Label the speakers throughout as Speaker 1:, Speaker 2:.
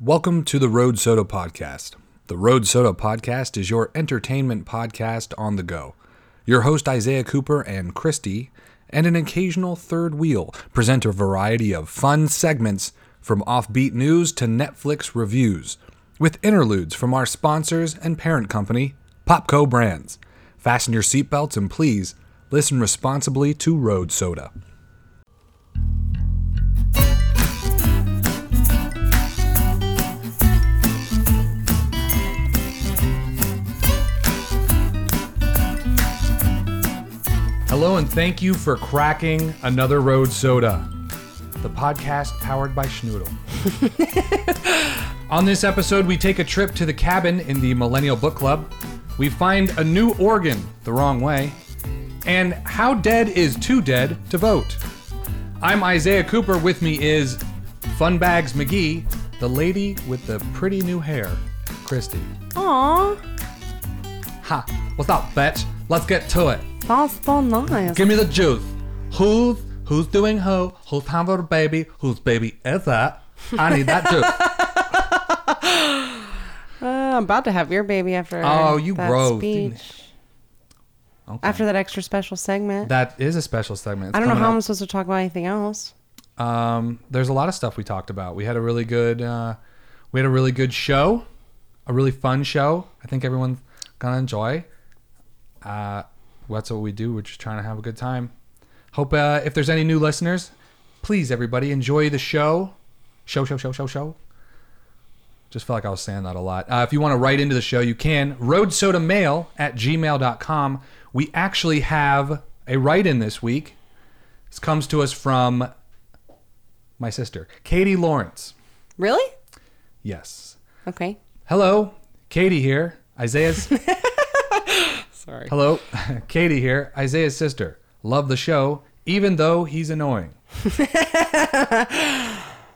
Speaker 1: Welcome to the Road Soda Podcast. The Road Soda Podcast is your entertainment podcast on the go. Your host Isaiah Cooper and Christy, and an occasional third wheel, present a variety of fun segments from offbeat news to Netflix reviews, with interludes from our sponsors and parent company, Popco Brands. Fasten your seatbelts and please listen responsibly to Road Soda. Hello, and thank you for cracking another Road Soda, the podcast powered by Schnoodle. On this episode, we take a trip to the cabin in the Millennial Book Club. We find a new organ the wrong way. And how dead is too dead to vote? I'm Isaiah Cooper. With me is Funbags McGee, the lady with the pretty new hair, Christy.
Speaker 2: Aw,
Speaker 1: Ha! What's up, bitch? Let's get to it.
Speaker 2: that's so nice.
Speaker 1: Give me the juice. Who's who's doing who? Who's time for the baby? Whose baby is that? I need that juice.
Speaker 2: Uh, I'm about to have your baby after.
Speaker 1: Oh, you
Speaker 2: that
Speaker 1: wrote, didn't
Speaker 2: speech.
Speaker 1: Okay.
Speaker 2: After that extra special segment,
Speaker 1: That is a special segment. It's
Speaker 2: I don't know
Speaker 1: coming
Speaker 2: how
Speaker 1: up.
Speaker 2: I'm supposed to talk about anything else.
Speaker 1: Um, there's a lot of stuff we talked about. We had a really good, uh, we had a really good show, a really fun show. I think everyone's gonna enjoy. Uh, that's what we do. We're just trying to have a good time. Hope uh, if there's any new listeners, please everybody enjoy the show. Show, show, show, show, show. Just felt like I was saying that a lot. Uh, if you want to write into the show, you can. Roadsodamail at gmail.com. We actually have a write in this week. This comes to us from my sister, Katie Lawrence.
Speaker 2: Really?
Speaker 1: Yes.
Speaker 2: Okay.
Speaker 1: Hello, Katie here. Isaiah's
Speaker 2: Sorry.
Speaker 1: hello, Katie here. Isaiah's sister. Love the show, even though he's annoying.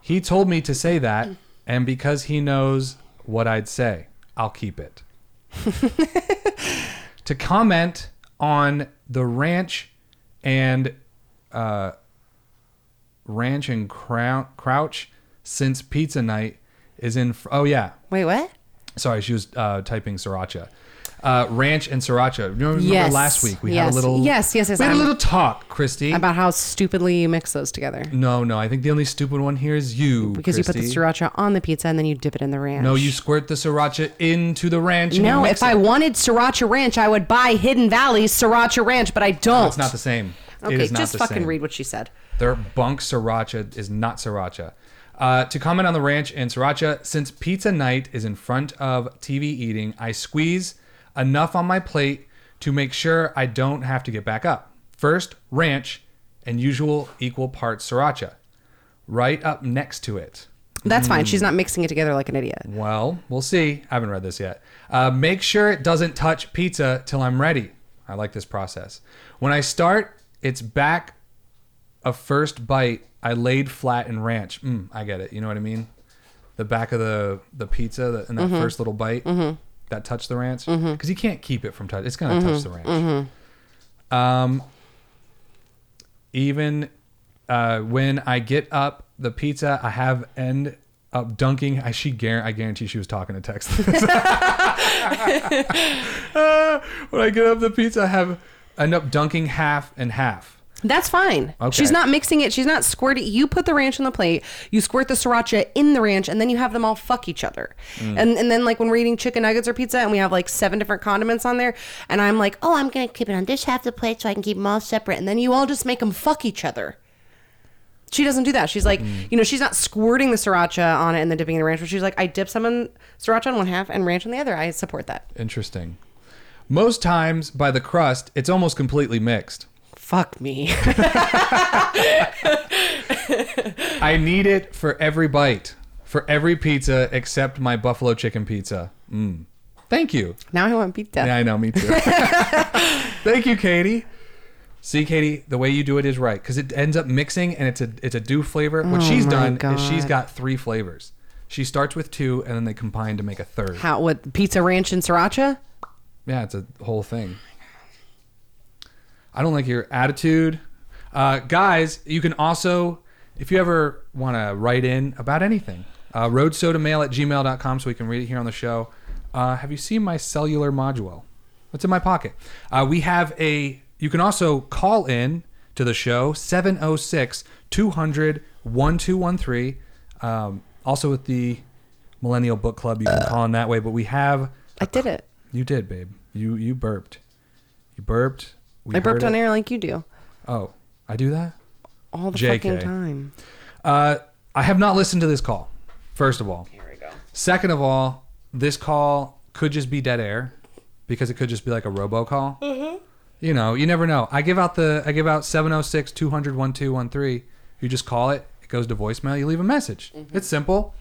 Speaker 1: he told me to say that, and because he knows what I'd say, I'll keep it. to comment on the ranch and uh, ranch and crou- crouch since pizza night is in. Fr- oh yeah,
Speaker 2: Wait, what?
Speaker 1: Sorry, she was uh, typing sriracha. Uh, ranch and sriracha. Remember, remember
Speaker 2: Yes.
Speaker 1: last week we had
Speaker 2: Yes.
Speaker 1: a little
Speaker 2: Yes, yes, yes,
Speaker 1: We had
Speaker 2: I'm-
Speaker 1: a little talk, Christy.
Speaker 2: About how stupidly you mix those together
Speaker 1: no, no, I think the only stupid one here is you
Speaker 2: because you put
Speaker 1: Christy.
Speaker 2: the sriracha on the pizza and then you dip it in the ranch.
Speaker 1: No, you squirt the sriracha into the ranch. and
Speaker 2: No,
Speaker 1: you
Speaker 2: if
Speaker 1: mix
Speaker 2: I
Speaker 1: it.
Speaker 2: wanted sriracha ranch, I would buy Hidden Valley's sriracha ranch, but I don't.
Speaker 1: it's not the same. it
Speaker 2: Okay,
Speaker 1: is not
Speaker 2: just
Speaker 1: the
Speaker 2: fucking
Speaker 1: same.
Speaker 2: read what she said.
Speaker 1: Their bunk sriracha is not sriracha. Uh, to comment on the ranch and sriracha, since pizza night is in front of TV eating, I squeeze enough on my plate to make sure I don't have to get back up. First, ranch and usual equal parts sriracha. Right up next to it.
Speaker 2: That's fine.
Speaker 1: Mm.
Speaker 2: She's not mixing it together like an idiot.
Speaker 1: Well, we'll see. I haven't read this yet. Uh, make sure it doesn't touch pizza till I'm ready. I like this process. When I start, it's back a first bite. I laid flat in ranch. Mm, I get it. You know what I mean? The back of the the pizza the, in that first little bite that touched the ranch because you can't keep it from touch. It's gonna touch the ranch. Um, even uh, when I get up the pizza, I have end up dunking. I she guar- I guarantee she was talking to text. Uh, when I get up the pizza, I have end up dunking half and half.
Speaker 2: That's fine.
Speaker 1: Okay.
Speaker 2: She's not mixing it. She's not squirting. You put the ranch on the plate. You squirt the sriracha in the ranch, and then you have them all fuck each other.
Speaker 1: Mm.
Speaker 2: And and then like when we're eating chicken nuggets or pizza, and we have like seven different condiments on there, and I'm like, oh, I'm gonna keep it on this half the plate so I can keep them all separate. And then you all just make them fuck each other. She doesn't do that. She's like,
Speaker 1: Mm.
Speaker 2: you know, she's not squirting the sriracha on it and then dipping in the ranch. But she's like, I dip some in sriracha on one half and ranch on the other. I support that.
Speaker 1: Interesting. Most times by the crust, it's almost completely mixed.
Speaker 2: Fuck me.
Speaker 1: I need it for every bite, for every pizza except my buffalo chicken pizza. Mm. Thank you.
Speaker 2: now I want pizza.
Speaker 1: Yeah, I know, me too. Thank you, Katie. See, Katie, the way you do it is right because it ends up mixing, and it's a it's a do flavor. What
Speaker 2: Oh
Speaker 1: she's
Speaker 2: my
Speaker 1: done is she's
Speaker 2: God.
Speaker 1: Uh, Uh, roadsodamail at gmail.com so we can read it here on the show. Uh, have you seen my cellular module? What's in my pocket? Uh, we have a, you can also call in to the show, 706 200 1213. Um, also with the Millennial Book Club, you can call in that way, but we have,
Speaker 2: I did it.
Speaker 1: you did, babe. You you burped. You burped. We
Speaker 2: I burped
Speaker 1: heard
Speaker 2: on
Speaker 1: it.
Speaker 2: air like you do
Speaker 1: Oh, I do that?
Speaker 2: all the
Speaker 1: JK.
Speaker 2: fucking time.
Speaker 1: Uh, I have not listened to this call, first of all.
Speaker 2: Here we go.
Speaker 1: Second of all, this call could just be dead air because it could just be like a robocall. You know, you never know. I give out the I give out 706 200 1213. You just call it, it goes to voicemail, you leave a message. It's simple.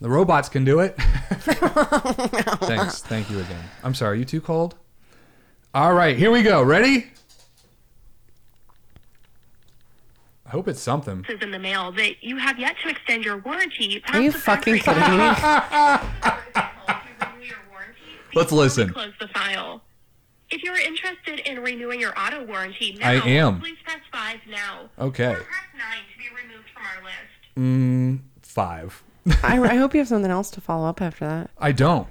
Speaker 1: The robots can do it. Thanks. Thank you again. I'm sorry, you too cold? All right, here we go. Ready? I hope it's something.
Speaker 3: boxes in the mail that you have yet to extend your warranty.
Speaker 2: Are you fucking kidding me?
Speaker 1: Let's listen.
Speaker 3: Close the file. If you're interested in renewing your auto warranty now,
Speaker 1: I am.
Speaker 3: please press 5 now.
Speaker 1: Okay.
Speaker 3: Or press 9 to be removed from our list.
Speaker 1: Mm, 5.
Speaker 2: I, I hope you have something else to follow up after that.
Speaker 1: I don't.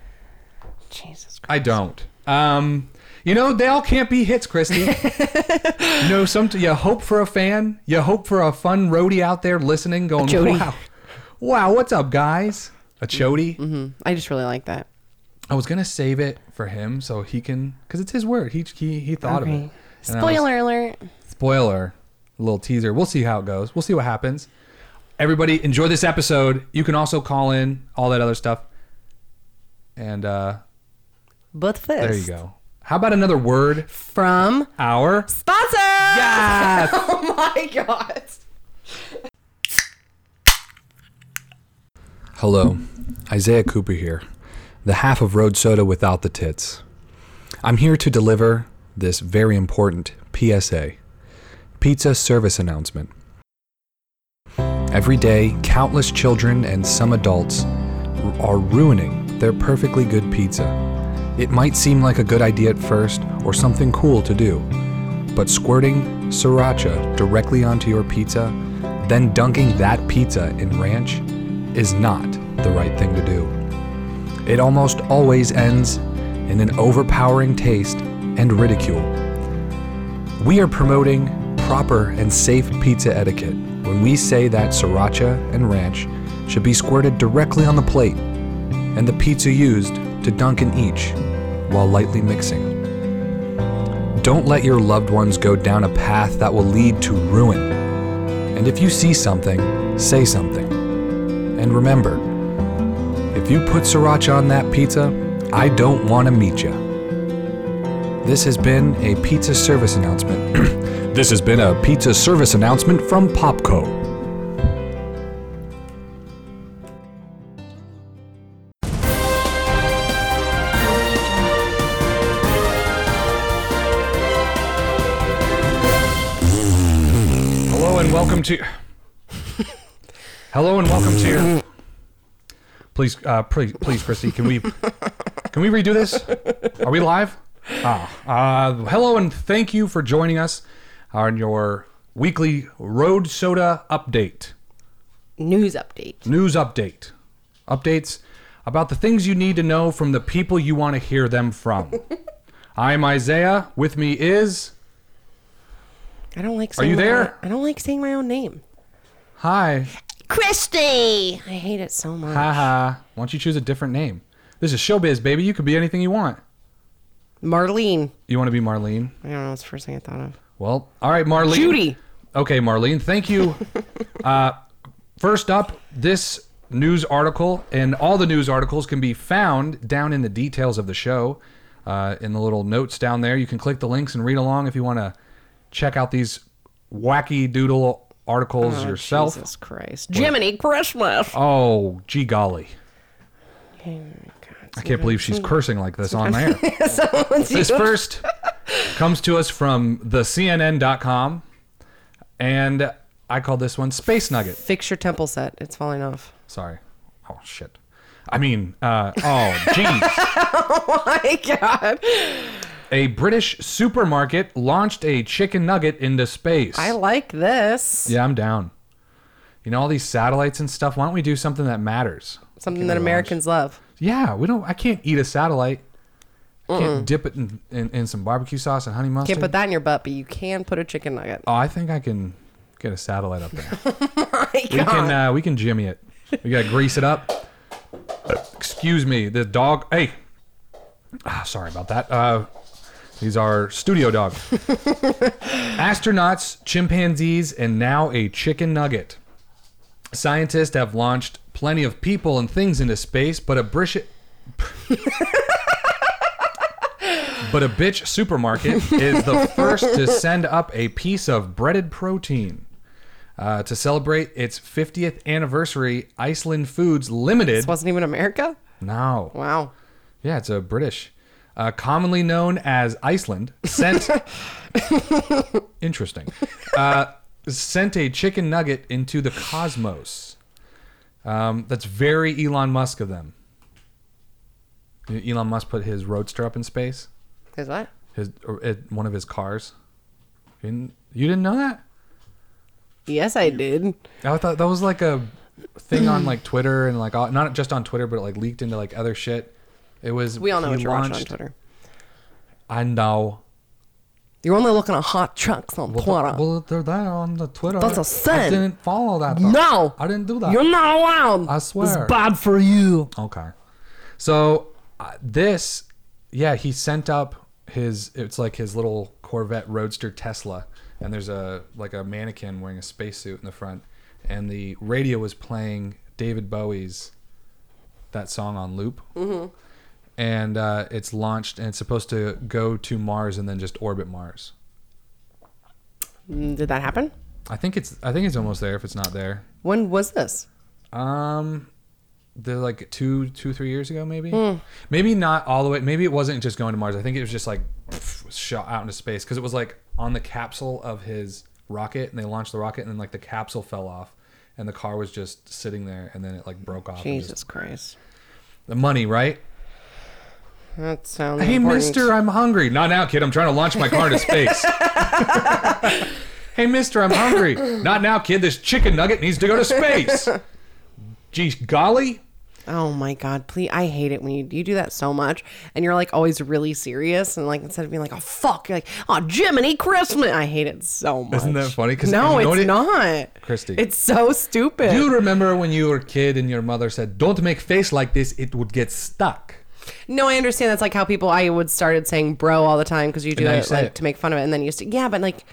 Speaker 2: Jesus Christ.
Speaker 1: I don't. Um, you know, they all can't be hits, Christy. you know, some you hope for a fan, you hope for a fun roadie out there listening, going,
Speaker 2: Jody.
Speaker 1: "Wow, wow, what's up, guys?" A
Speaker 2: Mm-hmm.
Speaker 1: chody.
Speaker 2: I just really like that.
Speaker 1: I was gonna save it for him so he can, cause it's his word. He he, he thought of it.
Speaker 2: Okay.
Speaker 1: And I was-
Speaker 2: Spoiler alert.
Speaker 1: spoiler, a little teaser. We'll see how it goes. We'll see what happens. Everybody, enjoy this episode. You can also call in, all that other stuff. And uh,
Speaker 2: But first,
Speaker 1: there you go. How about another word?
Speaker 2: From
Speaker 1: Our
Speaker 2: sponsor.
Speaker 1: Yes!
Speaker 2: oh my god.
Speaker 1: Hello, Isaiah Cooper here, the half of Road Soda without the tits. I'm here to deliver this very important PSA Pizza Service Announcement. Every day, countless children and some adults r- are ruining their perfectly good pizza. It might seem like a good idea at first or something cool to do, but squirting sriracha directly onto your pizza, then dunking that pizza in ranch, is not the right thing to do. It almost always ends in an overpowering taste and ridicule. We are promoting proper and safe pizza etiquette when we say that sriracha and ranch should be squirted directly on the plate and the pizza used to dunk in each while lightly mixing. Don't let your loved ones go down a path that will lead to ruin. And if you see something, say something. And remember, if you put sriracha on that pizza, I don't want to meet you. This has been a pizza service announcement. this has been a pizza service announcement from Popco. Hello and welcome to. Hello and welcome to your. Please, uh, please, please, Christy, can we can we redo this? Are we live? Ah, uh, hello and thank you for joining us on your weekly road soda update
Speaker 2: News update.
Speaker 1: news update, updates about the things you need to know from the people you want to hear them from. I'm Isaiah. With me is
Speaker 2: I don't like. Saying
Speaker 1: you
Speaker 2: my-
Speaker 1: there?
Speaker 2: I don't like saying my own name.
Speaker 1: hi,
Speaker 2: Christy. I hate it so much.
Speaker 1: haha. Why don't you choose a different name? This is showbiz, baby. You could be anything you want.
Speaker 2: Marlene.
Speaker 1: You want to be Marlene?
Speaker 2: I don't know. That's the first thing I thought of.
Speaker 1: Well, all right, Marlene.
Speaker 2: Judy.
Speaker 1: Okay, Marlene, thank you. uh, first up, this news article and all the news articles can be found down in the details of the show uh, in the little notes down there. You can click the links and read along if you want to check out these wacky doodle articles yourself.
Speaker 2: Oh, Jesus Christ. Jiminy Christmas.
Speaker 1: Oh, gee golly.
Speaker 2: Oh my God.
Speaker 1: I can't believe she's cursing like this on air.
Speaker 2: Someone's
Speaker 1: This first comes to us from the CNN.com, and I call this one Space Nugget.
Speaker 2: Fix your temple set. It's falling off.
Speaker 1: Sorry. Oh shit. I mean, uh, oh jeez.
Speaker 2: Oh My God.
Speaker 1: a British supermarket launched a chicken nugget into space.
Speaker 2: I like this.
Speaker 1: yeah, I'm down. you know all these satellites and stuff. Why don't we do something that matters?
Speaker 2: Something that Americans love.
Speaker 1: Yeah, we don't. I can't eat a satellite. I Can't dip it in, in, in some barbecue sauce and honey mustard.
Speaker 2: Can't put that in your butt, but you can put a chicken nugget.
Speaker 1: Oh, I think I can get a satellite up there.
Speaker 2: my
Speaker 1: We
Speaker 2: God.
Speaker 1: can uh, we can jimmy it. We gotta grease it up. Excuse me, the dog. Hey, ah, sorry about that. Uh, these are studio dogs. Astronauts, chimpanzees, and now a chicken nugget. Scientists have launched plenty of people and things into space, but a British. But a bitch supermarket is the first to send up a piece of breaded protein. Uh, to celebrate its 50th anniversary, Iceland Foods Limited.
Speaker 2: This wasn't even America?
Speaker 1: No.
Speaker 2: Wow.
Speaker 1: Yeah, it's a British. Uh, commonly known as Iceland, sent. interesting. Uh, sent a chicken nugget into the cosmos. Um, that's very Elon Musk of them. E, Elon Musk put his roadster up in space,
Speaker 2: Is that?
Speaker 1: his or, it, one of his cars. You didn't, you didn't know that?
Speaker 2: Yes, I did.
Speaker 1: I thought that was like a thing on like Twitter and like all, not just on Twitter, but like leaked into like other shit. It was
Speaker 2: We all know
Speaker 1: he
Speaker 2: what you're watching on
Speaker 1: launched-
Speaker 2: Twitter.
Speaker 1: I know.
Speaker 2: You're only looking at hot trucks on Twitter.
Speaker 1: Well, they're there on the Twitter.
Speaker 2: That's a
Speaker 1: I
Speaker 2: sin.
Speaker 1: didn't follow that. though.
Speaker 2: no,
Speaker 1: I didn't do that.
Speaker 2: You're not allowed.
Speaker 1: I swear.
Speaker 2: it's bad for you.
Speaker 1: Okay. So uh, this, yeah, he sent up his. It's like his little Corvette Roadster Tesla, and there's a like a mannequin wearing a spacesuit in the front, and the radio was playing David Bowie's that song on loop. Mm-hmm. And uh, it's launched, and it's supposed to go to Mars and then just orbit Mars.
Speaker 2: Mm, Did that happen?
Speaker 1: I think it's. I think it's almost there. If it's not there,
Speaker 2: When was this?
Speaker 1: Um, they're like two, two, three years ago, maybe. Maybe not all the way. Maybe it wasn't just going to Mars. I think it was just like pff, shot out into space because it was like on the capsule of his rocket, and they launched the rocket, and then like the capsule fell off, and the car was just sitting there, and then it like broke off. and just-
Speaker 2: Jesus Christ.
Speaker 1: the money, right?
Speaker 2: That sounds.
Speaker 1: Hey,
Speaker 2: important.
Speaker 1: Mister, I'm hungry. Not now, kid. I'm trying to launch my car into space. hey, Mister, I'm hungry. Not now, kid. This chicken nugget needs to go to space. Geez, golly.
Speaker 2: Oh my God, please! I hate it when you you do that so much, and you're like always really serious, and like instead of being like, "Oh fuck," you're like, "Oh Jiminy Christmas." I hate it so much.
Speaker 1: Isn't that funny? 'Cause
Speaker 2: no,
Speaker 1: you know
Speaker 2: it's
Speaker 1: what it-
Speaker 2: not,
Speaker 1: Christy.
Speaker 2: It's so stupid.
Speaker 1: Do you remember when you were a kid and your mother said, "Don't make face like this; it would get stuck."
Speaker 2: No, I understand. That's like how people I would started saying "bro" all the time because you do
Speaker 1: now you
Speaker 2: it
Speaker 1: say
Speaker 2: like
Speaker 1: it.
Speaker 2: to make fun of it, and then you used to, yeah, but like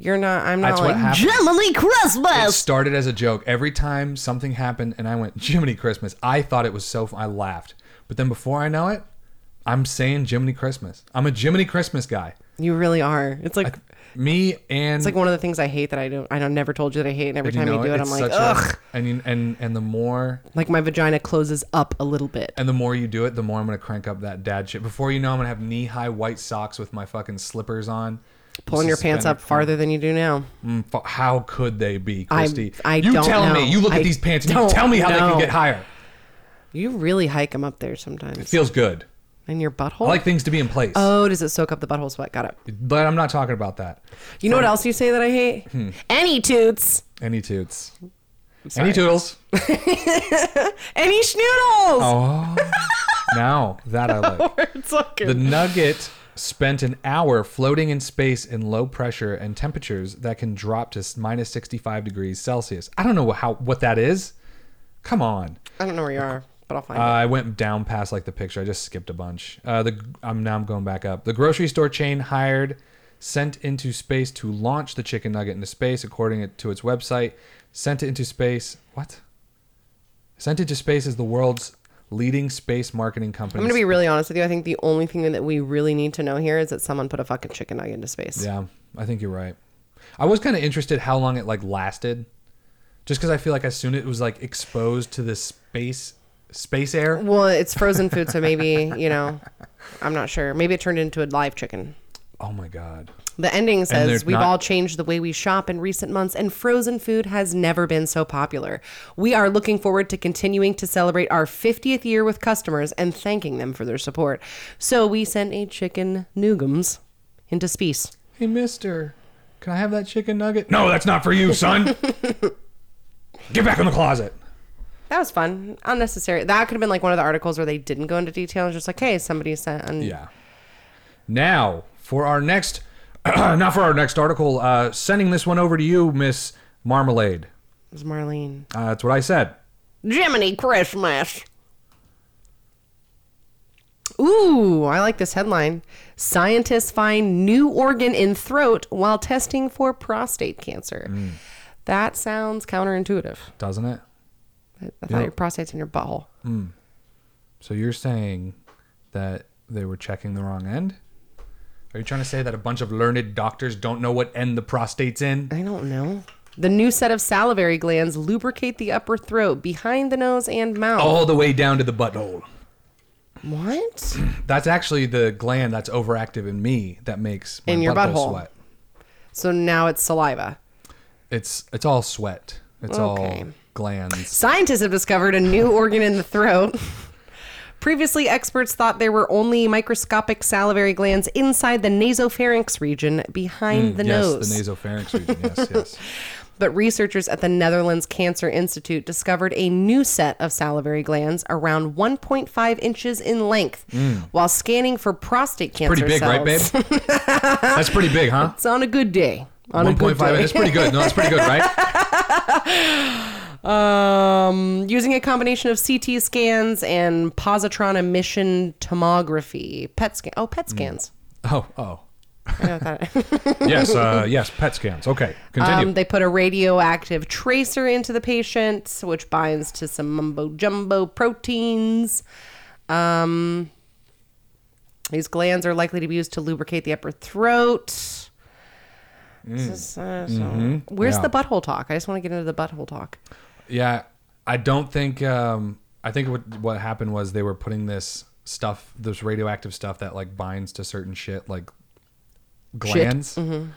Speaker 2: you're not. I'm not
Speaker 1: That's what
Speaker 2: like
Speaker 1: happened.
Speaker 2: Jiminy
Speaker 1: It
Speaker 2: Christmas.
Speaker 1: started as a joke. Every time something happened, and I went, "Jiminy Christmas!" I thought it was so. Fun. I laughed, but then before I know it, I'm saying Jiminy Christmas. I'm a Jiminy Christmas guy.
Speaker 2: You really are. It's like
Speaker 1: Me and
Speaker 2: it's like one of the things I hate that I don't. I don't never told you that I hate, and every time you, do it, I'm
Speaker 1: it's such
Speaker 2: like,
Speaker 1: a-
Speaker 2: ugh.
Speaker 1: and you, and and the more
Speaker 2: Like my vagina closes up a little bit.
Speaker 1: and the more you do it, the more I'm gonna crank up that dad shit. Before you know, I'm gonna have knee high white socks with my fucking slippers on.
Speaker 2: Pulling your pants up
Speaker 1: Suspended-
Speaker 2: farther than you do now.
Speaker 1: Mm, fu- How could they be,
Speaker 2: I-
Speaker 1: Christy?
Speaker 2: I
Speaker 1: you
Speaker 2: don't
Speaker 1: tell
Speaker 2: know.
Speaker 1: me. You look
Speaker 2: I
Speaker 1: at these pants and you
Speaker 2: don't
Speaker 1: tell me how they
Speaker 2: know.
Speaker 1: can get higher.
Speaker 2: You really hike them up there sometimes.
Speaker 1: Feels good.
Speaker 2: In your butthole.
Speaker 1: I like things to be in place.
Speaker 2: oh, does it soak up the butthole sweat? Got it.
Speaker 1: but I'm not talking about that.
Speaker 2: You know what else you say that I hate?
Speaker 1: Hmm.
Speaker 2: Any toots.
Speaker 1: Any toots.
Speaker 2: sorry.
Speaker 1: Any toodles.
Speaker 2: Any schnoodles.
Speaker 1: Oh, now that I like.
Speaker 2: It's okay.
Speaker 1: The Nugget spent an hour floating in space in low pressure and temperatures that can drop to s- minus 65 degrees Celsius. I don't know how what that is. Come on.
Speaker 2: I don't know where you are, but I'll find
Speaker 1: Uh, I went down past like the picture. I just skipped a bunch. Uh, the I'm now I'm going back up. The grocery store chain hired, sent into space to launch the chicken nugget into space, according to its website. Sent it into space. What? Sent it to space is the world's leading space marketing company.
Speaker 2: I'm gonna be really honest with you. I think the only thing that we really need to know here is that someone put a fucking chicken nugget into space.
Speaker 1: Yeah, I think you're right. I was kind of interested how long it like lasted, just because I feel like as soon it was like exposed to this space space air.
Speaker 2: Well, it's frozen food, so maybe you know, I'm not sure. Maybe it turned into a live chicken.
Speaker 1: Oh my god.
Speaker 2: The ending
Speaker 1: they're
Speaker 2: says we've
Speaker 1: not-
Speaker 2: all changed the way we shop in recent months, and frozen food has never been so popular. We are looking forward to continuing to celebrate our 50th year with customers and thanking them for their support. So we sent a chicken noogums into space.
Speaker 1: Hey, mister, can I have that chicken nugget? No, that's not for you, son. Get back in the closet.
Speaker 2: That was fun. Unnecessary. That could have been like one of the articles where they didn't go into detail. It's just like, hey, somebody sent. And
Speaker 1: Yeah. Now for our next, not for our next article. Uh, sending this one over to you, Miss Marmalade.
Speaker 2: It was Marlene.
Speaker 1: Uh, that's what I said.
Speaker 2: Jiminy Christmas. Ooh, I like this headline. Scientists find new organ in throat while testing for prostate cancer. That sounds counterintuitive.
Speaker 1: Doesn't it?
Speaker 2: I I thought your prostate's in your butthole.
Speaker 1: So you're saying that they were checking the wrong end? Are you trying to say that a bunch of learned doctors don't know what end the prostate's in?
Speaker 2: I don't know. The new set of salivary glands lubricate the upper throat, behind the nose, and mouth.
Speaker 1: All the way down to the butthole.
Speaker 2: What?
Speaker 1: That's actually the gland that's overactive in me that makes my
Speaker 2: In your butthole.
Speaker 1: sweat.
Speaker 2: So now it's saliva.
Speaker 1: It's it's all sweat. It's
Speaker 2: Okay.
Speaker 1: all glands.
Speaker 2: Scientists have discovered a new organ in the throat. Previously, experts thought there were only microscopic salivary glands inside the nasopharynx region behind the
Speaker 1: Mm, yes,
Speaker 2: nose.
Speaker 1: the nasopharynx region. Yes, yes.
Speaker 2: but researchers at the Netherlands Cancer Institute discovered a new set of salivary glands around 1.5 inches in length while scanning for prostate cancer
Speaker 1: Mm. Pretty big,
Speaker 2: cells.
Speaker 1: right, babe? that's pretty big, huh?
Speaker 2: It's on a good day. On a
Speaker 1: One
Speaker 2: good
Speaker 1: point five.
Speaker 2: day.
Speaker 1: That's pretty good. No, that's pretty good, right?
Speaker 2: Um, using a combination of CT scans and positron emission tomography, PET scan. Oh, PET scans.
Speaker 1: Oh, oh.
Speaker 2: I thought-
Speaker 1: Yes, uh, yes. PET scans. Okay, continue.
Speaker 2: um, they put a radioactive tracer into the patient, which binds to some mumbo jumbo proteins. Um, these glands are likely to be used to lubricate the upper throat. This is, uh, so- Where's
Speaker 1: Mm. Mm-hmm. Yeah.
Speaker 2: the butthole talk? I just want to get into the butthole talk.
Speaker 1: Yeah, I don't think. Um, I think what what happened was they were putting this stuff, this radioactive stuff that like binds to certain shit, like glands,
Speaker 2: Mm-hmm.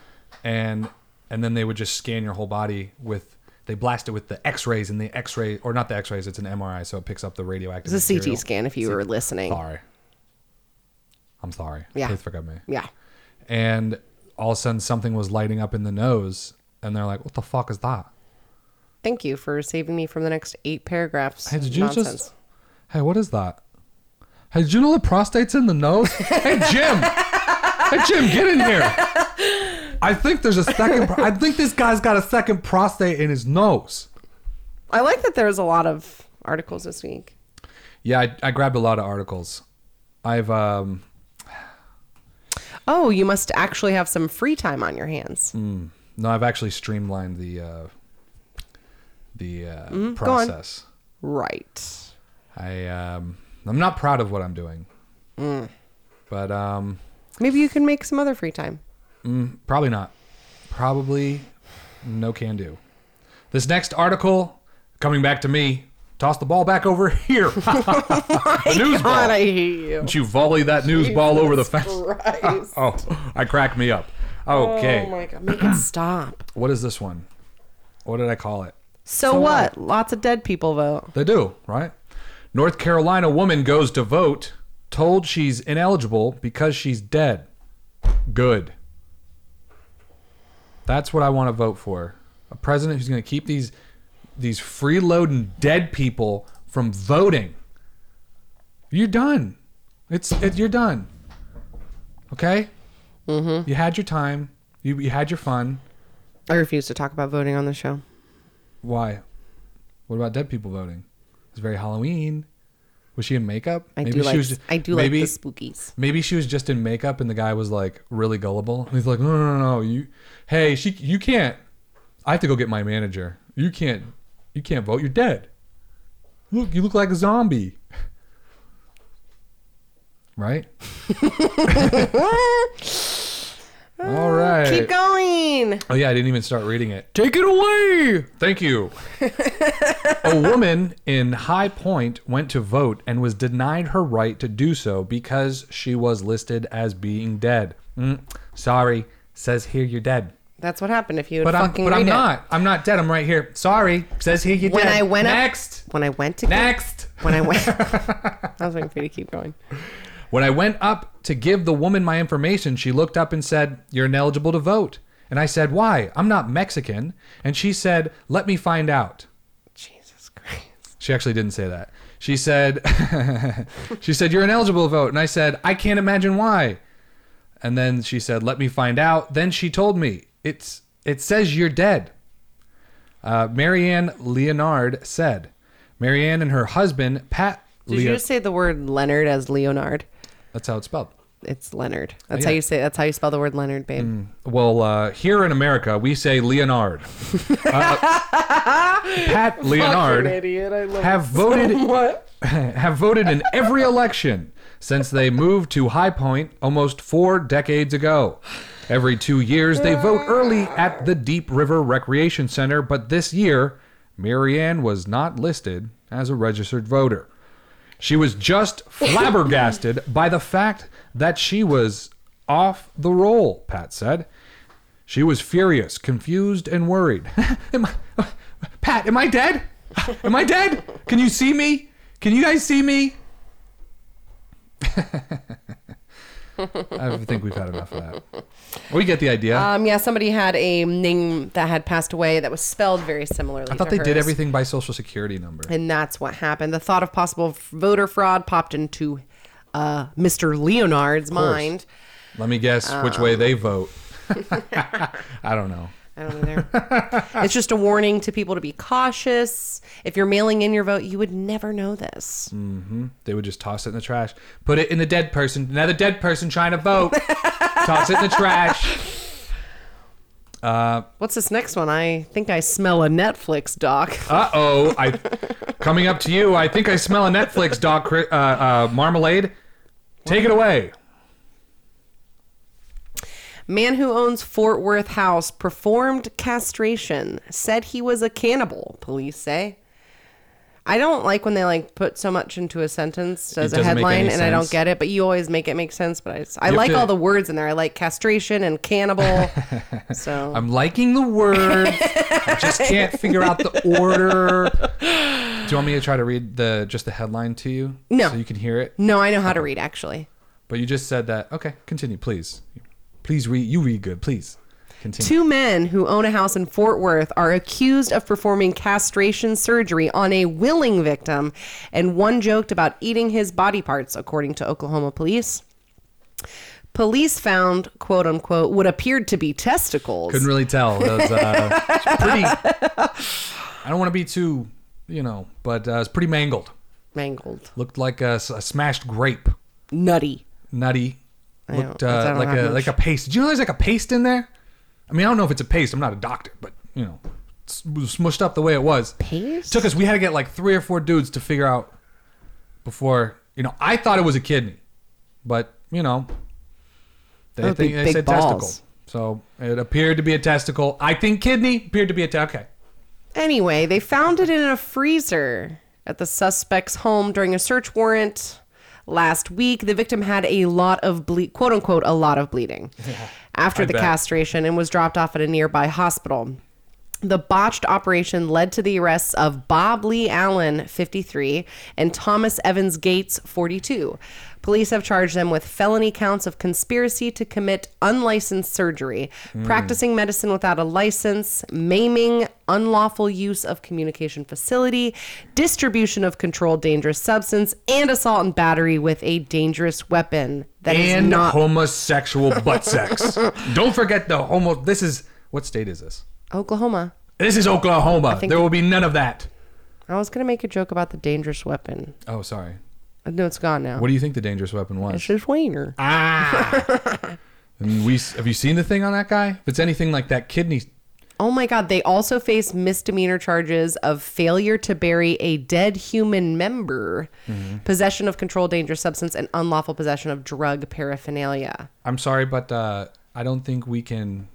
Speaker 1: and and then they would just scan your whole body with. They blast it with the X-rays, and the X-ray, or not the X-rays, it's an MRI, so it picks up the radioactive.
Speaker 2: It's a CT
Speaker 1: material.
Speaker 2: scan if you were listening.
Speaker 1: Sorry, I'm sorry.
Speaker 2: Yeah.
Speaker 1: Please forgive me.
Speaker 2: Yeah.
Speaker 1: and all of a sudden something was lighting up in the nose and they're like what the fuck is that
Speaker 2: Thank you for saving me from the next eight paragraphs.
Speaker 1: hey did
Speaker 2: of
Speaker 1: you
Speaker 2: nonsense.
Speaker 1: just hey what is that hey did you know the prostate's in the nose hey jim hey jim get in here i think there's a second pro- i think this guy's got a second prostate in his nose
Speaker 2: I like that there's a lot of articles this week.
Speaker 1: yeah i, I grabbed a lot of articles i've um
Speaker 2: Oh, you must actually have some free time on your hands.
Speaker 1: Mm. no i've actually streamlined the uh the uh
Speaker 2: Mm, go on.
Speaker 1: process
Speaker 2: Right.
Speaker 1: I um, I'm not proud of what I'm doing,
Speaker 2: Mm.
Speaker 1: but um,
Speaker 2: Maybe you can make some other free time.
Speaker 1: probably not. Probably no can do. This next article coming back to me. Toss the ball back over here. the news
Speaker 2: God,
Speaker 1: ball.
Speaker 2: I hate you.
Speaker 1: You volley that news ball over the fence.
Speaker 2: Christ.
Speaker 1: Oh, I cracked me up. Okay,
Speaker 2: Oh my god, make it stop.
Speaker 1: what is this one? What did I call it?
Speaker 2: So, what? Lots of dead people vote.
Speaker 1: They do, right? North Carolina woman goes to vote, told she's ineligible because she's dead. Good. That's what I want to vote for. A president who's going to keep these these freeloading dead people from voting. You're done. It's it, you're done. Okay. Mm-hmm. You had your time. You, you had your fun.
Speaker 2: I refuse to talk about voting on the show.
Speaker 1: Why? What about dead people voting? It's very Halloween. Was she in makeup?
Speaker 2: I do
Speaker 1: she
Speaker 2: like
Speaker 1: was ju-
Speaker 2: I do
Speaker 1: maybe,
Speaker 2: like the spookies.
Speaker 1: Maybe she was just in makeup and the guy was like really gullible. And he's like, no, no, no, no. You, hey, she, you can't. I have to go get my manager. You can't. You can't vote. You're dead. Look, you look like a zombie. Right. All right.
Speaker 2: Keep going.
Speaker 1: Oh yeah, I didn't even start reading it. Take it away. Thank you. a woman in High Point went to vote and was denied her right to do so because she was listed as being dead. Mm, sorry, says here you're dead.
Speaker 2: That's what happened if you had
Speaker 1: But I'm
Speaker 2: fucking
Speaker 1: but
Speaker 2: read
Speaker 1: I'm
Speaker 2: it.
Speaker 1: not. I'm not dead. I'm right here. Sorry, says here you're
Speaker 2: When
Speaker 1: dead.
Speaker 2: I went up-
Speaker 1: next.
Speaker 2: When I went to
Speaker 1: next.
Speaker 2: when I went I was waiting for you to keep going.
Speaker 1: When I went up to give the woman my information, she looked up and said, You're ineligible to vote. And I said, Why? I'm not Mexican. And she said, Let me find out. She actually didn't say that. She said, she said, you're ineligible to vote. And I said, I can't imagine why. And then she said, let me find out. Then she told me, it's, it says you're dead. Uh, Marianne Leonard said, Marianne and her husband, Pat
Speaker 2: Did you
Speaker 1: Leo-
Speaker 2: just say the word Leonard as Leonard?
Speaker 1: that's how it's spelled.
Speaker 2: It's Leonard. That's
Speaker 1: yeah.
Speaker 2: how you say. That's how you spell the word Leonard, babe.
Speaker 1: Well, uh, here in America, we say Leonard. Uh, Pat Leonard have voted have voted in every election since they moved to High Point almost four decades ago. Every two years, they vote early at the Deep River Recreation Center, but this year, Marianne was not listed as a registered voter. She was just flabbergasted by the fact that she was off the roll, Pat said. She was furious, confused, and worried. am I, Pat, am I dead? Am I dead? Can you see me? Can you guys see me? I think we've had enough of that. We get the idea.
Speaker 2: Um, yeah, somebody had a name that had passed away that was spelled very similarly.
Speaker 1: I thought they did everything by social security number.
Speaker 2: and that's what happened. The thought of possible f- voter fraud popped into uh, Mr. Leonard's mind.
Speaker 1: Let me guess which way they vote. I don't know.
Speaker 2: I don't know there. it's just a warning to people to be cautious. If you're mailing in your vote, you would never know this.
Speaker 1: Mm. They would just toss it in the trash. Put it in the dead person. Another dead person trying to vote. toss it in the trash.
Speaker 2: What's this next one? I think I smell a Netflix doc.
Speaker 1: Uh oh. I coming up to you. I think I smell a Netflix doc. Chri- Uh, uh, marmalade. Take it away.
Speaker 2: Man who owns Fort Worth house performed castration. Said he was a cannibal, police say. I don't like when they like put so much into a sentence as
Speaker 1: doesn't
Speaker 2: a
Speaker 1: make
Speaker 2: headline
Speaker 1: any
Speaker 2: and I don't
Speaker 1: sense.
Speaker 2: get it, but you always make it make sense, but I, just- I
Speaker 1: have
Speaker 2: like
Speaker 1: to-
Speaker 2: all the words in there. I like castration and cannibal. so
Speaker 1: I'm liking the words. I just can't figure out the order. Do you want me to try to read the just the headline to you?
Speaker 2: No.
Speaker 1: So you can hear it.
Speaker 2: No, I know how to read actually.
Speaker 1: But you just said that. Okay. Continue, please. Please read. You read good. Please. Continue.
Speaker 2: Two men who own a house in Fort Worth are accused of performing castration surgery on a willing victim, and one joked about eating his body parts, according to Oklahoma police. Police found, quote unquote, what appeared to be testicles.
Speaker 1: Couldn't really tell. That was, uh, it's pretty. I don't want to be too, you know, but uh, it's pretty mangled.
Speaker 2: mangled.
Speaker 1: Looked like a, s- a smashed grape,
Speaker 2: Nutty.
Speaker 1: nutty.
Speaker 2: I
Speaker 1: Looked
Speaker 2: don't- I
Speaker 1: uh,
Speaker 2: don't
Speaker 1: like
Speaker 2: have
Speaker 1: a
Speaker 2: much.
Speaker 1: like a paste. Did you know there's like a paste in there? I mean, I don't know if it's a paste. I'm not a doctor, but you know, it's was smushed up the way it was.
Speaker 2: Paste?
Speaker 1: took us. We had to get like three or four dudes to figure out before. You know, I thought it was a kidney, but you know, they,
Speaker 2: That would be
Speaker 1: think, they
Speaker 2: big
Speaker 1: said
Speaker 2: balls.
Speaker 1: testicle. So it appeared to be a testicle. I think kidney appeared to be a te- okay.
Speaker 2: Anyway, they found it in a freezer at the suspect's home during a search warrant last week. The victim had a lot of bleed, quote unquote, a lot of bleeding after
Speaker 1: I
Speaker 2: the
Speaker 1: bet.
Speaker 2: castration and was dropped off at a nearby hospital. The botched operation led to the arrests of Bob Lee Allen, 53, and Thomas Evans Gates, 42. Police have charged them with felony counts of conspiracy to commit unlicensed surgery, practicing medicine without a license, maiming, unlawful use of communication facility, distribution of controlled dangerous substance, and assault and battery with a dangerous weapon that is
Speaker 1: and
Speaker 2: not.
Speaker 1: homosexual butt sex. Don't forget the homo. This is what state is this?
Speaker 2: Oklahoma.
Speaker 1: This is Oklahoma. There will be none of that.
Speaker 2: I was going to make a joke about the dangerous weapon. Uh,
Speaker 1: Oh, sorry.
Speaker 2: No, it's gone now.
Speaker 1: What do you think the dangerous weapon
Speaker 2: It's
Speaker 1: was? Ah!
Speaker 2: just wiener.
Speaker 1: And we have you seen the thing on that guy? If it's anything like that kidney,
Speaker 2: Oh my God. They also face misdemeanor charges of failure to bury a dead human member, possession of controlled dangerous substance, and unlawful possession of drug paraphernalia.
Speaker 1: I'm sorry, but uh, I don't think we can.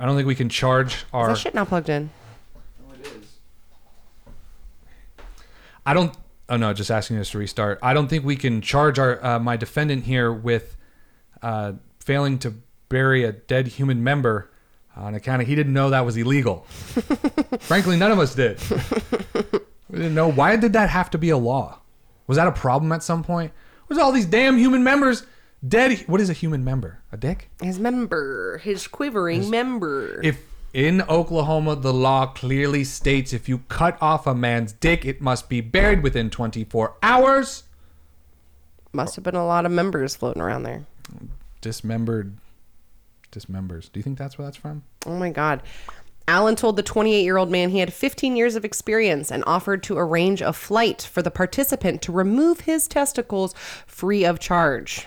Speaker 1: I don't think we can charge
Speaker 2: Is
Speaker 1: our.
Speaker 2: that shit not plugged in?
Speaker 1: I don't. Oh no, just asking us to restart. I don't think we can charge our uh, my defendant here with uh, failing to bury a dead human member on account of he didn't know that was illegal. Frankly, none of us did. we didn't know why did that have to be a law? Was that a problem at some point? Was all these damn human members dead? What is a human member? A dick?
Speaker 2: His member, his quivering member.
Speaker 1: If In Oklahoma, the law clearly states if you cut off a man's dick, it must be buried within 24 hours.
Speaker 2: Must have been a lot of members floating around there.
Speaker 1: Dismembered. Dismembers. Do you think that's where that's from?
Speaker 2: Oh my God. Allen told the 28 year old man he had 15 years of experience and offered to arrange a flight for the participant to remove his testicles free of charge.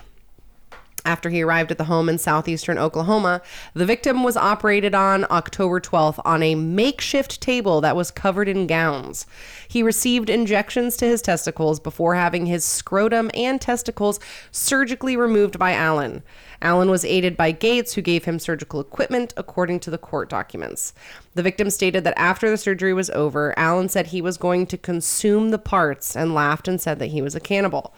Speaker 2: After he arrived at the home in southeastern Oklahoma, the victim was operated on October 12th on a makeshift table that was covered in gowns. He received injections to his testicles before having his scrotum and testicles surgically removed by Allen. Allen was aided by Gates, who gave him surgical equipment, according to the court documents. The victim stated that after the surgery was over, Allen said he was going to consume the parts and laughed and said that he was a cannibal.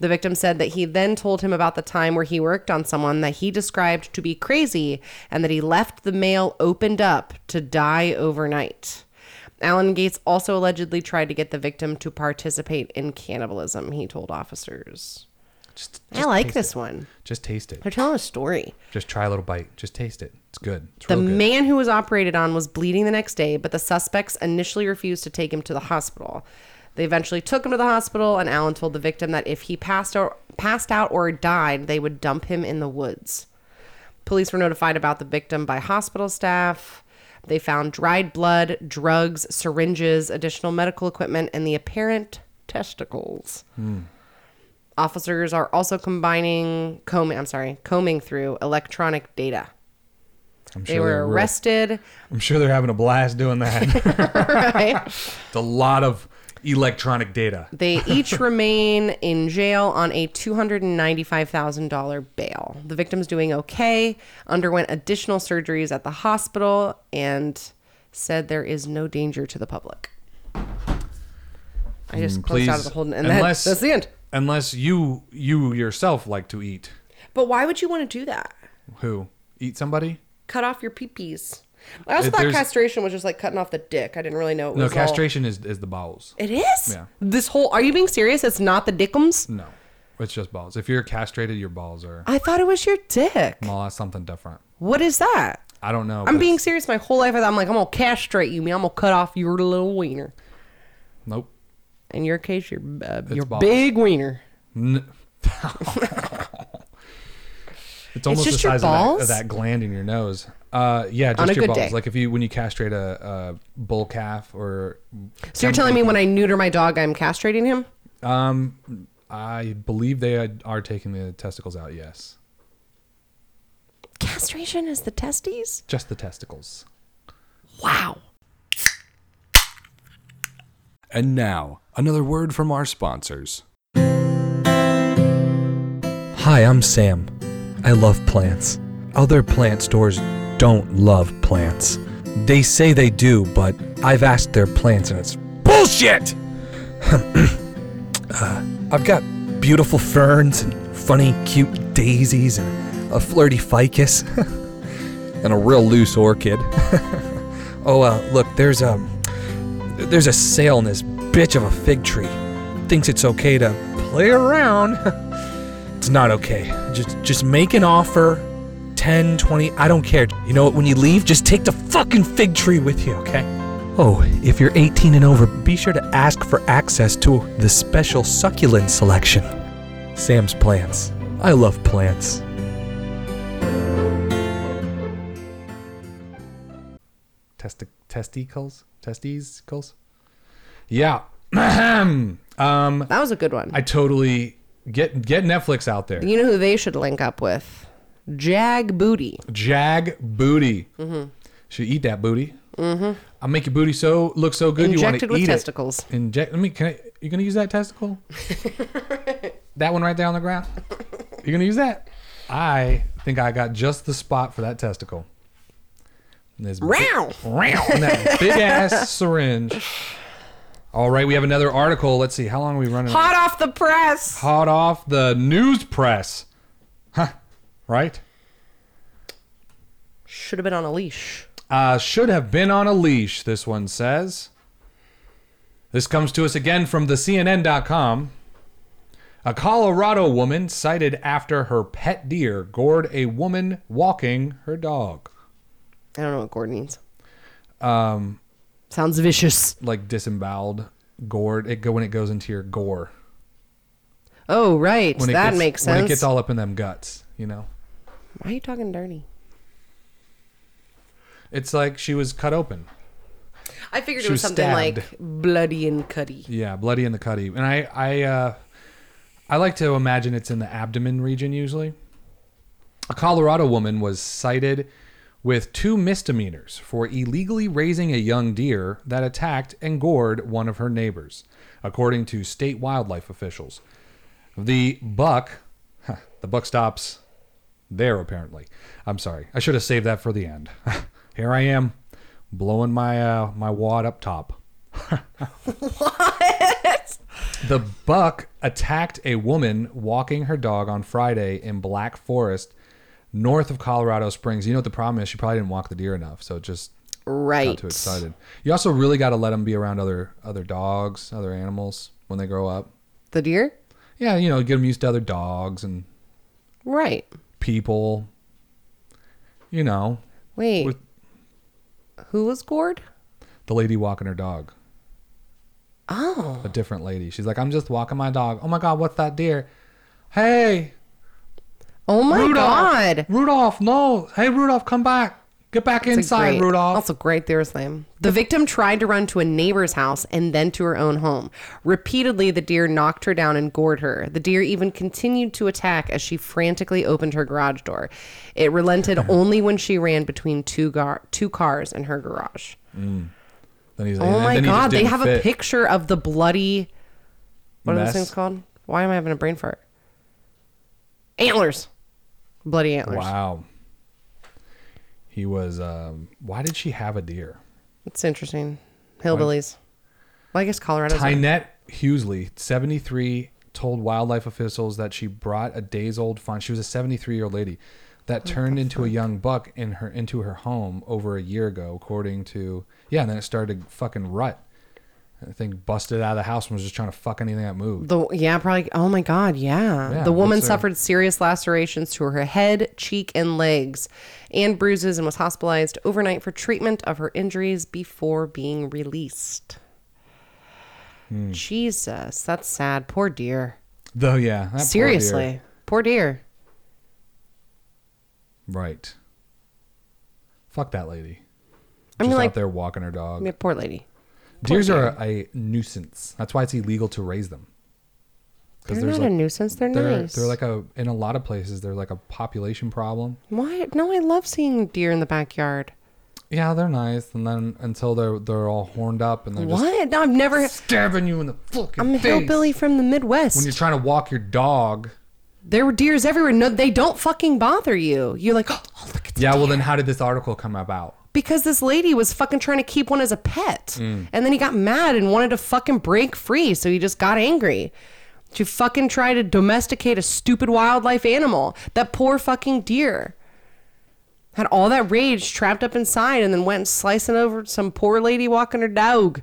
Speaker 2: The victim said that he then told him about the time where he worked on someone that he described to be crazy and that he left the mail opened up to die overnight. Alan Gates also allegedly tried to get the victim to participate in cannibalism, he told officers.
Speaker 1: Just,
Speaker 2: I like this one.
Speaker 1: just taste it.
Speaker 2: They're telling a story.
Speaker 1: Just try a little bite. Just taste it. It's good. It's
Speaker 2: The
Speaker 1: real good.
Speaker 2: man who was operated on was bleeding the next day, but the suspects initially refused to take him to the hospital. They eventually took him to the hospital, and Allen told the victim that if he passed out, passed out or died, they would dump him in the woods. Police were notified about the victim by hospital staff. They found dried blood, drugs, syringes, additional medical equipment, and the apparent testicles. Officers are also combining combing, I'm sorry, combing through electronic data.
Speaker 1: I'm
Speaker 2: They
Speaker 1: sure they're
Speaker 2: were
Speaker 1: real-
Speaker 2: arrested.
Speaker 1: I'm sure they're having a blast doing that.
Speaker 2: right?
Speaker 1: it's a lot of electronic data.
Speaker 2: They each remain in jail on a $295,000 bail. The victim's doing okay, underwent additional surgeries at the hospital, and said there is no danger to the public. I just closed
Speaker 1: Mm, Please,
Speaker 2: out of the whole, and that-
Speaker 1: unless
Speaker 2: that's the end.
Speaker 1: Unless you you yourself like to eat.
Speaker 2: But why would you want to do that?
Speaker 1: Who eat somebody?
Speaker 2: Cut off your peepees. I also
Speaker 1: If
Speaker 2: thought
Speaker 1: there's-
Speaker 2: castration was just like cutting off the dick. I didn't really know it
Speaker 1: No,
Speaker 2: was all-
Speaker 1: castration is is the bowels.
Speaker 2: It is.
Speaker 1: Yeah.
Speaker 2: This whole. Are you being serious? It's not the dickums.
Speaker 1: No, it's just balls. If you're castrated, your balls are.
Speaker 2: I thought it was your dick.
Speaker 1: Well, that's something different.
Speaker 2: What is that?
Speaker 1: I don't know.
Speaker 2: I'm
Speaker 1: but-
Speaker 2: being serious my whole life. I'm like, I'm gonna castrate you, man. I'm gonna cut off your little wiener.
Speaker 1: Nope.
Speaker 2: In your case, your uh, your
Speaker 1: balls.
Speaker 2: big wiener.
Speaker 1: N- it's almost
Speaker 2: just
Speaker 1: the
Speaker 2: your
Speaker 1: size of that- Of, that,
Speaker 2: balls?
Speaker 1: gland in your nose. Uh, yeah, just
Speaker 2: On a
Speaker 1: your
Speaker 2: good
Speaker 1: balls.
Speaker 2: day.
Speaker 1: Like if you when you castrate a, a bull calf or.
Speaker 2: So you're telling me when I neuter my dog, I'm castrating him?
Speaker 1: Um, I believe they are taking the testicles out. Yes,
Speaker 2: Castration is the testes.
Speaker 1: just the testicles.
Speaker 2: Wow.
Speaker 4: And now, another word from our sponsors.
Speaker 5: Hi, I'm Sam. I love plants. Other plant stores don't love plants. They say they do, but I've asked their plants and it's bullshit! Uh, I've got beautiful ferns and funny, cute daisies and a flirty ficus and a real loose orchid. oh, uh, look, there's a there's a sale on this bitch of a fig tree. Thinks it's okay to play around. It's not okay. Just just make an offer. 10, 20, I don't care. You know what? When you leave, just take the fucking fig tree with you, okay? Oh, if you're 18 and over, be sure to ask for access to the special succulent selection. Sam's Plants. I love plants.
Speaker 1: Testi- testicles, testicles. Yeah. um,
Speaker 2: That was a good one.
Speaker 1: I totally get get Netflix out there.
Speaker 2: you know who they should link up with? Jag Booty.
Speaker 1: Jag booty.
Speaker 2: Mm-hmm.
Speaker 1: Should eat that booty. I'll make your booty so look so good
Speaker 2: Injected
Speaker 1: you want
Speaker 2: with
Speaker 1: to eat
Speaker 2: testicles.
Speaker 1: it. Inject. Let me. Can I, you gonna use that testicle? that one right there on the ground. You gonna use that? I think I got just the spot for that testicle. And This big-
Speaker 2: Row.
Speaker 1: row, and that big ass syringe. All right, we have another article. Let's see how long are we running.
Speaker 2: Hot off the press.
Speaker 1: Hot off the news press, huh? Right.
Speaker 2: Should have been on a leash.
Speaker 1: Uh, should have been on a leash, this one says. This comes to us again from the CNN.com. A Colorado woman cited after her pet deer gored a woman walking her dog.
Speaker 2: I don't know what Gord means. Sounds vicious.
Speaker 1: Um, like disemboweled gourd. It go when it goes into your gore.
Speaker 2: Oh, right.
Speaker 1: When it
Speaker 2: that
Speaker 1: gets,
Speaker 2: makes
Speaker 1: When
Speaker 2: sense.
Speaker 1: it gets all up in them guts, you know.
Speaker 2: Why are you talking dirty?
Speaker 1: It's like she was cut open.
Speaker 2: I figured
Speaker 1: She
Speaker 2: it was,
Speaker 1: was
Speaker 2: something like
Speaker 1: stabbed.
Speaker 2: bloody and cutty.
Speaker 1: Yeah, bloody in the cutty. And I I uh I like to imagine it's in the abdomen region usually. A Colorado woman was cited with two misdemeanors for illegally raising a young deer that attacked and gored one of her neighbors, according to state wildlife officials. The buck, huh, the buck stops there apparently. I'm sorry. I should have saved that for the end. Here I am, blowing my uh, my wad up top. The buck attacked a woman walking her dog on Friday in Black Forest, north of Colorado Springs. You know what the problem is? She probably didn't walk the deer enough, so it just
Speaker 2: Right.
Speaker 1: got too excited. You also really got to let them be around other other dogs, other animals when they grow up.
Speaker 2: The deer?
Speaker 1: Yeah, you know, get them used to other dogs and
Speaker 2: Right.
Speaker 1: people. You know,
Speaker 2: Wait.
Speaker 1: With-
Speaker 2: Who was gored?
Speaker 1: the lady walking her dog,
Speaker 2: Oh.
Speaker 1: a different lady. She's like, "I'm just walking my dog. Oh my god, what's that deer? Hey,
Speaker 2: Oh my
Speaker 1: Rudolph.
Speaker 2: god.
Speaker 1: Rudolph, no. Hey, Rudolph, come back. Get back
Speaker 2: It's a
Speaker 1: inside,
Speaker 2: great-
Speaker 1: Rudolph.
Speaker 2: That's a great theater slam. The victim tried to run to a neighbor's house and then to her own home. Repeatedly, the deer knocked her down and gored her. The deer even continued to attack as she frantically opened her garage door. It relented only when she ran between two gar- two cars in her garage.
Speaker 1: then he's
Speaker 2: Oh
Speaker 1: and
Speaker 2: my
Speaker 1: then he just
Speaker 2: god, they
Speaker 1: didn't
Speaker 2: have a
Speaker 1: fit.
Speaker 2: picture of the bloody. What are
Speaker 1: Mess.
Speaker 2: those things called? Why am I having a brain fart? Antlers, bloody antlers.
Speaker 1: Wow. He was. Um, why did she have a deer?
Speaker 2: It's interesting. Hillbillies. Well, I guess Colorado's.
Speaker 1: Tynette Hughesley, 73, told wildlife officials that she brought a days old fawn. She was a 73 year old lady that turned into a young buck in her into her home over a year ago, according to yeah. And then it started to fucking rut. I think busted out of the house and was just trying to fuck anything that moved.
Speaker 2: The yeah, probably. Oh my God, yeah.
Speaker 1: Yeah,
Speaker 2: the woman
Speaker 1: what's her-
Speaker 2: suffered serious lacerations to her head, cheek, and legs, and bruises, and was hospitalized overnight for treatment of her injuries before being released.
Speaker 1: Hmm.
Speaker 2: Jesus, that's sad. Poor dear.
Speaker 1: Though yeah, that poor deer.
Speaker 2: Seriously, poor dear.
Speaker 1: Right. Fuck that lady.
Speaker 2: I mean,
Speaker 1: Just
Speaker 2: like-
Speaker 1: out there walking her dog.
Speaker 2: Yeah, poor lady.
Speaker 1: Deers are a, a nuisance. That's why it's illegal to raise them. 'Cause
Speaker 2: They're
Speaker 1: there's
Speaker 2: not a nuisance. They're,
Speaker 1: They're,
Speaker 2: nice.
Speaker 1: they're like a in a lot of places they're like a population problem.
Speaker 2: why? No, I love seeing deer in the backyard.
Speaker 1: Yeah, they're nice, and then until they're they're all horned up and they're
Speaker 2: What? No, I've never.
Speaker 1: just stabbing you in the fucking
Speaker 2: I'm a
Speaker 1: face
Speaker 2: hillbilly from the Midwest.
Speaker 1: when you're trying to walk your dog.
Speaker 2: There were deers everywhere. No, they don't fucking bother you. You're like, oh, look at
Speaker 1: Yeah, well then how did this article come about?
Speaker 2: because this lady was fucking trying to keep one as a pet,
Speaker 1: Mm.
Speaker 2: and then he got mad and wanted to fucking break free, so he just got angry. To fucking try to domesticate a stupid wildlife animal, that poor fucking deer had all that rage trapped up inside, and then went slicing over some poor lady walking her dog.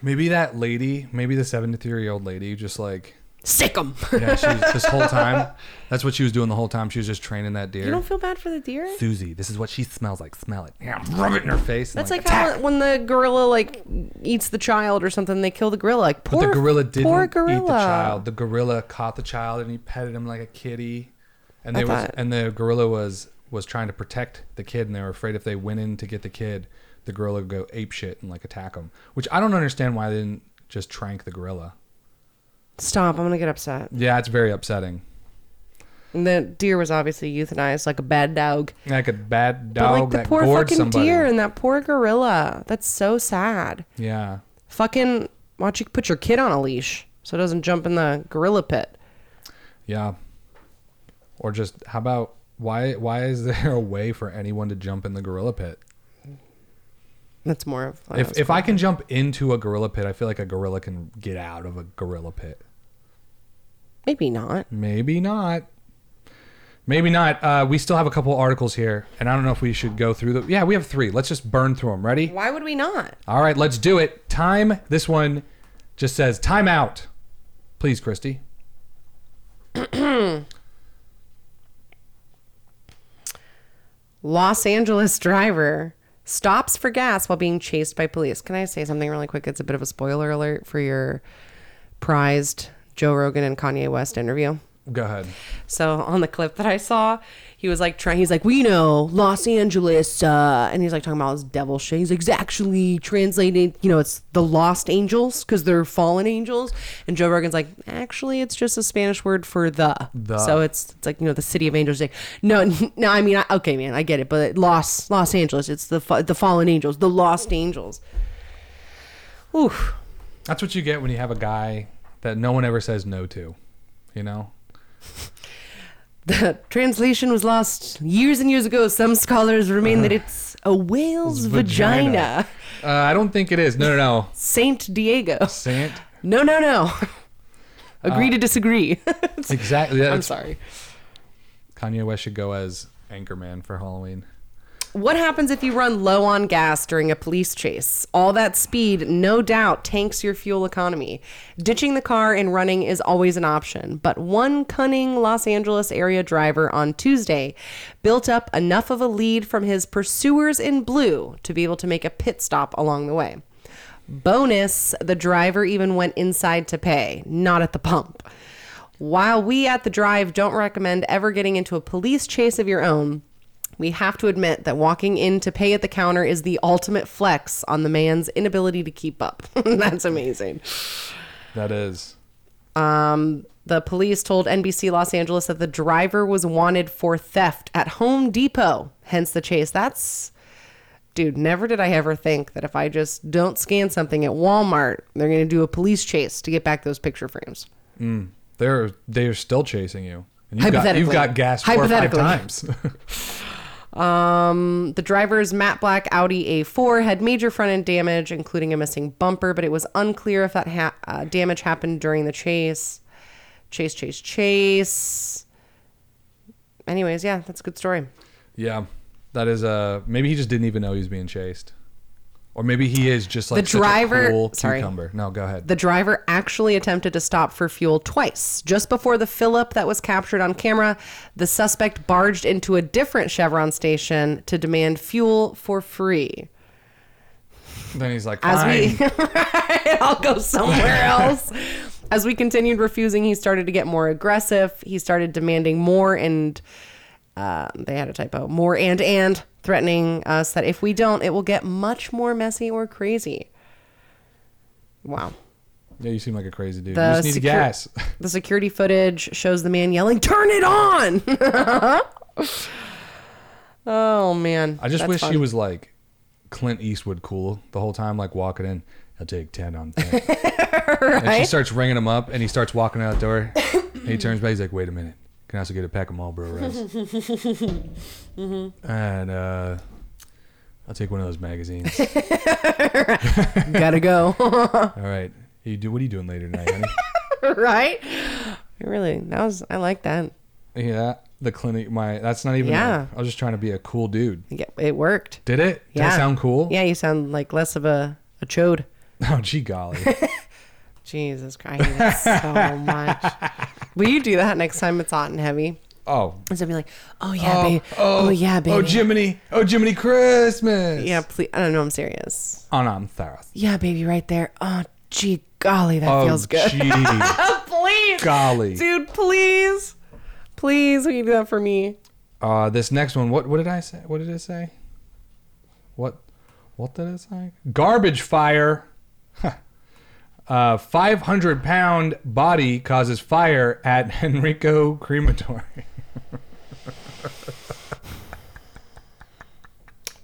Speaker 1: Maybe that lady, maybe the 73 year old lady, just like
Speaker 2: Sick 'em.
Speaker 1: yeah, she was, this whole time. That's what she was doing the whole time. She was just training that deer.
Speaker 2: you don't feel bad for the deer.
Speaker 1: Susie, this is what she smells like. Smell it. Yeah, rub it in her face. and,
Speaker 2: That's like how when the gorilla like eats the child or something, they kill the gorilla. Like
Speaker 1: But
Speaker 2: poor,
Speaker 1: the gorilla didn't
Speaker 2: poor
Speaker 1: eat the
Speaker 2: gorilla.
Speaker 1: child. The gorilla caught the child and he petted him like a kitty. And
Speaker 2: I
Speaker 1: they was
Speaker 2: thought-
Speaker 1: and the gorilla was was trying to protect the kid and they were afraid if they went in to get the kid, the gorilla would go ape shit and like attack him. Which I don't understand why they didn't just trank the gorilla.
Speaker 2: Stop! I'm gonna get upset.
Speaker 1: Yeah, it's very upsetting.
Speaker 2: And the deer was obviously euthanized, like a bad dog.
Speaker 1: Like a bad
Speaker 2: But
Speaker 1: dog
Speaker 2: like the
Speaker 1: that
Speaker 2: poor
Speaker 1: gored
Speaker 2: fucking
Speaker 1: somebody.
Speaker 2: deer and that poor gorilla. That's so sad.
Speaker 1: Yeah.
Speaker 2: Fucking, why don't you put your kid on a leash so it doesn't jump in the gorilla pit?
Speaker 1: Yeah. Or just how about why why is there a way for anyone to jump in the gorilla pit?
Speaker 2: That's more of what I
Speaker 1: If
Speaker 2: was-
Speaker 1: if I can jump into a gorilla pit, I feel like a gorilla can get out of a gorilla pit.
Speaker 2: maybe not.
Speaker 1: Maybe not. Maybe not. Uh, we still have a couple articles here, and I don't know if we should go through the. Yeah, we have three. Let's just burn through them. Ready?
Speaker 2: Why would we not?
Speaker 1: All right, let's do it. Time. This one just says time out. Please, Christy.
Speaker 2: Los Angeles driver stops for gas while being chased by police. Can I say something really quick? It's a bit of a spoiler alert for your prized Joe Rogan and Kanye West interview.
Speaker 1: Go ahead.
Speaker 2: So on the clip that I saw, he was like trying. He's like, we know Los Angeles, uh, and he's like talking about all this devil shit. He's like, it's actually translated. You know, it's the lost angels because they're fallen angels. And Joe Rogan's like, actually, it's just a Spanish word for the.
Speaker 1: The.
Speaker 2: So it's it's like you know the city of angels. He's Like, no, no, I mean, I, okay, man, I get it, but Los Los Angeles, it's the fa- the fallen angels, the lost angels. Oof.
Speaker 1: That's what you get when you have a guy that no one ever says no to. You know?
Speaker 2: The translation was lost years and years ago. Some scholars remain that it's a whale's vagina.
Speaker 1: Uh-huh. vagina. Uh, I don't think it is. No, no, no.
Speaker 2: Saint Diego.
Speaker 1: Sant.
Speaker 2: No, no, no. Agree to disagree.
Speaker 1: Uh, Exactly.
Speaker 2: I'm
Speaker 1: That's-
Speaker 2: sorry.
Speaker 1: Kanye West should go as Anchorman for Halloween.
Speaker 2: What happens if you run low on gas during a police chase? All that speed, no doubt, tanks your fuel economy. Ditching the car and running is always an option, but one cunning Los Angeles area driver on Tuesday built up enough of a lead from his pursuers in blue to be able to make a pit stop along the way. Bonus, the driver even went inside to pay, not at the pump. While we at the drive don't recommend ever getting into a police chase of your own, we have to admit that walking in to pay at the counter is the ultimate flex on the man's inability to keep up. That's amazing.
Speaker 1: That is.
Speaker 2: Um, the police told NBC Los Angeles that the driver was wanted for theft at Home Depot, hence the chase. That's, dude, never did I ever think that if I just don't scan something at Walmart, they're going to do a police chase to get back those picture frames.
Speaker 1: They're they are still chasing you. And you've got you've
Speaker 2: Hypothetically.
Speaker 1: got gas four or five
Speaker 2: Hypothetically.
Speaker 1: times.
Speaker 2: Um, the driver's matte black Audi A4 had major front end damage, including a missing bumper, but it was unclear if that ha- uh, damage happened during the chase. Chase, chase, chase. Anyways, yeah, that's a good story.
Speaker 1: yeah. That is uh maybe he just didn't even know he was being chased. Or maybe he is just like
Speaker 2: The
Speaker 1: such a
Speaker 2: driver-
Speaker 1: cool
Speaker 2: sorry.
Speaker 1: cucumber. No, go ahead.
Speaker 2: The driver actually attempted to stop for fuel twice. Just before the fill up that was captured on camera, the suspect barged into a different Chevron station to demand fuel for free.
Speaker 1: then he's like,
Speaker 2: As
Speaker 1: Fine.
Speaker 2: we, I'll go somewhere else. As we continued refusing, he started to get more aggressive. He started demanding more, and uh, they had a typo more and and threatening us that if we don't, it will get much more messy or crazy. Wow.
Speaker 1: Yeah, you seem like a crazy dude. you
Speaker 2: The
Speaker 1: just need
Speaker 2: secur-
Speaker 1: gas.
Speaker 2: the security footage shows the man yelling, "Turn it on!" oh man,
Speaker 1: I just
Speaker 2: That's
Speaker 1: wish
Speaker 2: fun.
Speaker 1: he was like Clint Eastwood cool the whole time, like walking in. I'll take ten on that. And she
Speaker 2: Right?
Speaker 1: starts ringing him up, and he starts walking out the door. and he turns back. He's like, "Wait a minute. Can I also get a pack of Marlboro Reds?"
Speaker 2: Mm-hmm.
Speaker 1: And uh, I'll take one of those magazines.
Speaker 2: gotta go.
Speaker 1: All right. You do. What are you doing later tonight, honey?
Speaker 2: right? Really, that was I like that.
Speaker 1: yeah. The clinic. My. That's not even.
Speaker 2: Yeah.
Speaker 1: like- I was just trying to be a cool dude.
Speaker 2: Yeah, it worked.
Speaker 1: Did it? Did I sound cool?
Speaker 2: Yeah, you sound like less of a, a chode.
Speaker 1: Oh, gee golly.
Speaker 2: Jesus Christ, I hate that so much. Will you do that next time it's hot and heavy?
Speaker 1: Oh.
Speaker 2: And so be like, oh yeah, babe. Oh, yeah, babe.
Speaker 1: Oh, Jiminy. Oh, Jiminy Christmas.
Speaker 2: Yeah, please. I don't know. I'm serious.
Speaker 1: On on Thursday.
Speaker 2: Yeah, baby, right there. Oh, gee, golly, that
Speaker 1: Oh,
Speaker 2: feels good.
Speaker 1: gee
Speaker 2: please,
Speaker 1: golly.
Speaker 2: dude, please, please, will you do that for me?
Speaker 1: Uh, this next one. What? What did I say? What did it say? What? What did it say? Garbage fire. Huh. Uh, 500 pound body causes fire at Enrico Crematory.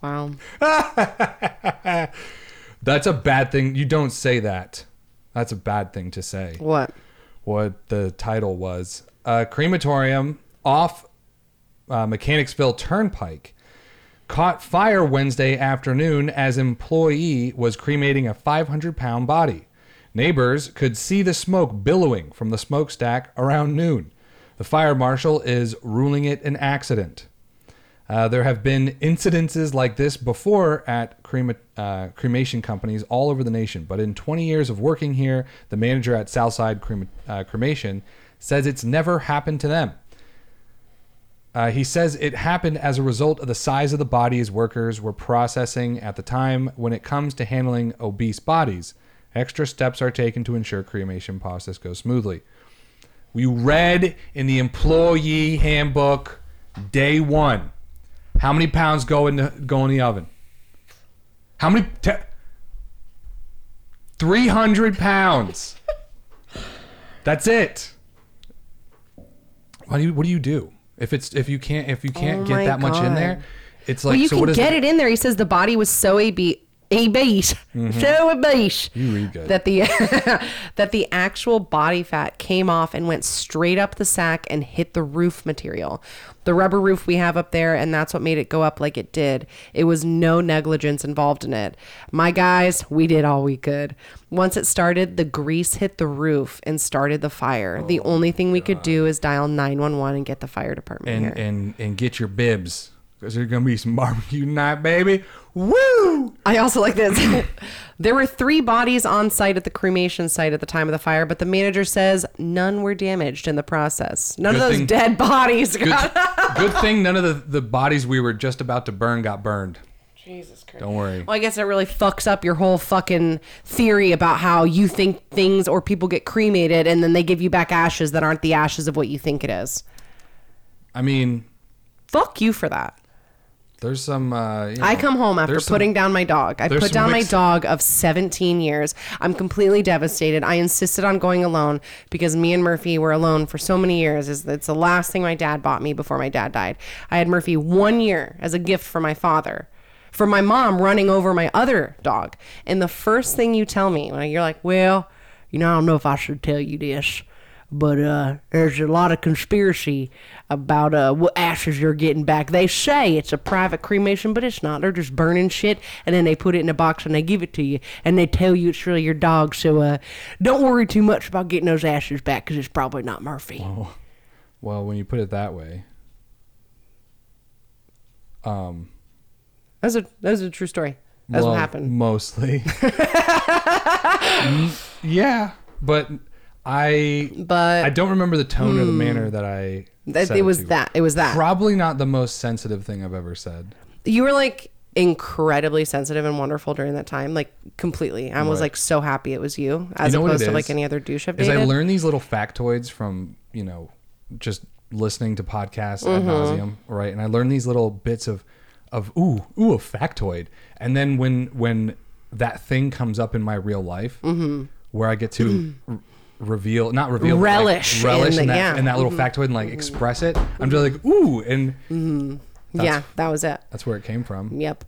Speaker 2: Wow.
Speaker 1: That's a bad thing. You don't say that. That's a bad thing to say.
Speaker 2: What?
Speaker 1: What the title was uh, Crematorium off uh, Mechanicsville Turnpike caught fire Wednesday afternoon as employee was cremating a 500 pound body. Neighbors could see the smoke billowing from the smokestack around noon. The fire marshal is ruling it an accident. Uh, there have been incidences like this before at crema- uh, cremation companies all over the nation, but in 20 years of working here, the manager at Southside Crema- uh, Cremation says it's never happened to them. Uh, he says it happened as a result of the size of the bodies workers were processing at the time when it comes to handling obese bodies. Extra steps are taken to ensure cremation process goes smoothly. We read in the employee handbook day one how many pounds go in the, go in the oven? How many? Te- 300 pounds. That's it. What do you what do you do if it's if you can't if you can't
Speaker 2: Oh
Speaker 1: get
Speaker 2: my
Speaker 1: that much in
Speaker 2: God.
Speaker 1: there? It's like
Speaker 2: well, you
Speaker 1: so
Speaker 2: can
Speaker 1: what is
Speaker 2: get it in there. He says the body was so ab- obese, so obese
Speaker 1: Mm-hmm. You read good.
Speaker 2: that the that the actual body fat came off and went straight up the sack and hit the roof material, the rubber roof we have up there, and that's what made it go up like it did. It was no negligence involved in it. My guys, we did all we could. Once it started, the grease hit the roof and started the fire. the
Speaker 1: Oh
Speaker 2: only thing we could do is dial nine one one and get the fire department
Speaker 1: and
Speaker 2: here.
Speaker 1: and and get your bibs because there's gonna be some barbecue night, baby. Woo!
Speaker 2: I also like this. there were three bodies on site at the cremation site at the time of the fire, but the manager says none were damaged in the process. None
Speaker 1: Good
Speaker 2: of those
Speaker 1: thing-
Speaker 2: dead bodies got.
Speaker 1: Good, good thing none of the, the bodies we were just about to burn got burned.
Speaker 2: Jesus Christ.
Speaker 1: Don't worry.
Speaker 2: Well, I guess that really fucks up your whole fucking theory about how you think things or people get cremated and then they give you back ashes that aren't the ashes of what you think it is.
Speaker 1: I mean,
Speaker 2: Fuck you for that.
Speaker 1: there's some. Uh, you
Speaker 2: I
Speaker 1: know,
Speaker 2: come home after
Speaker 1: there's some-
Speaker 2: putting down my dog. I
Speaker 1: there's
Speaker 2: put
Speaker 1: some
Speaker 2: down my
Speaker 1: mixed-
Speaker 2: dog of 17 years. I'm completely devastated. I insisted on going alone because me and Murphy were alone for so many years. It's it's the last thing my dad bought me before my dad died. I had Murphy one year as a gift for my father, for my mom running over my other dog. And the first thing you tell me, when you're like, well, you know, I don't know if I should tell you this, but uh, there's a lot of conspiracy about uh, what ashes you're getting back. They say it's a private cremation, but it's not. They're just burning shit, and then they put it in a box and they give it to you, and they tell you it's really your dog. So uh, don't worry too much about getting those ashes back, 'cause it's probably not Murphy.
Speaker 1: Well, when you put it that way,
Speaker 2: That's a that's a true story. That's
Speaker 1: Well,
Speaker 2: what happened.
Speaker 1: Mostly. Mm, yeah, but I
Speaker 2: But- Hmm.
Speaker 1: I don't remember the tone or the manner that I.
Speaker 2: That-
Speaker 1: said
Speaker 2: it was
Speaker 1: to.
Speaker 2: that. It was that.
Speaker 1: Probably not the most sensitive thing I've ever said.
Speaker 2: you were like incredibly sensitive and wonderful during that time, like completely. I was
Speaker 1: Right.
Speaker 2: like so happy it was you, as
Speaker 1: you know
Speaker 2: opposed
Speaker 1: what it
Speaker 2: to like
Speaker 1: is?
Speaker 2: any other douche I've
Speaker 1: Is I
Speaker 2: dated.
Speaker 1: learned these little factoids from you know just listening to podcasts ad
Speaker 2: Mm-hmm.
Speaker 1: nauseum, right? And I learned these little bits of of ooh ooh a factoid, and then when when that thing comes up in my real life,
Speaker 2: Mm-hmm.
Speaker 1: where I get to. r- Reveal, not reveal, but, like,
Speaker 2: Relish in
Speaker 1: relish,
Speaker 2: the-
Speaker 1: in that,
Speaker 2: yeah. Mm-hmm.
Speaker 1: in that little factoid, and like express it. I'm just like, ooh, and
Speaker 2: yeah, that was it.
Speaker 1: that's where it came from.
Speaker 2: Yep.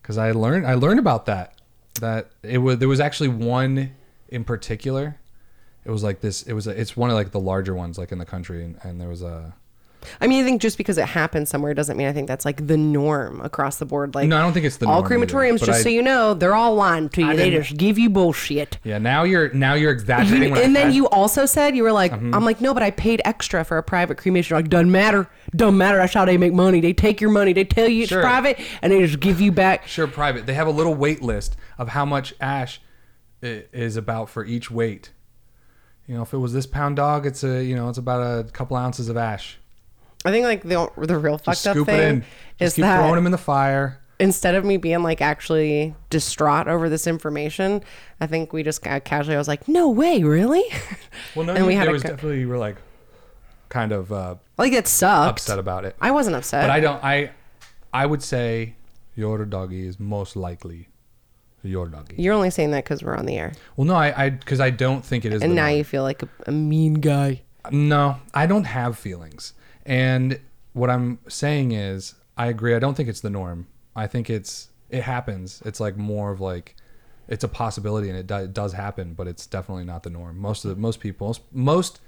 Speaker 1: because I learned I learned about that that it was there was actually one in particular. It was like this. It was a, it's one of like the larger ones like in the country, and, and there was a
Speaker 2: I mean, I think just because it happens somewhere doesn't mean I think that's like the norm across the board. Like,
Speaker 1: No, I don't think it's the
Speaker 2: all
Speaker 1: norm either,
Speaker 2: crematoriums.
Speaker 1: but
Speaker 2: just
Speaker 1: I-
Speaker 2: so you know, they're all lying to you. They
Speaker 1: didn't-
Speaker 2: just give you bullshit.
Speaker 1: yeah. Now you're now you're exaggerating. what I
Speaker 2: and then
Speaker 1: said.
Speaker 2: you also said you were like,
Speaker 1: Mm-hmm.
Speaker 2: I'm like, no, but I paid extra for a private cremation. You're like, doesn't matter, doesn't matter. That's how they make money. They take your money, they tell you it's
Speaker 1: Sure.
Speaker 2: private, and they just give you back.
Speaker 1: sure private. They have a little wait list of how much ash i- is about for each weight. You know, if it was this pound dog, it's a you know it's about a couple ounces of ash.
Speaker 2: I think like the the real fucked
Speaker 1: Just
Speaker 2: up
Speaker 1: scoop
Speaker 2: thing
Speaker 1: it in.
Speaker 2: is
Speaker 1: Just keep
Speaker 2: that
Speaker 1: throwing them in the fire.
Speaker 2: instead of me being like actually distraught over this information, I think we just ca- casually I was like, "No way, really?"
Speaker 1: Well, no,
Speaker 2: and we had
Speaker 1: there
Speaker 2: a
Speaker 1: was
Speaker 2: co-
Speaker 1: definitely you were like kind of uh,
Speaker 2: like it sucked.
Speaker 1: upset about it.
Speaker 2: I wasn't upset.
Speaker 1: But I don't. I I would say your doggy is most likely your doggy.
Speaker 2: You're only saying that because we're on the air,
Speaker 1: Well, no, I because I, don't think it is.
Speaker 2: and
Speaker 1: the
Speaker 2: now
Speaker 1: norm.
Speaker 2: you feel like a, a mean guy.
Speaker 1: No, I don't have feelings, and what I'm saying is, I agree. I don't think it's the norm. I think it's it happens. It's like more of like it's a possibility, and it, do, it does happen, but it's definitely not the norm. Most of the most people most, most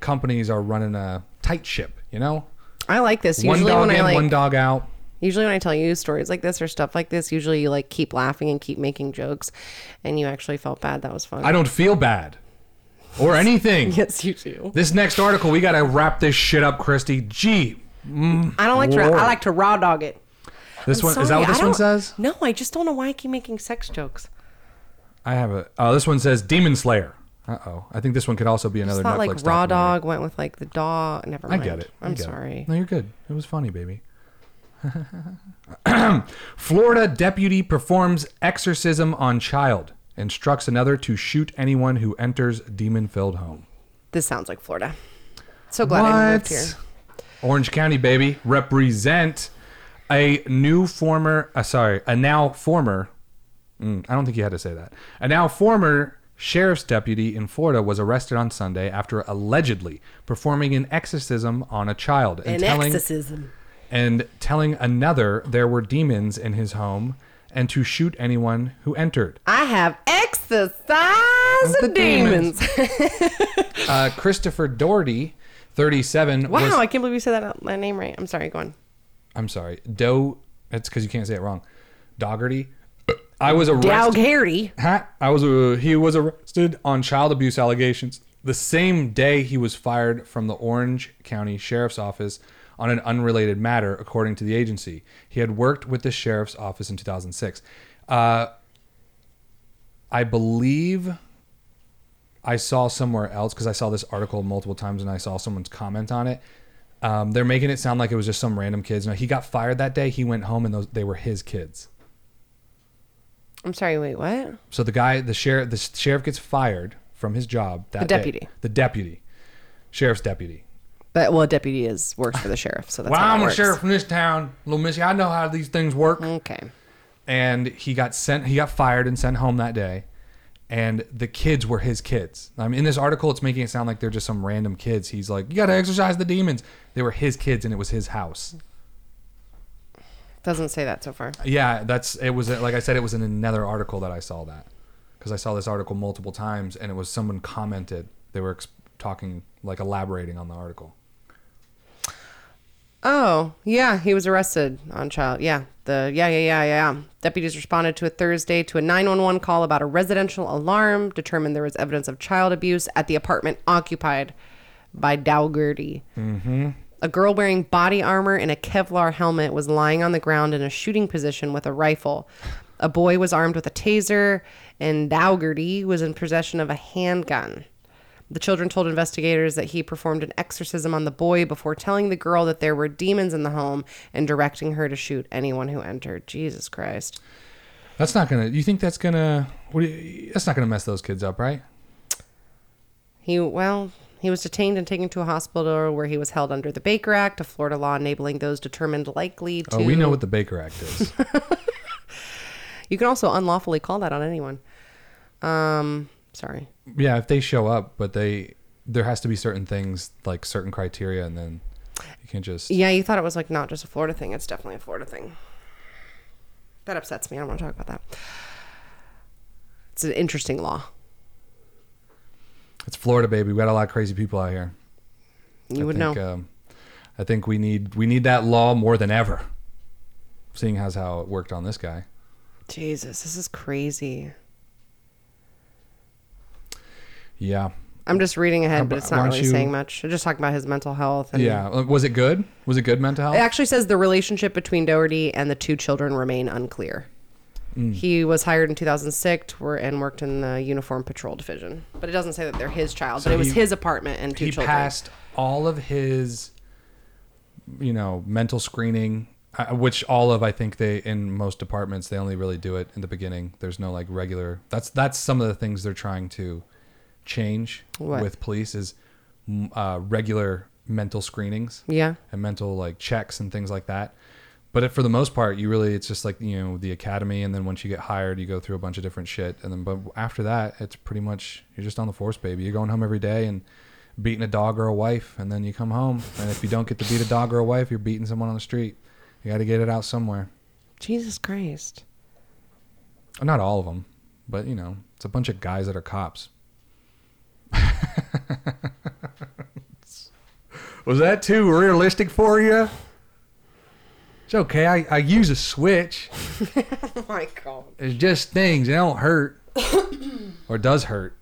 Speaker 1: companies are running a tight ship. You know,
Speaker 2: I like this.
Speaker 1: one
Speaker 2: Usually
Speaker 1: dog
Speaker 2: when
Speaker 1: in,
Speaker 2: I like,
Speaker 1: one dog out.
Speaker 2: usually when I tell you stories like this or stuff like this, usually you like keep laughing and keep making jokes, and you actually felt bad. That was fun.
Speaker 1: I don't feel bad or anything.
Speaker 2: yes, you do.
Speaker 1: This next article, we gotta wrap this shit up, Christy. Gee,
Speaker 2: I don't like to.
Speaker 1: Lord.
Speaker 2: I like to raw dog it.
Speaker 1: this one is that what
Speaker 2: Sorry,
Speaker 1: this
Speaker 2: I
Speaker 1: one
Speaker 2: don't-
Speaker 1: says?
Speaker 2: No, I just don't know why I keep making sex jokes.
Speaker 1: I have a. Oh, this one says Demon Slayer. Uh oh. I think this one could also be
Speaker 2: I
Speaker 1: another
Speaker 2: thought
Speaker 1: Netflix
Speaker 2: like Raw
Speaker 1: documentary.
Speaker 2: Dog went with like the dog. Never
Speaker 1: I
Speaker 2: mind.
Speaker 1: get it. I
Speaker 2: I'm
Speaker 1: get it.
Speaker 2: sorry.
Speaker 1: No, you're good. It was funny, baby. Florida deputy performs exorcism on child, instructs another to shoot anyone who enters demon filled home.
Speaker 2: This sounds like Florida. So glad I lived here.
Speaker 1: Orange County, baby, represent a new former, uh, sorry, a now former, mm, I don't think you had to say that, a now former sheriff's deputy in Florida was arrested on Sunday after allegedly performing an exorcism on a child and
Speaker 2: An
Speaker 1: telling
Speaker 2: exorcism.
Speaker 1: and telling another there were demons in his home and to shoot anyone who entered.
Speaker 2: I have exercised
Speaker 1: The
Speaker 2: the demons.
Speaker 1: Uh, Christopher Doherty, 37,
Speaker 2: wow,
Speaker 1: was
Speaker 2: I can't believe you said that out, my name right. I'm sorry. Go on.
Speaker 1: I'm sorry. Do that's because you can't say it wrong. Doggerty. I was
Speaker 2: Dog
Speaker 1: arrested.
Speaker 2: Harry.
Speaker 1: Huh? I was. Uh, he was arrested on child abuse allegations the same day he was fired from the Orange County Sheriff's Office on an unrelated matter, according to the agency. He had worked with the sheriff's office in 2006. Uh, I believe I saw somewhere else because I saw this article multiple times and I saw someone's comment on it. Um, they're making it sound like it was just some random kids. No, he got fired that day. He went home and those they were his kids.
Speaker 2: I'm sorry. Wait, what?
Speaker 1: So the guy, the sheriff, the sheriff gets fired from his job. That
Speaker 2: The
Speaker 1: day.
Speaker 2: deputy.
Speaker 1: the deputy, sheriff's deputy.
Speaker 2: But well, deputy is works for the sheriff, so that's
Speaker 1: well,
Speaker 2: how it
Speaker 1: I'm a
Speaker 2: works.
Speaker 1: sheriff from this town, little Missy. I know how these things work.
Speaker 2: Okay.
Speaker 1: And he got sent. He got fired and sent home that day. And the kids were his kids. I mean, in this article, it's making it sound like they're just some random kids. He's like, you got to exercise the demons. They were his kids, and it was his house.
Speaker 2: Doesn't say that so far.
Speaker 1: Yeah, that's it. Was like I said, it was in another article that I saw that because I saw this article multiple times, and it was someone commented they were ex- talking like elaborating on the article.
Speaker 2: Oh, yeah, he was arrested on child. Yeah, the yeah, yeah, yeah, yeah. yeah. Deputies responded to a Thursday to a 911 call about a residential alarm, determined there was evidence of child abuse at the apartment occupied by Dowgerty. Mm-hmm. A girl wearing body armor and a Kevlar helmet was lying on the ground in a shooting position with a rifle. A boy was armed with a taser, and Dowgerty was in possession of a handgun. The children told investigators that he performed an exorcism on the boy before telling the girl that there were demons in the home and directing her to shoot anyone who entered. Jesus Christ.
Speaker 1: That's not gonna. You think that's gonna? What do you, that's not gonna mess those kids up, right?
Speaker 2: He, well, he was detained and taken to a hospital where he was held under the Baker Act, a Florida law enabling those determined likely to.
Speaker 1: Oh, we know what the Baker Act is.
Speaker 2: You can also unlawfully call that on anyone. Um, sorry.
Speaker 1: yeah, if they show up, but they there has to be certain things like certain criteria, and then you can just.
Speaker 2: Yeah, you thought it was like not just a Florida thing. It's definitely a Florida thing. That upsets me. I don't want to talk about that. It's an interesting law.
Speaker 1: It's Florida, baby. We got a lot of crazy people out here.
Speaker 2: You
Speaker 1: I
Speaker 2: would
Speaker 1: think,
Speaker 2: know.
Speaker 1: Um, I think we need we need that law more than ever. Seeing as how it worked on this guy.
Speaker 2: Jesus, this is crazy.
Speaker 1: Yeah.
Speaker 2: I'm just reading ahead, but
Speaker 1: about-
Speaker 2: it's not
Speaker 1: why don't
Speaker 2: really
Speaker 1: you-
Speaker 2: saying much. I'm just talking about his mental health. And
Speaker 1: Yeah. Uh, Was it good? Was it good mental health?
Speaker 2: It actually says the relationship between Doherty and the two children remain unclear.
Speaker 1: Mm.
Speaker 2: He was hired in 2006 wor- and worked in the Uniform Patrol Division. But it doesn't say that they're his child, but it was
Speaker 1: he-
Speaker 2: his apartment and two
Speaker 1: he
Speaker 2: children.
Speaker 1: passed all of his, you know, mental screening, uh, which all of I think they in most departments they only really do it in the beginning. There's no like regular. That's that's some of the things they're trying to change
Speaker 2: What?
Speaker 1: with police is mm, uh, regular mental screenings.
Speaker 2: Yeah.
Speaker 1: and mental like checks and things like that. But if, for the most part, you really it's just like you know the academy, and then once you get hired, you go through a bunch of different shit, and then but after that, it's pretty much you're just on the force, baby. You're going home every day and beating a dog or a wife, and then you come home, and if you don't get to beat a dog or a wife, you're beating someone on the street. You got to get it out somewhere.
Speaker 2: Jesus Christ.
Speaker 1: Not all of them, but you know it's a bunch of guys that are cops. Was that too realistic for you? It's okay. I, I use a switch.
Speaker 2: Oh my God.
Speaker 1: It's just things. It don't hurt. or does hurt.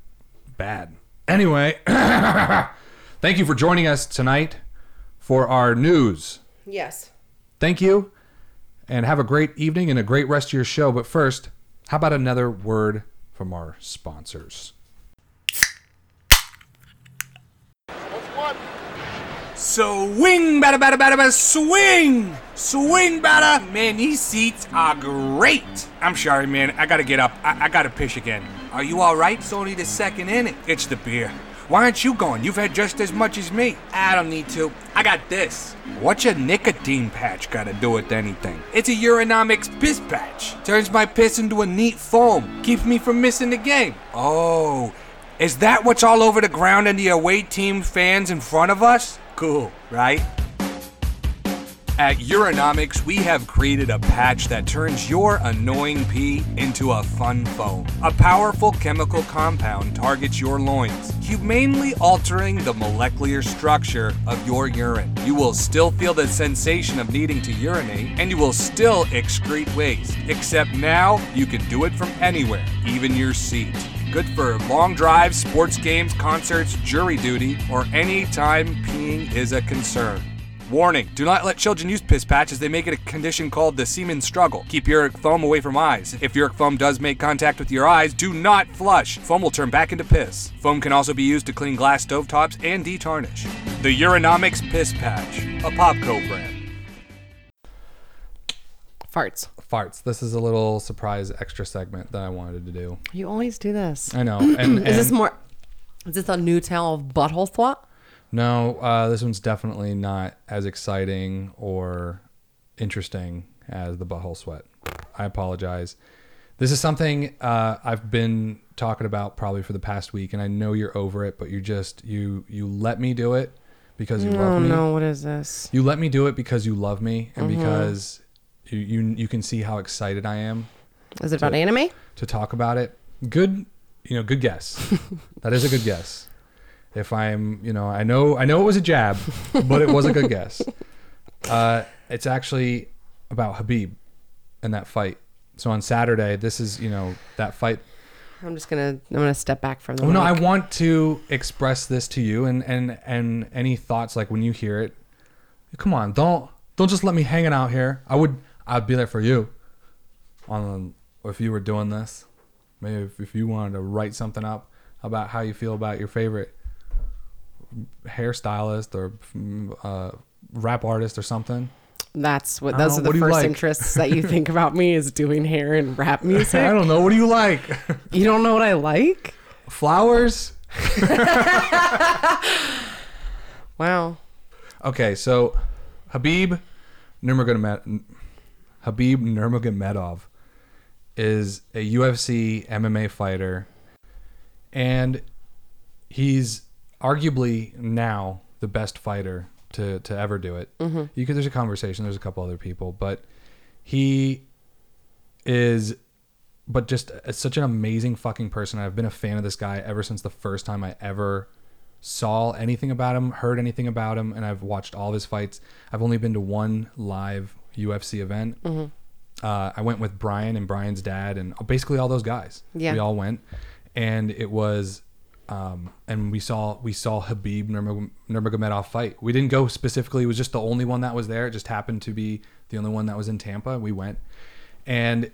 Speaker 1: Bad. Anyway, thank you for joining us tonight for our news.
Speaker 2: Yes.
Speaker 1: Thank you. And have a great evening and a great rest of your show. But first, how about another word from our sponsors?
Speaker 6: Swing, bada, bada, bada, bada, swing! Swing, bada! Man, these seats are great! I'm sorry, man, I gotta get up. I, I gotta piss again. Are you alright? It's only the second inning. It's the beer. Why aren't you going? You've had just as much as me. I don't need to. I got this. What's a nicotine patch gotta do with anything? It's a Urinomics piss patch. Turns my piss into a neat foam. Keeps me from missing the game. Oh, is that what's all over the ground and the away team fans in front of us? Cool, right? At Urinomics, we have created a patch that turns your annoying pee into a fun foam. A powerful chemical compound targets your loins, humanely altering the molecular structure of your urine. You will still feel the sensation of needing to urinate, and you will still excrete waste. Except now, you can do it from anywhere, even your seat. Good for long drives, sports games, concerts, jury duty, or any time peeing is a concern. Warning, do not let children use piss patches. They may get a condition called the semen struggle. Keep uric foam away from eyes. If uric foam does make contact with your eyes, do not flush. Foam will turn back into piss. Foam can also be used to clean glass stovetops and detarnish. The Urinomics Piss Patch, a Popco brand.
Speaker 2: Farts.
Speaker 1: Farts. This is a little surprise extra segment that I wanted to do.
Speaker 2: You always do this.
Speaker 1: I know. And,
Speaker 2: Is this
Speaker 1: and-
Speaker 2: more? Is this a new tale of butthole thought?
Speaker 1: No, uh, this one's definitely not as exciting or interesting as the butthole sweat. I apologize. This is something uh, I've been talking about probably for the past week, and I know you're over it, but you just you you let me do it because you love me.
Speaker 2: what is this?
Speaker 1: You let me do it because you love me, and because you, you you can see how excited I am
Speaker 2: Is it about anime?
Speaker 1: to talk about it. Good, you know, good guess. that is a good guess. If I'm, you know, I know, I know it was a jab, but it was a good guess. Uh, it's actually about Habib and that fight. So on Saturday, this is, you know, that fight
Speaker 2: I'm just gonna. I'm gonna step back from the.
Speaker 1: well, Oh, no, I
Speaker 2: mic.
Speaker 1: want to express this to you, and and and any thoughts like when you hear it, come on, don't don't just let me hanging out here. I would I'd be there for you, on if you were doing this, maybe if, if you wanted to write something up about how you feel about your favorite hairstylist or mm, uh, rap artist or something.
Speaker 2: That's what.
Speaker 1: don't
Speaker 2: Those
Speaker 1: know,
Speaker 2: are the
Speaker 1: what do you
Speaker 2: first
Speaker 1: like?
Speaker 2: interests that you think about me is doing hair and rap music.
Speaker 1: I don't know. What do you like?
Speaker 2: you don't know what I like?
Speaker 1: Flowers.
Speaker 2: Wow.
Speaker 1: Okay, so Habib Nurmagomedov, Habib Nurmagomedov is a UFC MMA fighter, and he's arguably now the best fighter to, to ever do it. You could, there's a conversation. There's a couple other people, but he is, but just a- such an amazing fucking person. I've been a fan of this guy ever since the first time I ever saw anything about him, heard anything about him, and I've watched all of his fights. I've only been to one live UFC event. Uh, I went with Brian and Brian's dad, and basically all those guys.
Speaker 2: Yeah.
Speaker 1: we all went, and it was, um, and we saw we saw Habib Nurmag- Nurmagomedov fight. We didn't go specifically; it was just the only one that was there. It just happened to be the only one that was in Tampa. We went, and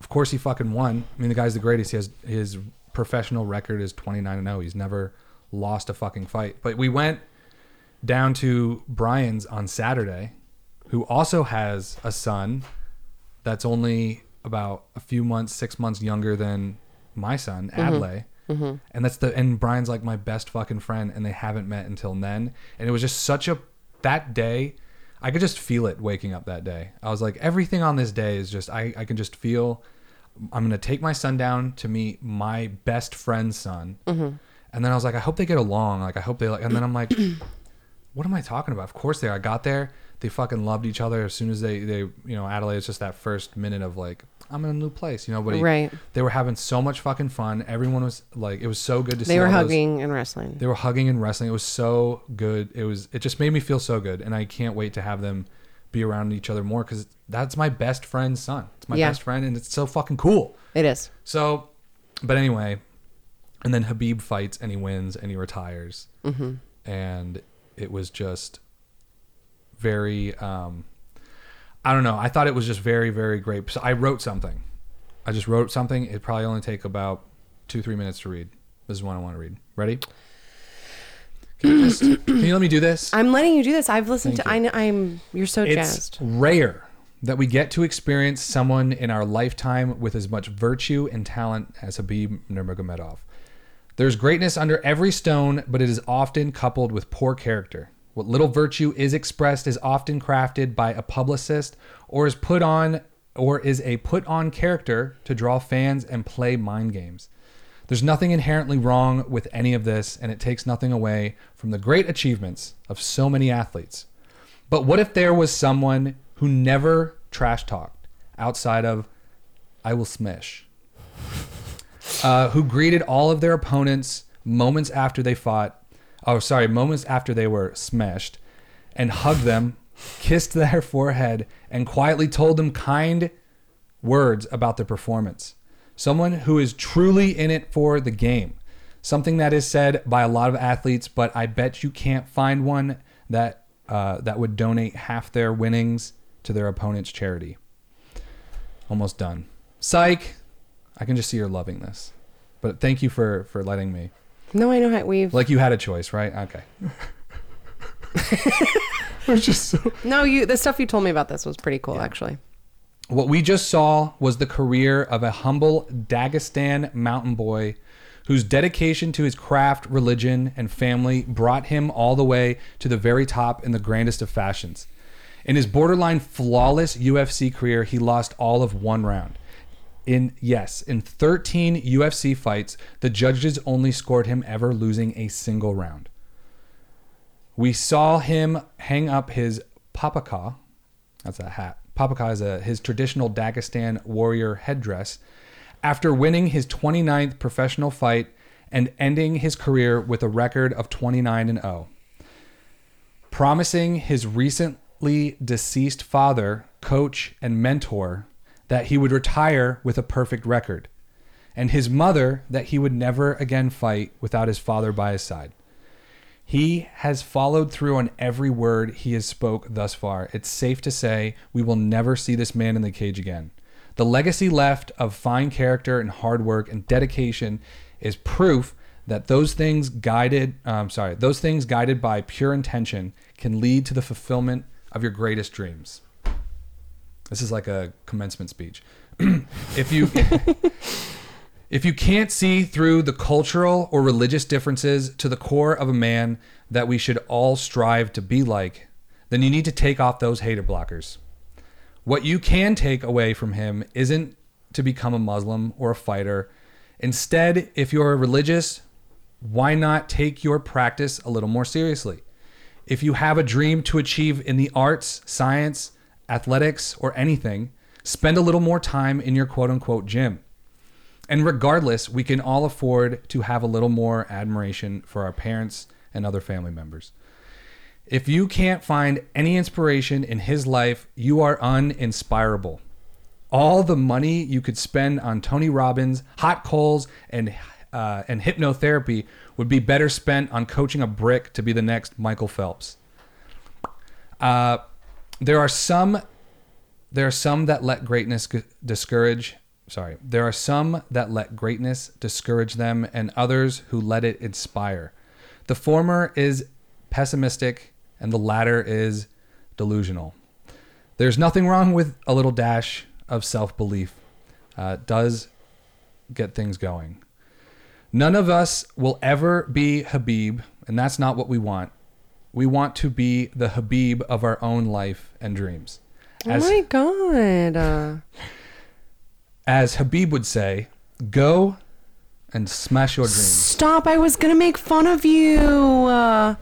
Speaker 1: of course he fucking won. I mean, the guy's the greatest. He has his professional record is 29 and 0. He's never lost a fucking fight. But we went down to Brian's on Saturday, who also has a son that's only about a few months, 6 months younger than my son, Adley. And that's the and Brian's like my best fucking friend and they haven't met until then. And it was just such a that day I could just feel it waking up that day. I was like, everything on this day is just I, I can just feel I'm gonna take my son down to meet my best friend's son. And then I was like, I hope they get along. Like I hope they like and then I'm like what am I talking about? Of course they are. I got there. They fucking loved each other as soon as they, they you know, Adelaide is just that first minute of like, I'm in a new place, you know, but he-
Speaker 2: Right.
Speaker 1: they were having so much fucking fun. Everyone was like, it was so good to see.
Speaker 2: They were
Speaker 1: all those-
Speaker 2: hugging and wrestling.
Speaker 1: they were hugging and wrestling. It was so good. It was. It just made me feel so good, and I can't wait to have them be around each other more because that's my best friend's son. It's my
Speaker 2: Yeah.
Speaker 1: best friend, and it's so fucking cool.
Speaker 2: It is.
Speaker 1: So, but anyway, and then Habib fights and he wins and he retires. Mm-hmm. And it was just very, um, I don't know. I thought it was just very, very great. So I wrote something. I just wrote something. It probably only take about two, three minutes to read. This is one I want to read. Ready? Can you, just, can you let me do this?
Speaker 2: I'm letting you do this. I've listened to. I know. I'm. You're so
Speaker 1: It's
Speaker 2: jazzed.
Speaker 1: rare that we get to experience someone in our lifetime with as much virtue and talent as Habib Nurmagomedov. There's greatness under every stone, but it is often coupled with poor character. What little virtue is expressed is often crafted by a publicist or is put on or is a put on character to draw fans and play mind games. There's nothing inherently wrong with any of this, and it takes nothing away from the great achievements of so many athletes. But what if there was someone who never trash talked outside of I will smash? Uh, who greeted all of their opponents moments after they fought. Oh, sorry, moments after they were smashed and hugged them, kissed their forehead, and quietly told them kind words about their performance. Someone who is truly in it for the game. Something that is said by a lot of athletes, but I bet you can't find one that uh, that would donate half their winnings to their opponent's charity. Almost done. Psych. I can just see you're loving this, but thank you for for letting me.
Speaker 2: No, I know how we've.
Speaker 1: Like you had a choice, right? Okay.
Speaker 2: no, you. The stuff you told me about this was pretty cool, actually.
Speaker 1: What we just saw was the career of a humble Dagestan mountain boy whose dedication to his craft, religion, and family brought him all the way to the very top in the grandest of fashions. In his borderline flawless UFC career, he lost all of one round. In yes, in 13 UFC fights, the judges only scored him ever losing a single round. We saw him hang up his papaka. That's a hat. Papaka is a, his traditional Dagestan warrior headdress. After winning his 29th professional fight and ending his career with a record of 29 and 0, promising his recently deceased father, coach, and mentor that he would retire with a perfect record, and his mother that he would never again fight without his father by his side. He has followed through on every word he has spoke thus far. It's safe to say we will never see this man in the cage again. The legacy left of fine character and hard work and dedication is proof that those things guided, um, sorry, those things guided by pure intention can lead to the fulfillment of your greatest dreams. This is like a commencement speech. if you if you can't see through the cultural or religious differences to the core of a man that we should all strive to be like, then you need to take off those hater blockers. What you can take away from him isn't to become a Muslim or a fighter. Instead, if you're religious, why not take your practice a little more seriously? If you have a dream to achieve in the arts, science, athletics, or anything, spend a little more time in your quote unquote gym. And regardless, we can all afford to have a little more admiration for our parents and other family members. If you can't find any inspiration in his life, you are uninspirable. All the money you could spend on Tony Robbins, hot coals, and uh, and hypnotherapy would be better spent on coaching a brick to be the next Michael Phelps. Uh, there are some there are some that let greatness g- discourage. Sorry. There are some that let greatness discourage them, and others who let it inspire. The former is pessimistic, and the latter is delusional. There's nothing wrong with a little dash of self belief, uh, it does get things going. None of us will ever be Habib, and that's not what we want. We want to be the Habib of our own life and dreams. As-
Speaker 2: oh my god. Uh,
Speaker 1: as Habib would say, go and smash your dreams.
Speaker 2: stop! I was gonna make fun of you. Uh,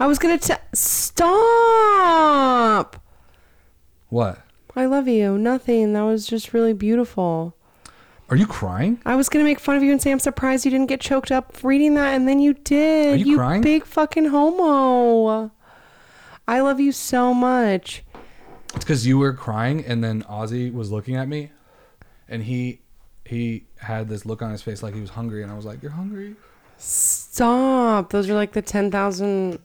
Speaker 2: I was gonna t- stop.
Speaker 1: What?
Speaker 2: I love you. Nothing. That was just really beautiful.
Speaker 1: Are you crying?
Speaker 2: I was gonna make fun of you and say I'm surprised you didn't get choked up reading that, and then you did.
Speaker 1: Are you crying?
Speaker 2: big fucking homo. I love you so much.
Speaker 1: It's because you were crying, and then Ozzy was looking at me, and he he had this look on his face like he was hungry, and I was like, "You're hungry."
Speaker 2: Stop. Those are like the ten thousand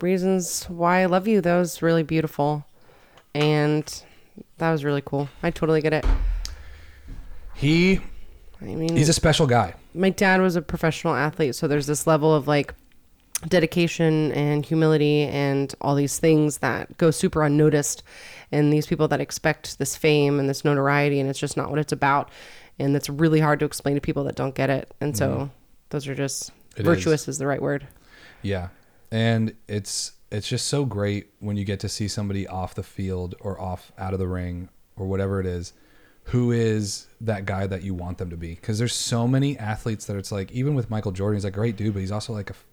Speaker 2: reasons why I love you. That was really beautiful, and that was really cool. I totally get it.
Speaker 1: He
Speaker 2: I mean,
Speaker 1: he's a special guy.
Speaker 2: my dad was a professional athlete, so there's this level of like dedication and humility and all these things that go super unnoticed and these people that expect this fame and this notoriety and it's just not what it's about and it's really hard to explain to people that don't get it and so those are just
Speaker 1: It
Speaker 2: virtuous is. the right word
Speaker 1: Yeah. And it's it's just so great when you get to see somebody off the field or off out of the ring or whatever it is who is that guy that you want them to be cuz there's so many athletes that it's like even with Michael Jordan he's a great dude but he's also like a, f-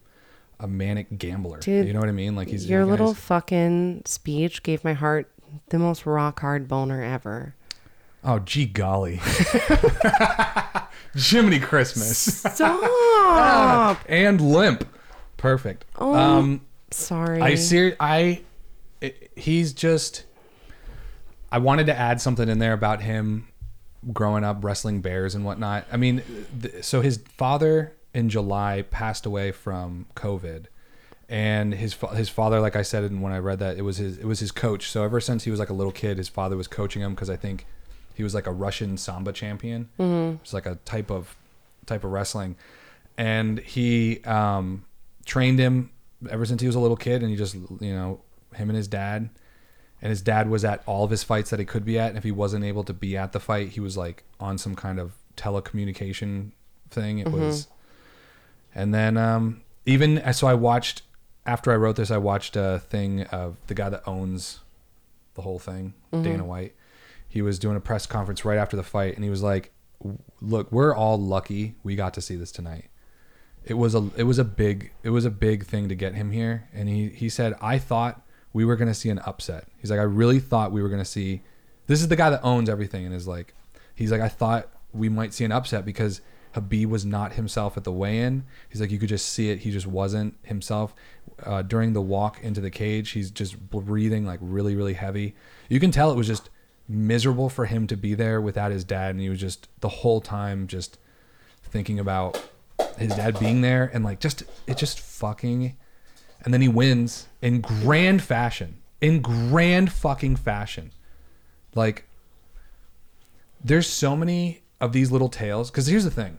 Speaker 1: a manic gambler.
Speaker 2: Dude,
Speaker 1: you know what I mean? Like he's
Speaker 2: your
Speaker 1: like,
Speaker 2: little
Speaker 1: he's-
Speaker 2: fucking speech gave my heart the most rock hard boner ever
Speaker 1: Oh gee golly. Jiminy Christmas
Speaker 2: stop
Speaker 1: and limp. Perfect.
Speaker 2: Oh
Speaker 1: um
Speaker 2: sorry
Speaker 1: I ser- I it, he's just I wanted to add something in there about him growing up wrestling bears and whatnot. I mean, th- so his father in July passed away from COVID, and his fa- his father, like I said, and when I read that, it was his it was his coach. So ever since he was like a little kid, his father was coaching him because I think he was like a Russian samba champion. Mm-hmm. It's like a type of type of wrestling, and he um, trained him ever since he was a little kid, and he just you know him and his dad and his dad was at all of his fights that he could be at and if he wasn't able to be at the fight he was like on some kind of telecommunication thing it was and then um even so i watched after i wrote this i watched a thing of the guy that owns the whole thing dana white he was doing a press conference right after the fight and he was like look we're all lucky we got to see this tonight it was a it was a big it was a big thing to get him here and he he said i thought we were going to see an upset he's like i really thought we were going to see this is the guy that owns everything and is like he's like i thought we might see an upset because habib was not himself at the weigh-in he's like you could just see it he just wasn't himself uh, during the walk into the cage he's just breathing like really really heavy you can tell it was just miserable for him to be there without his dad and he was just the whole time just thinking about his dad being there and like just it just fucking and then he wins in grand fashion in grand fucking fashion like there's so many of these little tales because here's the thing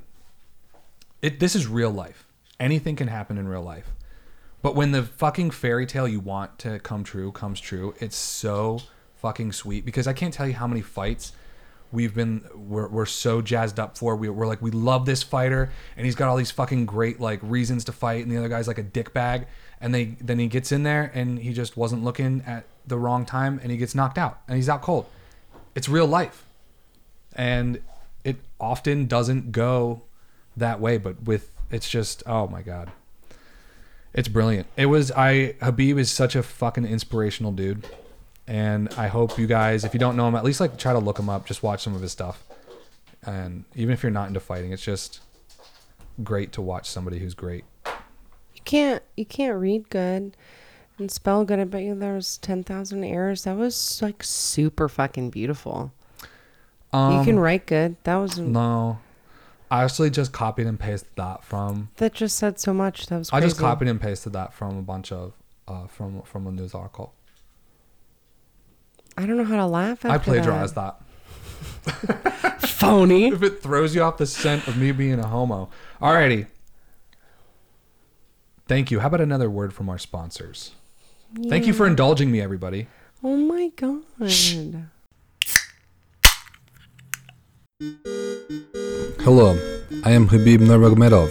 Speaker 1: it this is real life anything can happen in real life but when the fucking fairy tale you want to come true comes true it's so fucking sweet because i can't tell you how many fights we've been we're, we're so jazzed up for we, we're like we love this fighter and he's got all these fucking great like reasons to fight and the other guy's like a dick bag and they then he gets in there and he just wasn't looking at the wrong time and he gets knocked out and he's out cold it's real life and it often doesn't go that way but with it's just oh my god it's brilliant it was i habib is such a fucking inspirational dude and i hope you guys if you don't know him at least like try to look him up just watch some of his stuff and even if you're not into fighting it's just great to watch somebody who's great
Speaker 2: You can't you can't read good and spell good. I bet you there was ten thousand errors. That was like super fucking beautiful. you can write good. That was
Speaker 1: Um, no i actually just copied and pasted that from
Speaker 2: that just said so much. That was
Speaker 1: i
Speaker 2: crazy.
Speaker 1: just copied and pasted that from a bunch of uh, from from a news article
Speaker 2: I don't know how to laugh. After
Speaker 1: i plagiarized
Speaker 2: that.
Speaker 1: that
Speaker 2: Phony.
Speaker 1: if it throws you off the scent of me being a homo. Alrighty. Thank you. How about another word from our sponsors? Thank you for indulging me, everybody.
Speaker 2: Oh my god.
Speaker 4: Hello, I am Habib Nurmagomedov,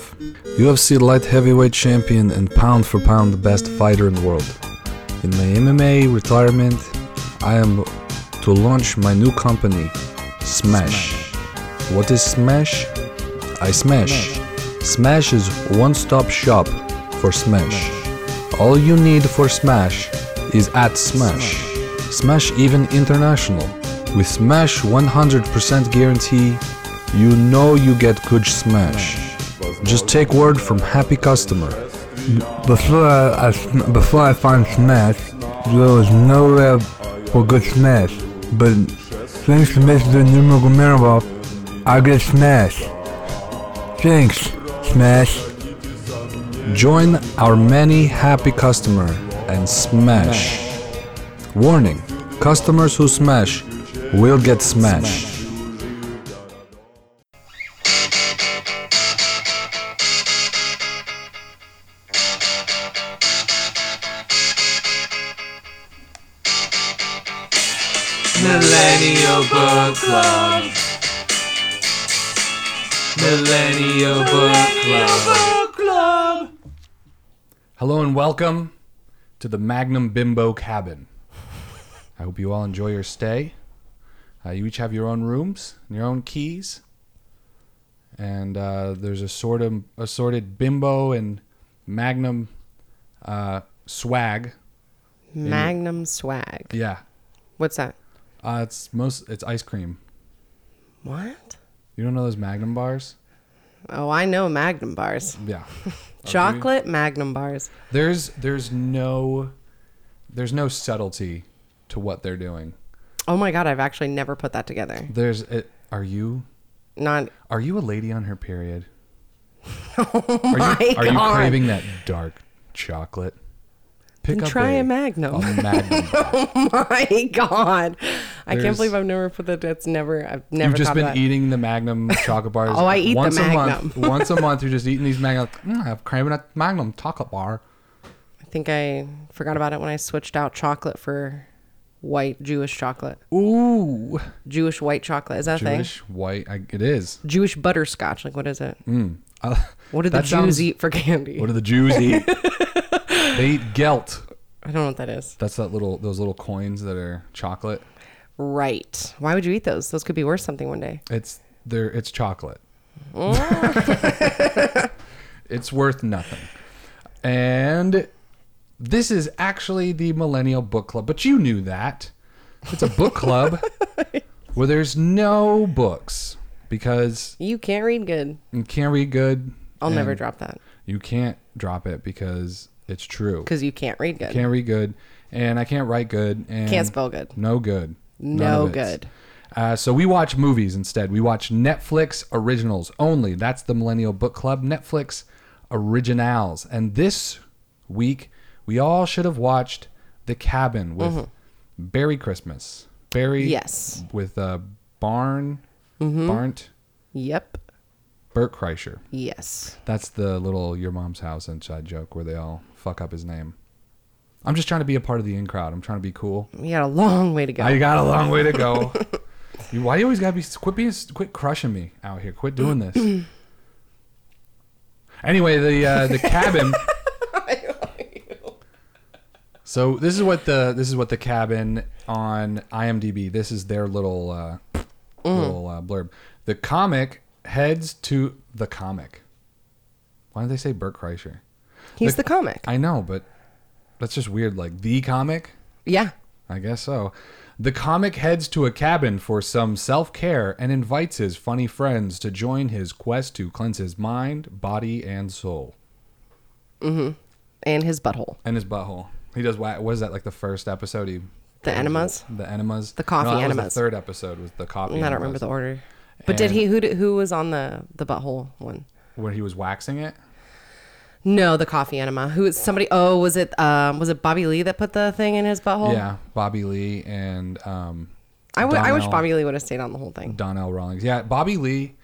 Speaker 4: UFC light heavyweight champion and pound for pound the best fighter in the world. In my MMA retirement, I am to launch my new company, Smash. What is Smash? I smash. Smash is one-stop shop for Smash. All you need for Smash is at Smash. Smash even international. With Smash 100% guarantee, you know you get good Smash. Just take word from happy customer.
Speaker 7: Before I, sm- before I found Smash, there was nowhere for good Smash. But thanks to Mr. Numerogomorov, I get Smash. Thanks, Smash.
Speaker 4: Join our many happy customer and smash. Warning, customers who smash will get smashed.
Speaker 8: Millennial Book Club. Millennial Book Club.
Speaker 1: Hello and welcome to the Magnum Bimbo Cabin. I hope you all enjoy your stay. Uh, you each have your own rooms and your own keys. And uh, there's a sort of assorted bimbo and magnum uh, swag.
Speaker 2: Magnum swag.
Speaker 1: Yeah,
Speaker 2: What's that?
Speaker 1: uh, it's most it's ice cream.
Speaker 2: What?
Speaker 1: You don't know those Magnum bars?
Speaker 2: Oh, I know Magnum bars.
Speaker 1: Yeah.
Speaker 2: Chocolate Magnum bars.
Speaker 1: There's there's no there's no subtlety to what they're doing.
Speaker 2: Oh my god, I've actually never put that together.
Speaker 1: There's it, are you
Speaker 2: Not
Speaker 1: Are you a lady on her period?
Speaker 2: Oh
Speaker 1: Are
Speaker 2: my
Speaker 1: you, are you
Speaker 2: god.
Speaker 1: craving that dark chocolate? Pick
Speaker 2: Then try a Magnum.
Speaker 1: a Magnum.
Speaker 2: my god. I
Speaker 1: There's-
Speaker 2: can't believe I've never put that that's never I've never
Speaker 1: You've just
Speaker 2: thought
Speaker 1: been
Speaker 2: of that.
Speaker 1: eating the Magnum chocolate bars.
Speaker 2: Oh, I eat the
Speaker 1: once A month,
Speaker 2: Magnum.
Speaker 1: once a month, you're just eating these Magnum. Mm, I'm craving a Magnum chocolate bar.
Speaker 2: I think I forgot about it when I switched out chocolate for white Jewish chocolate.
Speaker 1: Ooh,
Speaker 2: Jewish white chocolate. Is that a thing?
Speaker 1: Jewish white. I, it is.
Speaker 2: Jewish butterscotch. Like what is it?
Speaker 1: Uh,
Speaker 2: What do the
Speaker 1: that
Speaker 2: Jews
Speaker 1: sounds-
Speaker 2: eat for candy?
Speaker 1: What do the Jews eat? they eat gelt.
Speaker 2: I don't know what that is.
Speaker 1: That's that little those little coins that are chocolate.
Speaker 2: Right. Why would you eat those? Those could be worth something one day.
Speaker 1: It's there. It's chocolate.
Speaker 2: Oh.
Speaker 1: it's worth nothing. And this is actually the Millennial Book Club, but you knew that. It's a book club where there's no books because
Speaker 2: You can't read good.
Speaker 1: you can't read good.
Speaker 2: I'll never
Speaker 1: and
Speaker 2: drop that
Speaker 1: You can't drop it because it's true.
Speaker 2: because you can't read good.
Speaker 1: Can't read good, and I can't write good, and
Speaker 2: Can't spell good.
Speaker 1: No good. None
Speaker 2: No
Speaker 1: of it.
Speaker 2: good.
Speaker 1: Uh, so we watch movies instead. We watch Netflix originals only. That's the Millennial Book Club. Netflix originals. And this week, we all should have watched The Cabin with Barry Christmas. Barry.
Speaker 2: Mm-hmm. Yes. Mm-hmm.
Speaker 1: With uh, Barn. Barnt.
Speaker 2: Yep.
Speaker 1: Bert Kreischer.
Speaker 2: Yes.
Speaker 1: That's the little your mom's house inside joke where they all fuck up his name. I'm just trying to be a part of the in crowd. I'm trying to be cool.
Speaker 2: We got a long way to go.
Speaker 1: I got a long way to go. you, why do you always gotta be quit being quit crushing me out here? Quit doing this. anyway, the uh, the cabin. so this is what the this is what the cabin on IMDb. This is their little uh, little uh, blurb. The comic heads to the comic. Why did they say Bert Kreischer?
Speaker 2: He's the, comic.
Speaker 1: I know, but that's just weird. Like the comic.
Speaker 2: yeah.
Speaker 1: I guess so. The comic heads to a cabin for some self care and invites his funny friends to join his quest to cleanse his mind, body, and soul.
Speaker 2: And his butthole.
Speaker 1: And his butthole. He does what? What is that? Like the first episode? He,
Speaker 2: The enemas.
Speaker 1: the enemas.
Speaker 2: The coffee
Speaker 1: that was
Speaker 2: enemas.
Speaker 1: the third episode was the coffee.
Speaker 2: I don't remember
Speaker 1: enemas.
Speaker 2: the order. But did
Speaker 1: And-
Speaker 2: he who did, who was on the the butthole one?
Speaker 1: Where he was waxing it.
Speaker 2: No, the coffee enema. Who is somebody? Oh, was it um was it Bobby Lee that put the thing in his butthole?
Speaker 1: Yeah, Bobby Lee and um,
Speaker 2: Oh. I w- I wish
Speaker 1: Donnell.
Speaker 2: Bobby Lee would have stayed on the whole thing.
Speaker 1: Donnell Rawlings. Yeah, Bobby Lee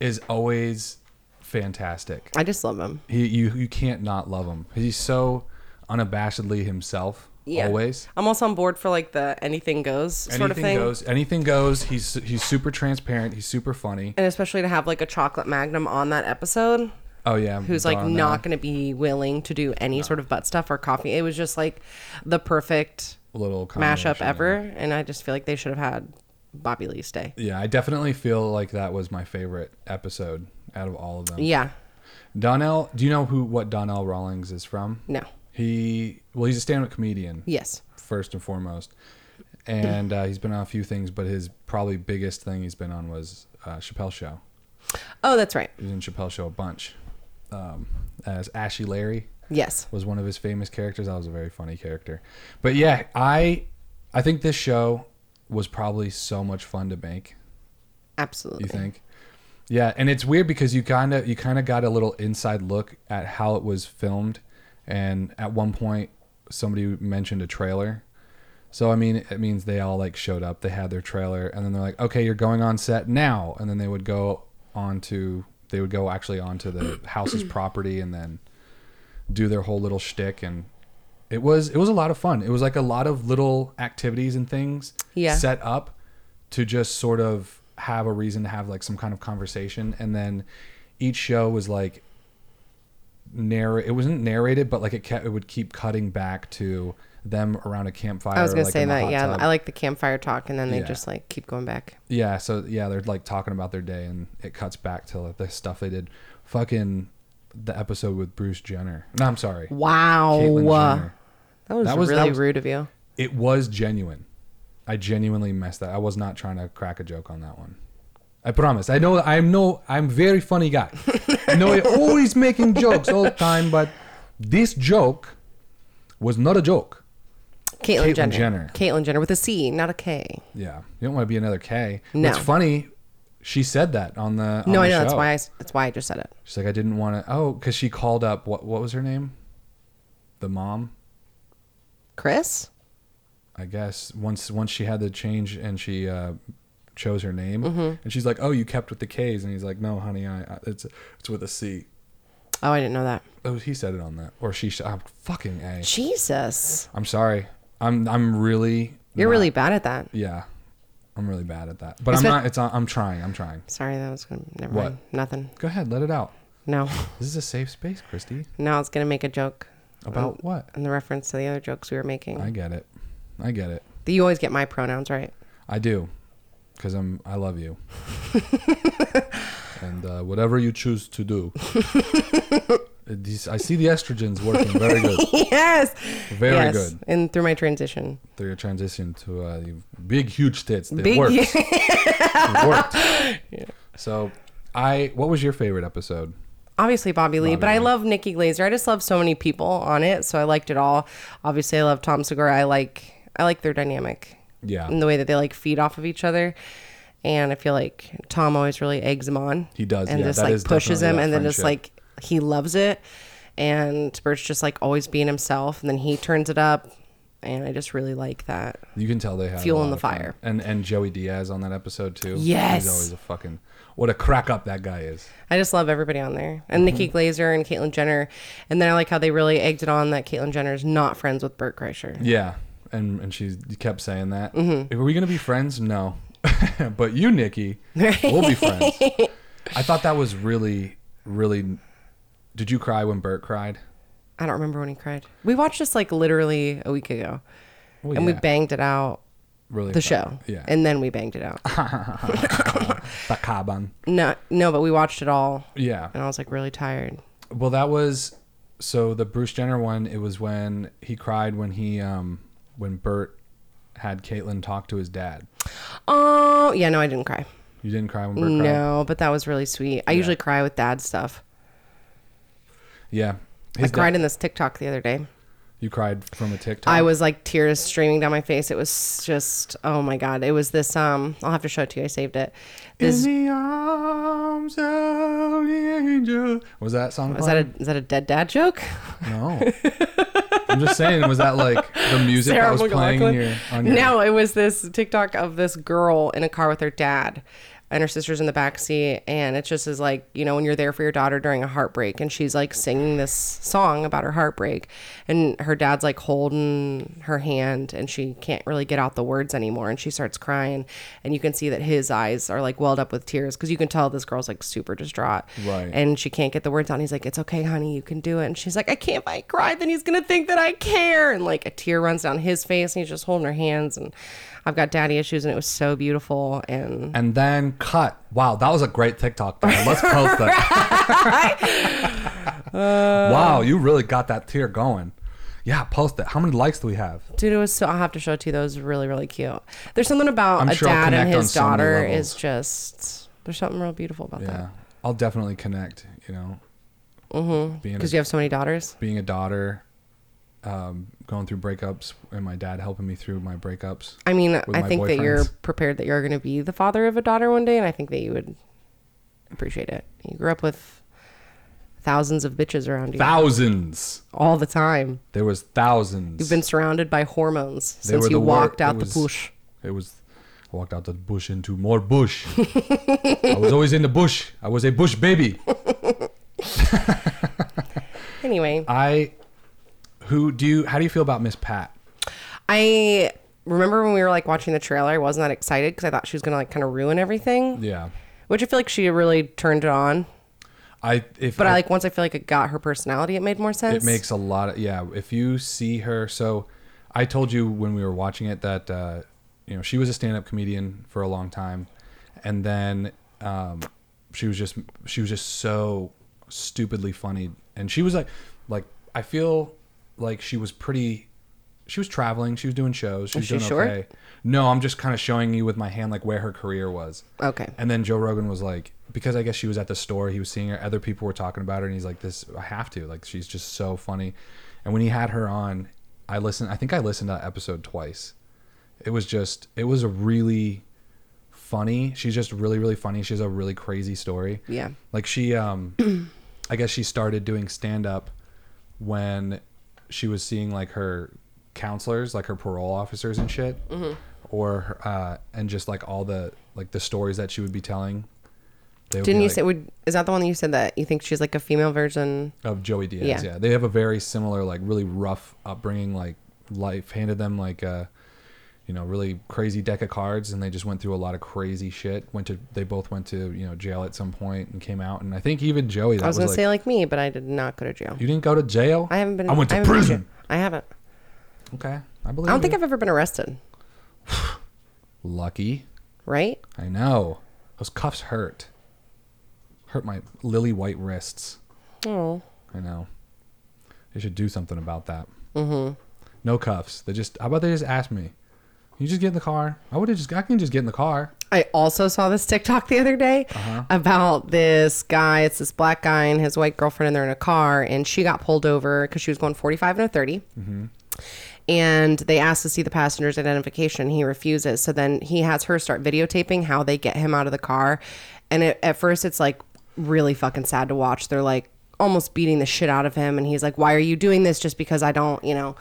Speaker 1: is always fantastic.
Speaker 2: I just love him.
Speaker 1: He you you can't not love him. He's so unabashedly himself.
Speaker 2: Yeah.
Speaker 1: Always.
Speaker 2: I'm also on board for like the anything goes sort of
Speaker 1: anything
Speaker 2: thing.
Speaker 1: goes. Anything goes. He's he's super transparent. He's super funny.
Speaker 2: And especially to have like a chocolate magnum on that episode,
Speaker 1: Oh yeah.
Speaker 2: who's like not going to be willing to do any sort of butt stuff or coffee. It was just like the perfect
Speaker 1: little
Speaker 2: mashup
Speaker 1: combination
Speaker 2: ever.
Speaker 1: there.
Speaker 2: And I just feel like they should have had Bobby Lee stay.
Speaker 1: Yeah, I definitely feel like that was my favorite episode out of all of them.
Speaker 2: Yeah.
Speaker 1: Donnell, do you know who what Donnell Rawlings is from?
Speaker 2: No.
Speaker 1: He well, he's a stand-up comedian.
Speaker 2: Yes.
Speaker 1: First and foremost. And uh, he's been on a few things, but his probably biggest thing he's been on was uh, Chappelle Show.
Speaker 2: Oh, that's right.
Speaker 1: He was in Chappelle Show a bunch. Um, as Ashy Larry
Speaker 2: Yes.
Speaker 1: was one of his famous characters. That was a very funny character. But yeah, I I think this show was probably so much fun to make.
Speaker 2: Absolutely.
Speaker 1: You think? Yeah, and it's weird because you kind of you kind of got a little inside look at how it was filmed, and at one point somebody mentioned a trailer. So I mean, it means they all like showed up. They had their trailer, and then they're like, "Okay, you're going on set now," and then they would go on to they would go actually onto the house's property, and then do their whole little shtick, and It was it was a lot of fun. It was like a lot of little activities and things
Speaker 2: Yeah.
Speaker 1: set up to just sort of have a reason to have like some kind of conversation and then each show was like narrate it wasn't narrated but like it kept it would keep cutting back to them around a campfire
Speaker 2: I was gonna
Speaker 1: like,
Speaker 2: say
Speaker 1: in the
Speaker 2: that.
Speaker 1: hot
Speaker 2: Yeah,
Speaker 1: tub.
Speaker 2: I like the campfire talk, and then they
Speaker 1: Yeah.
Speaker 2: just like keep going back.
Speaker 1: Yeah, so yeah, they're like talking about their day, and it cuts back to the stuff they did. Fucking the episode with Bruce Jenner. No, I'm sorry,
Speaker 2: Wow,
Speaker 1: Caitlyn Jenner.
Speaker 2: that was
Speaker 1: That was- that
Speaker 2: really
Speaker 1: was-
Speaker 2: rude of you.
Speaker 1: It was genuine. I genuinely messed that. I was not trying to crack a joke on that one. I promise. I know. I'm no. I'm very funny guy. I know. I'm always making jokes all the time, but this joke was not a joke.
Speaker 2: Caitlyn
Speaker 1: Caitlyn
Speaker 2: Jenner.
Speaker 1: Jenner.
Speaker 2: Caitlyn Jenner with a C, not a K.
Speaker 1: Yeah, you don't want to be another K.
Speaker 2: No.
Speaker 1: It's funny. She said that on the. on
Speaker 2: No, I
Speaker 1: the
Speaker 2: know that's
Speaker 1: show.
Speaker 2: why. I, s- that's why I just said it.
Speaker 1: She's like, I didn't want to. Oh, because she called up. What What was her name? The mom,
Speaker 2: Chris.
Speaker 1: I guess. Once Once she had the change and she uh, chose her name,
Speaker 2: Mm-hmm.
Speaker 1: and she's like, Oh, you kept with the K's, and he's like, No, honey, I, I it's it's with a C.
Speaker 2: Oh, I didn't know that.
Speaker 1: Oh, he said it on that, or she. I'm fucking a.
Speaker 2: Jesus,
Speaker 1: I'm sorry. I'm I'm really.
Speaker 2: you're
Speaker 1: not-
Speaker 2: really bad at that.
Speaker 1: Yeah, I'm really bad at that. But
Speaker 2: It's
Speaker 1: I'm
Speaker 2: been-
Speaker 1: not. It's. I'm trying. I'm trying.
Speaker 2: Sorry, that was gonna. Never
Speaker 1: What?
Speaker 2: mind. Nothing.
Speaker 1: Go ahead, let it out.
Speaker 2: No,
Speaker 1: This is a safe space, Christy.
Speaker 2: no, I was gonna make a joke Oh,
Speaker 1: About what?
Speaker 2: in the reference to the other jokes we were making.
Speaker 1: I get it. I get it.
Speaker 2: you always get my pronouns right.
Speaker 1: I do, because I'm. I love you. and uh, whatever you choose to do, these I see the estrogens working very good,
Speaker 2: yes.
Speaker 1: very
Speaker 2: yes.
Speaker 1: good.
Speaker 2: And through my transition.
Speaker 1: They're transition to uh, the big, huge tits. It
Speaker 2: Big-
Speaker 1: works. it worked. So, I. What was your favorite episode?
Speaker 2: obviously Bobby Lee,
Speaker 1: Bobby
Speaker 2: but I
Speaker 1: Lee.
Speaker 2: love Nikki Glaser. I just love so many people on it, so I liked it all. Obviously, I love Tom Segura. I like I like their dynamic
Speaker 1: Yeah,
Speaker 2: and the way that they like feed off of each other. And I feel like Tom always really eggs him on.
Speaker 1: He does,
Speaker 2: and
Speaker 1: yeah,
Speaker 2: just
Speaker 1: that
Speaker 2: like
Speaker 1: is
Speaker 2: pushes
Speaker 1: definitely
Speaker 2: him,
Speaker 1: that
Speaker 2: and then just
Speaker 1: friendship.
Speaker 2: like he loves it. And Bert's just like always being himself, and then he turns it up. And I just really like that.
Speaker 1: you can tell they have a
Speaker 2: Fuel
Speaker 1: lot
Speaker 2: in the
Speaker 1: of fun.
Speaker 2: fire.
Speaker 1: And and Joey Diaz on that episode too.
Speaker 2: Yes.
Speaker 1: he's always a fucking what a crack up that guy is.
Speaker 2: I just love everybody on there.
Speaker 1: Mm-hmm.
Speaker 2: And Nikki Glaser and Caitlyn Jenner. And then I like how they really egged it on that Caitlyn Jenner is not friends with Bert Kreischer.
Speaker 1: Yeah, and and she kept saying that.
Speaker 2: Mm-hmm.
Speaker 1: Are we gonna be friends? No, but you, Nikki, we'll be friends. I thought that was really, really. Did you cry when Bert cried?
Speaker 2: I don't remember when he cried. We watched this like literally a week ago,
Speaker 1: Well,
Speaker 2: and we
Speaker 1: Oh, yeah,
Speaker 2: banged it out
Speaker 1: really
Speaker 2: the
Speaker 1: felt-
Speaker 2: show.
Speaker 1: Yeah,
Speaker 2: and then we banged it out.
Speaker 1: the Kaban.
Speaker 2: no, no, but we watched it all,
Speaker 1: Yeah.
Speaker 2: and I was like really tired.
Speaker 1: Well, that was so the Bruce Jenner one. It was when he cried when he um when Bert had Caitlyn talk to his dad.
Speaker 2: Oh yeah, no, I didn't cry.
Speaker 1: You didn't cry when Bert cried.
Speaker 2: No, but that was really sweet. I usually cry with dad stuff.
Speaker 1: Yeah.
Speaker 2: I
Speaker 1: His dad- Oh.
Speaker 2: cried in this TikTok the other day.
Speaker 1: you cried from a TikTok.
Speaker 2: I was like tears streaming down my face. It was just oh my god. It was this um. I'll have to show it to you. I saved it. This
Speaker 1: In the arms of the angel. Was that song?
Speaker 2: was that a is that a dead dad joke?
Speaker 1: no? I'm just saying. Was that like the music that was playing in your, on your?
Speaker 2: No, it was this TikTok of this girl in a car with her dad and her sister's in the back seat and it just is like you know when you're there for your daughter during a heartbreak and she's like singing this song about her heartbreak and her dad's like holding her hand and she can't really get out the words anymore and she starts crying and you can see that his eyes are like welled up with tears because you can tell this girl's like super distraught
Speaker 1: Right.
Speaker 2: and she can't get the words out and he's like it's okay honey you can do it and she's like i can't if i cry then he's gonna think that i care and like a tear runs down his face and he's just holding her hands and i've got daddy issues and it was so beautiful and
Speaker 1: And then cut. Wow, that was a great TikTok. though. Let's post that. wow,
Speaker 2: Uh,
Speaker 1: you really got that tear going. Yeah, post it. How many likes do we have?
Speaker 2: dude it was so i'll have to show it to you those are really really cute there's something about
Speaker 1: I'm
Speaker 2: a
Speaker 1: sure I'll
Speaker 2: dad and
Speaker 1: connect on
Speaker 2: his
Speaker 1: so many
Speaker 2: daughter
Speaker 1: levels.
Speaker 2: is just there's something real beautiful about
Speaker 1: Yeah,
Speaker 2: that
Speaker 1: I'll definitely connect. You know, mm-hmm. being a,
Speaker 2: because you have so many daughters
Speaker 1: being a daughter, um, going through breakups, and my dad helping me through my breakups.
Speaker 2: i mean
Speaker 1: With
Speaker 2: i
Speaker 1: my
Speaker 2: think that you're
Speaker 1: boyfriends.
Speaker 2: prepared that you're going to be the father of a daughter one day and i think that you would appreciate it you grew up with thousands of bitches around you
Speaker 1: Thousands.
Speaker 2: all the time.
Speaker 1: There was 1000s
Speaker 2: You've been surrounded by hormones
Speaker 1: They
Speaker 2: since
Speaker 1: were
Speaker 2: you
Speaker 1: the wor-
Speaker 2: walked
Speaker 1: it
Speaker 2: out the
Speaker 1: was-
Speaker 2: bush.
Speaker 1: It was. I walked out the bush into more bush. I was always in the bush. I was a bush baby.
Speaker 2: Anyway,
Speaker 1: I. Who do you? How do you feel about Miss Pat?
Speaker 2: I remember when we were like watching the trailer, I wasn't that excited because I thought she was gonna like kind of ruin everything.
Speaker 1: Yeah,
Speaker 2: Which I feel like she really turned it on.
Speaker 1: I if
Speaker 2: But I like once I feel like it got her personality, it made more sense.
Speaker 1: It makes a lot of yeah. If you see her, so I told you when we were watching it that uh, you know she was a stand-up comedian for a long time, and then um, she was just she was just so stupidly funny, and she was like like I feel like she was pretty. She was traveling. She was doing shows. She was,
Speaker 2: she
Speaker 1: doing
Speaker 2: short?
Speaker 1: okay. No, I'm just kind of showing you with my hand like where her career was.
Speaker 2: Okay.
Speaker 1: And then Joe Rogan was like, because I guess she was at the store, he was seeing her. Other people were talking about her, and he's like, "This, I have to." Like, she's just so funny. And when he had her on, I listened. I think I listened to that episode twice. It was just, it was a really funny. She's just really, really funny. She has a really crazy story.
Speaker 2: Yeah.
Speaker 1: Like she, um, I guess she started doing stand up when she was seeing like her counselors, like her parole officers and shit,
Speaker 2: Mm-hmm.
Speaker 1: or her- uh, and just like all the like the stories that she would be telling. They would
Speaker 2: Didn't
Speaker 1: be,
Speaker 2: you
Speaker 1: like,
Speaker 2: say would is that the one that you said that you think she's like a female version?
Speaker 1: of Joey Diaz?
Speaker 2: Yeah.
Speaker 1: Yeah. they have a very similar, like really rough upbringing. Like life handed them like a you know really crazy deck of cards, and they just went through a lot of crazy shit. Went to they both went to you know jail at some point and came out, and I think even Joey that
Speaker 2: I was, gonna
Speaker 1: like,
Speaker 2: say like me, but I did not go to jail.
Speaker 1: you didn't go to jail.
Speaker 2: I haven't been.
Speaker 1: I went to
Speaker 2: haven't been
Speaker 1: prison.
Speaker 2: jail. I haven't.
Speaker 1: Okay, I believe.
Speaker 2: I don't think
Speaker 1: you.
Speaker 2: I've ever been arrested.
Speaker 1: lucky.
Speaker 2: Right?
Speaker 1: I know. Those cuffs hurt. Hurt my lily white wrists.
Speaker 2: Oh,
Speaker 1: I know. They should do something about that. Mm-hmm. No cuffs. They just. How about they just ask me? Can you just get in the car? I would have just. I can just get in the car.
Speaker 2: I also saw this TikTok the other day about this guy. It's this black guy and his white girlfriend, and they're in a car, and she got pulled over because she was going 45 and a 30. And they asked to see the passenger's identification. He refuses. So then he has her start videotaping how they get him out of the car. And it, at first, it's like really fucking sad to watch. They're like almost beating the shit out of him. And he's like, Why are you doing this? Just because I don't, you know.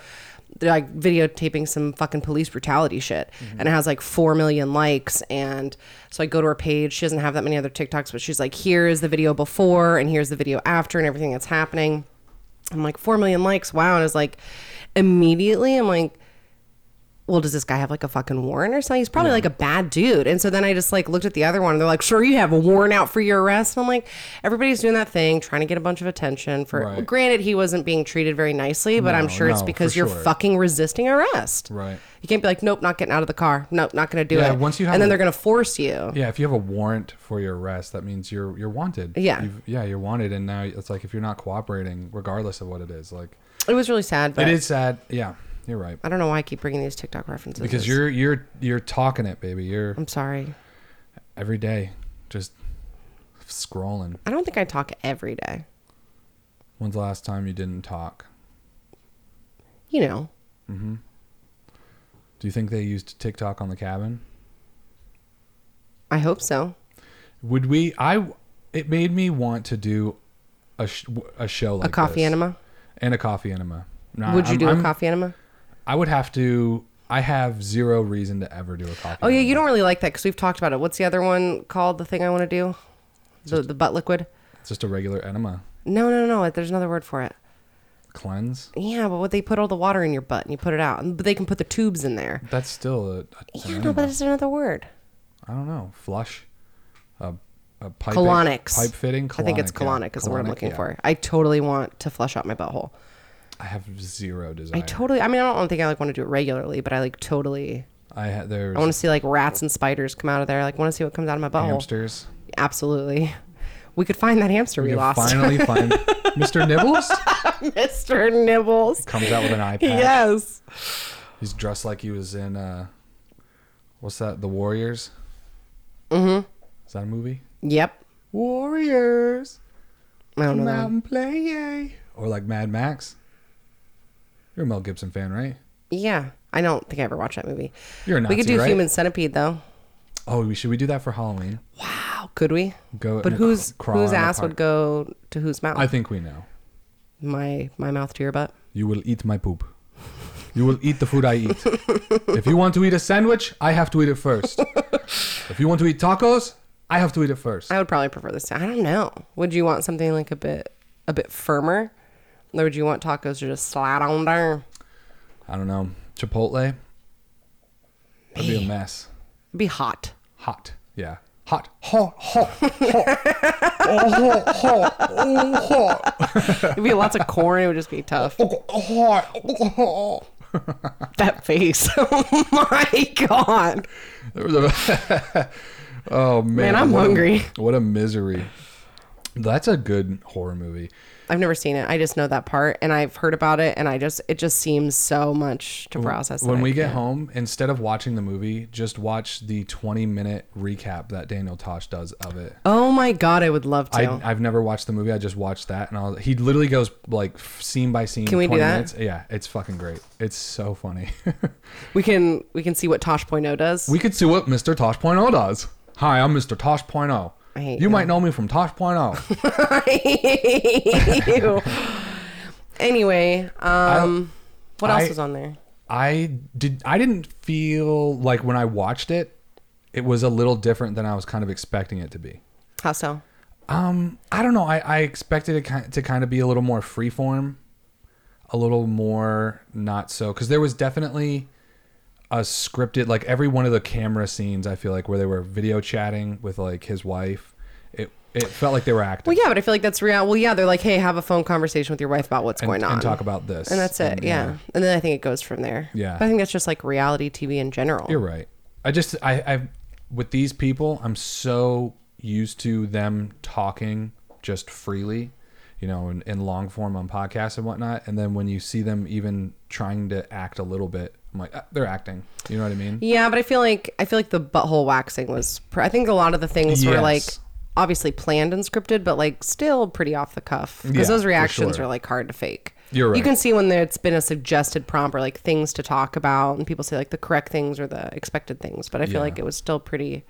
Speaker 2: they're like videotaping some fucking police brutality shit and it has like 4 million likes and so i go to her page she doesn't have that many other tiktoks but she's like here is the video before and here's the video after and everything that's happening i'm like 4 million likes wow and it's like immediately i'm like well, does this guy have like a fucking warrant or something? He's probably like a bad dude. And so then I just like looked at the other one and they're like, sure, you have a warrant out for your arrest. And I'm like, everybody's doing that thing, trying to get a bunch of attention for
Speaker 1: Right.
Speaker 2: granted he wasn't being treated very nicely, but I'm
Speaker 1: No,
Speaker 2: sure it's
Speaker 1: no,
Speaker 2: because
Speaker 1: for
Speaker 2: you're
Speaker 1: sure.
Speaker 2: fucking resisting arrest.
Speaker 1: Right.
Speaker 2: You can't be like, nope, not getting out of the car. Nope, not gonna do
Speaker 1: Yeah,
Speaker 2: it.
Speaker 1: once you have
Speaker 2: and then
Speaker 1: a-
Speaker 2: they're gonna force you.
Speaker 1: Yeah. If you have a warrant for your arrest, that means you're you're wanted.
Speaker 2: Yeah.
Speaker 1: You've, yeah. You're wanted, and now it's like if you're not cooperating, regardless of what it is, like
Speaker 2: It was really sad, but
Speaker 1: it is sad. Yeah. You're right.
Speaker 2: I don't know why I keep bringing these TikTok references.
Speaker 1: Because you're you're you're talking it, baby. You're
Speaker 2: I'm sorry.
Speaker 1: every day just scrolling.
Speaker 2: I don't think I talk every day.
Speaker 1: When's the last time you didn't talk?
Speaker 2: You know,
Speaker 1: Do you think they used TikTok on the cabin?
Speaker 2: I hope so.
Speaker 1: Would we? I. It made me want to do a sh- a show like
Speaker 2: a coffee
Speaker 1: this.
Speaker 2: enema.
Speaker 1: and a coffee enema. Nah,
Speaker 2: Would you
Speaker 1: I'm-
Speaker 2: do a
Speaker 1: I'm-
Speaker 2: coffee enema?
Speaker 1: I would have to. I have zero reason to ever do a coffee.
Speaker 2: Oh yeah,
Speaker 1: enema.
Speaker 2: you don't really like that because we've talked about it. What's the other one called? The thing I want to do, the the butt liquid.
Speaker 1: It's just a regular enema
Speaker 2: No, no, no. There's another word for it.
Speaker 1: cleanse.
Speaker 2: Yeah, but what they put all the water in your butt and you put it out, And- but they can put the tubes in there.
Speaker 1: That's still a. a- it's an
Speaker 2: Yeah, no,
Speaker 1: enema.
Speaker 2: but it's another word.
Speaker 1: I don't know. Flush. A, a pipe
Speaker 2: Colonics.
Speaker 1: Pipe fitting.
Speaker 2: I think it's colonic
Speaker 1: yeah.
Speaker 2: is the word I'm
Speaker 1: Colonic,
Speaker 2: looking
Speaker 1: yeah.
Speaker 2: for. I totally want to flush out my butthole.
Speaker 1: I have zero desire.
Speaker 2: I totally. I mean, I don't think I like want to do it regularly, but I like totally.
Speaker 1: I ha- there's
Speaker 2: I want to see like rats and spiders come out of there. I, like want to see what comes out of my butthole.
Speaker 1: hamsters.
Speaker 2: Absolutely. We could find that hamster we,
Speaker 1: You
Speaker 2: lost,
Speaker 1: finally find Mr. Nibbles.
Speaker 2: Mr. Nibbles.
Speaker 1: comes out with an eye patch.
Speaker 2: Yes.
Speaker 1: He's dressed like he was in uh what's that? The Warriors? Mm-hmm. Is that a movie?
Speaker 2: Yep.
Speaker 1: Warriors.
Speaker 2: I don't know.
Speaker 1: Come
Speaker 2: that
Speaker 1: out
Speaker 2: one.
Speaker 1: and play. Or like Mad Max. You're a Mel Gibson fan, right?
Speaker 2: Yeah, I don't think I ever watched that movie.
Speaker 1: You're a
Speaker 2: we could
Speaker 1: Nazi,
Speaker 2: do
Speaker 1: right?
Speaker 2: Human Centipede though.
Speaker 1: Oh, we should we do that for Halloween?
Speaker 2: Wow, could we?
Speaker 1: Go
Speaker 2: But
Speaker 1: and
Speaker 2: whose
Speaker 1: cr- crawl
Speaker 2: whose
Speaker 1: in the
Speaker 2: ass would
Speaker 1: park.
Speaker 2: go to whose mouth?
Speaker 1: I think we know.
Speaker 2: my my mouth to your butt.
Speaker 1: You will eat my poop. You will eat the food I eat. if you want to eat a sandwich, I have to eat it first. if you want to eat tacos, I have to eat it first.
Speaker 2: I would probably prefer this. I don't know. Would you want something like a bit a bit firmer? Or would you want tacos to just slide on down?
Speaker 1: I don't know. Chipotle. That'd be a mess.
Speaker 2: It'd be hot.
Speaker 1: Hot. Yeah. Hot. Hot. Hot. Hot. oh, hot. Hot. Oh, hot.
Speaker 2: It'd be lots of corn. It would just be tough.
Speaker 1: Oh, hot. Oh, hot.
Speaker 2: That face. Oh my god.
Speaker 1: There was a- oh man.
Speaker 2: Man, I'm
Speaker 1: what a-
Speaker 2: hungry.
Speaker 1: what a misery. That's a good horror movie.
Speaker 2: I've never seen it. I just know that part, and I've heard about it, and I just it just seems so much to process. that
Speaker 1: when
Speaker 2: I
Speaker 1: we get
Speaker 2: can't.
Speaker 1: home, instead of watching the movie, just watch the 20 minute recap that Daniel Tosh does of it.
Speaker 2: Oh my god, I would love to.
Speaker 1: I, I've never watched the movie. I just watched that, and I was, he literally goes like f- scene by scene.
Speaker 2: Can we do that?
Speaker 1: Minutes. Yeah, it's fucking great. It's so funny.
Speaker 2: we can we can see what Tosh.0 does.
Speaker 1: we could see what Mr. Tosh.0 does. Hi, I'm Mr. Tosh.0.
Speaker 2: I hate
Speaker 1: oh. you
Speaker 2: you.
Speaker 1: might know me from oh. Tosh.0.
Speaker 2: Ew. Anyway, um, what else
Speaker 1: I-
Speaker 2: was on there?
Speaker 1: I did. I didn't feel like when I watched it, it was a little different than I was kind of expecting it to be.
Speaker 2: How so?
Speaker 1: Um, I don't know. I, I expected it ki- to kind of be a little more freeform, a little more not so, because there was definitely a scripted, like every one of the camera scenes. I feel like where they were video chatting with like his wife, it it felt like they were acting.
Speaker 2: Well, yeah, but I feel like that's real. Well, yeah, they're like, hey, have a phone conversation with your wife about what's
Speaker 1: and,
Speaker 2: going on,
Speaker 1: and talk about this,
Speaker 2: and that's it. yeah. and then I think it goes from there.
Speaker 1: Yeah.
Speaker 2: but I think that's just like reality TV in general.
Speaker 1: You're right. I just I I with these people, I'm so used to them talking just freely, you know, in, in long form on podcasts and whatnot. And then when you see them even trying to act a little bit, I'm like, ah, they're acting. You know what I mean?
Speaker 2: Yeah, but I feel like I feel like the butthole waxing was. Pr- I think a lot of the things were
Speaker 1: Yes.
Speaker 2: like obviously planned and scripted, but like still pretty off the cuff because
Speaker 1: Yeah,
Speaker 2: those
Speaker 1: for
Speaker 2: reactions
Speaker 1: sure.
Speaker 2: are like hard to fake.
Speaker 1: You're
Speaker 2: You can
Speaker 1: right.
Speaker 2: see when there, it's been a suggested prompt or like things to talk about, and people say like the correct things or the expected things. But I feel
Speaker 1: Yeah.
Speaker 2: like it was still pretty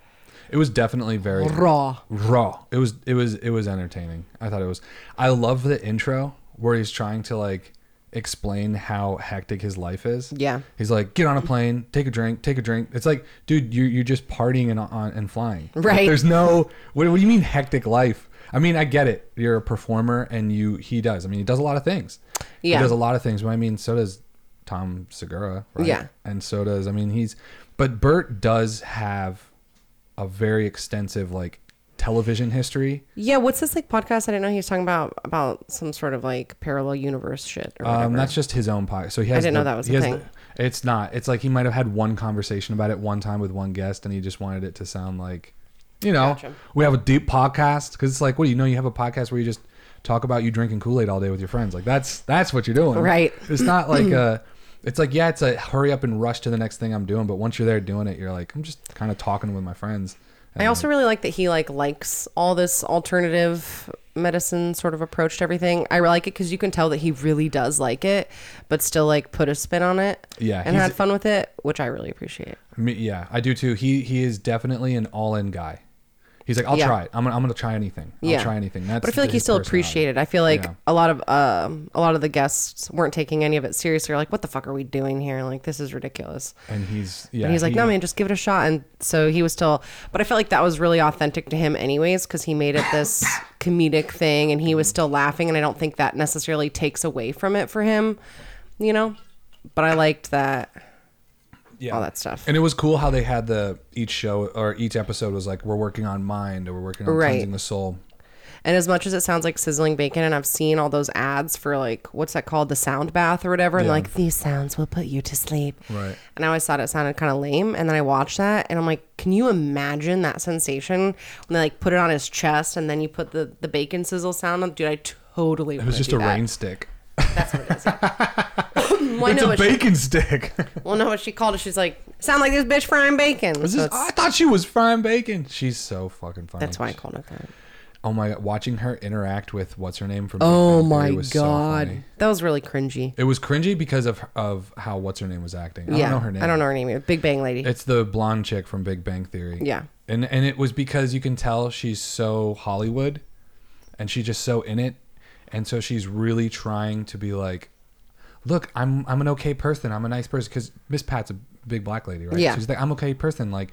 Speaker 1: It was definitely very
Speaker 2: raw.
Speaker 1: raw. It was it was it was entertaining. I thought it was. I love the intro where he's trying to like explain how hectic his life is.
Speaker 2: Yeah.
Speaker 1: He's like, get on a plane, take a drink, take a drink. It's like, dude, you you're just partying and on and flying. Like,
Speaker 2: Right.
Speaker 1: there's no what, what do you mean hectic life? I mean, I get it. You're a performer and you he does. I mean, he does a lot of things.
Speaker 2: Yeah.
Speaker 1: He does a lot of things. But I mean, so does Tom Segura, right?
Speaker 2: Yeah.
Speaker 1: And so does I mean he's but Bert does have a very extensive like television history.
Speaker 2: Yeah, what's this like podcast? I didn't know he was talking about about some sort of like parallel universe shit or whatever.
Speaker 1: Um, that's just his own podcast. So he has.
Speaker 2: didn't
Speaker 1: the-
Speaker 2: know that was
Speaker 1: he
Speaker 2: a
Speaker 1: has
Speaker 2: thing.
Speaker 1: the- it's not. It's like he might have had one conversation about it one time with one guest, and he just wanted it to sound like, you know,
Speaker 2: Gotcha.
Speaker 1: we have a deep podcast because it's like, what do you know? You have a podcast where you just talk about you drinking Kool Aid all day with your friends. Like that's that's what you're doing,
Speaker 2: Right.
Speaker 1: It's not like a. It's like yeah, it's a hurry up and rush to the next thing I'm doing. But once you're there doing it, you're like, I'm just kind of talking with my friends.
Speaker 2: I
Speaker 1: Um,
Speaker 2: also really like that he like likes all this alternative medicine sort of approach to everything. I like it because you can tell that he really does like it, but still like put a spin on it.
Speaker 1: Yeah,
Speaker 2: and
Speaker 1: he's-
Speaker 2: had fun with it, which I really appreciate.
Speaker 1: Me, yeah, I do too. He he is definitely an all in guy. He's like, I'll
Speaker 2: Yeah.
Speaker 1: try it. I'm gonna, I'm gonna try anything. I'll
Speaker 2: yeah,
Speaker 1: try anything. That's
Speaker 2: but I feel like he
Speaker 1: his
Speaker 2: still
Speaker 1: personality.
Speaker 2: appreciated. it. I feel like
Speaker 1: Yeah.
Speaker 2: a lot of um a lot of the guests weren't taking any of it seriously. They're Like, what the fuck are we doing here? Like, this is ridiculous.
Speaker 1: And he's yeah.
Speaker 2: and he's like,
Speaker 1: he-
Speaker 2: no, man, just give it a shot. And so he was still, but I felt like that was really authentic to him, anyways, because he made it this comedic thing and he was still laughing. And I don't think that necessarily takes away from it for him, you know? But I liked that.
Speaker 1: yeah.
Speaker 2: all that stuff.
Speaker 1: And it was cool how they had the each show or each episode was like, we're working on mind or we're working on
Speaker 2: Right.
Speaker 1: cleansing the soul.
Speaker 2: And as much as it sounds like sizzling bacon, and I've seen all those ads for like, what's that called? The sound bath or whatever. And
Speaker 1: Yeah.
Speaker 2: like, these sounds will put you to sleep.
Speaker 1: Right.
Speaker 2: And I always thought it sounded kind of lame. And then I watched that and I'm like, can you imagine that sensation when they like put it on his chest and then you put the, the bacon sizzle sound on? Dude, I totally
Speaker 1: It was just a rain stick.
Speaker 2: Well, I
Speaker 1: It's
Speaker 2: know
Speaker 1: a
Speaker 2: what she,
Speaker 1: bacon stick.
Speaker 2: well, no, what she called it. She's like, sound like this bitch frying bacon.
Speaker 1: This
Speaker 2: So
Speaker 1: is-
Speaker 2: it's-
Speaker 1: I thought she was frying bacon. She's so fucking funny.
Speaker 2: that's why I called it that.
Speaker 1: Oh my god, watching her interact with what's her name from. Big
Speaker 2: Oh
Speaker 1: Bang Theory
Speaker 2: my
Speaker 1: was so
Speaker 2: God.
Speaker 1: funny.
Speaker 2: that was really cringy.
Speaker 1: it was cringy because of of how what's her name was acting. I
Speaker 2: yeah.
Speaker 1: don't know her name.
Speaker 2: I don't know her name. either. Big Bang Lady.
Speaker 1: It's the blonde chick from Big Bang Theory.
Speaker 2: Yeah.
Speaker 1: And and it was because you can tell she's so Hollywood and she's just so in it. And so she's really trying to be like, look, I'm I'm an okay person. I'm a nice person because Miss Pat's a big black lady, right?
Speaker 2: Yeah.
Speaker 1: She's like, I'm okay person. Like,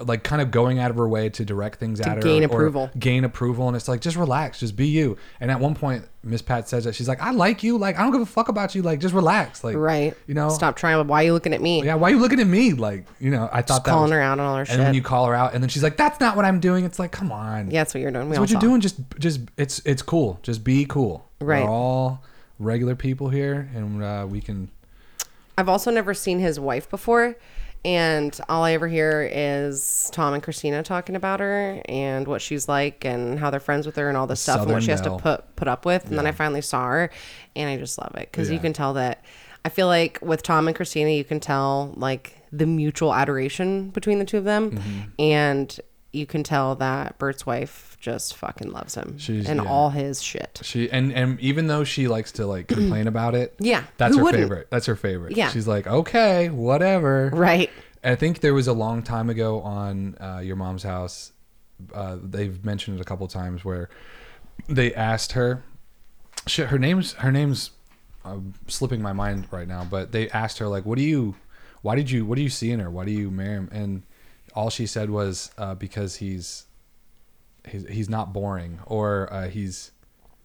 Speaker 1: like kind of going out of her way to direct things at her
Speaker 2: gain
Speaker 1: or
Speaker 2: approval.
Speaker 1: gain approval and it's like just relax just be you and at one point miss pat says that she's like i like you like i don't give a fuck about you like just relax like
Speaker 2: Right.
Speaker 1: you know
Speaker 2: Stop trying. Why are you looking at me?
Speaker 1: yeah why are you looking at me like you know i thought that
Speaker 2: calling
Speaker 1: was-
Speaker 2: her out on all her
Speaker 1: and
Speaker 2: shit.
Speaker 1: then you call her out and then she's like that's not what i'm doing it's like come on
Speaker 2: Yeah, that's what you're doing. We
Speaker 1: that's
Speaker 2: all
Speaker 1: what you're
Speaker 2: saw.
Speaker 1: doing just just it's it's cool just be cool
Speaker 2: Right.
Speaker 1: we're all regular people here and uh, we can
Speaker 2: I've also never seen his wife before, and all I ever hear is Tom and Christina talking about her and what she's like and how they're friends with her and all this stuff and
Speaker 1: Southern
Speaker 2: what she has to
Speaker 1: belle.
Speaker 2: put put up with. And then I finally saw her, and I just love it because you
Speaker 1: Yeah.
Speaker 2: can tell that. I feel like with Tom and Christina, you can tell like the mutual adoration between the two of them,
Speaker 1: Mm-hmm.
Speaker 2: and you can tell that Bert's wife just fucking loves him
Speaker 1: She's-
Speaker 2: and
Speaker 1: yeah.
Speaker 2: all his shit.
Speaker 1: She and and even though she likes to like complain about it,
Speaker 2: Yeah,
Speaker 1: that's
Speaker 2: who
Speaker 1: her
Speaker 2: wouldn't?
Speaker 1: favorite. That's her favorite.
Speaker 2: Yeah.
Speaker 1: she's like, okay, whatever.
Speaker 2: Right.
Speaker 1: I think there was a long time ago on uh, your mom's house. Uh, they've mentioned it a couple times where they asked her. Shit, her name's her name's uh, slipping my mind right now. But they asked her like, "What do you? Why did you? What do you see in her? Why do you marry him?" And all she said was uh, because he's he's he's not boring or uh, he's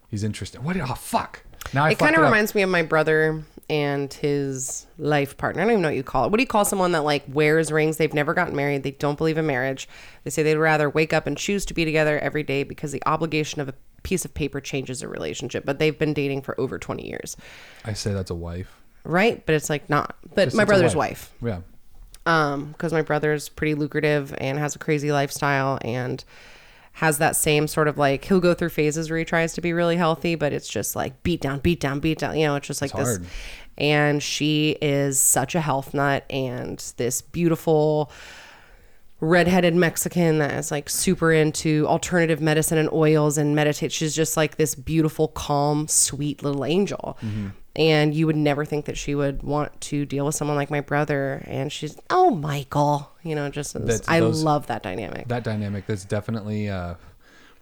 Speaker 1: he's interesting. What? Oh fuck! Now I
Speaker 2: it kind of
Speaker 1: reminds.
Speaker 2: reminds me of my brother and his life partner. I don't even know what you call it. What do you call someone that like wears rings? They've never gotten married. They don't believe in marriage. They say they'd rather wake up and choose to be together every day because the obligation of a piece of paper changes a relationship. But they've been dating for over twenty years,
Speaker 1: I say that's a wife.
Speaker 2: right? But it's like not. But
Speaker 1: It's-
Speaker 2: my
Speaker 1: it's a
Speaker 2: brother's wife
Speaker 1: Yeah.
Speaker 2: um because my brother's pretty lucrative and has a crazy lifestyle and has that same sort of like he'll go through phases where he tries to be really healthy but it's just like beat down beat down beat down you know it's just like this
Speaker 1: hard.
Speaker 2: and she is such a health nut and this beautiful redheaded Mexican that is like super into alternative medicine and oils and meditate. She's just like this beautiful, calm, sweet little angel.
Speaker 1: Mm-hmm.
Speaker 2: And you would never think that she would want to deal with someone like my brother. And she's, oh, Michael. You know, just, is-
Speaker 1: That's-
Speaker 2: I
Speaker 1: those-
Speaker 2: love that dynamic.
Speaker 1: That dynamic. That's definitely uh,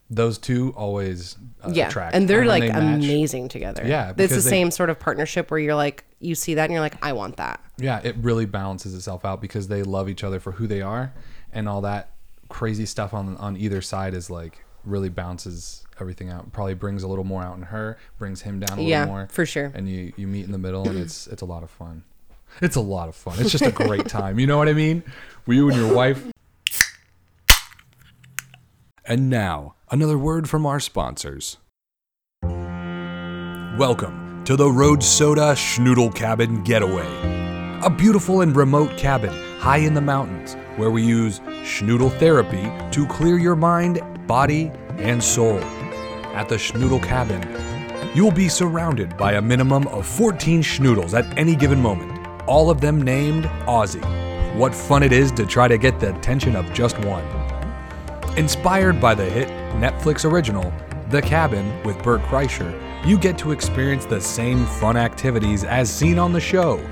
Speaker 1: those two always uh,
Speaker 2: yeah.
Speaker 1: attract.
Speaker 2: And they're
Speaker 1: when
Speaker 2: like
Speaker 1: they match-
Speaker 2: amazing together.
Speaker 1: Yeah,
Speaker 2: It's the
Speaker 1: because they-
Speaker 2: same sort of partnership where you're like, you see that and you're like, I want that.
Speaker 1: Yeah, it really balances itself out because they love each other for who they are, and all that crazy stuff on on either side is like really bounces everything out. Probably brings a little more out in her, brings him down a little
Speaker 2: Yeah,
Speaker 1: more.
Speaker 2: for sure.
Speaker 1: And you you meet in the middle, and it's it's a lot of fun. It's a lot of fun. It's just a great time. You know what I mean? With you and your wife.
Speaker 4: And now, another word from our sponsors. Welcome to the Road Soda Schnoodle Cabin Getaway, a beautiful and remote cabin high in the mountains where we use schnoodle therapy to clear your mind, body, and soul. At the Schnoodle Cabin, you will be surrounded by a minimum of 14 schnoodles at any given moment, all of them named Aussie. What fun it is to try to get the attention of just one. Inspired by the hit Netflix original, The Cabin with Burt Kreischer, you get to experience the same fun activities as seen on the show.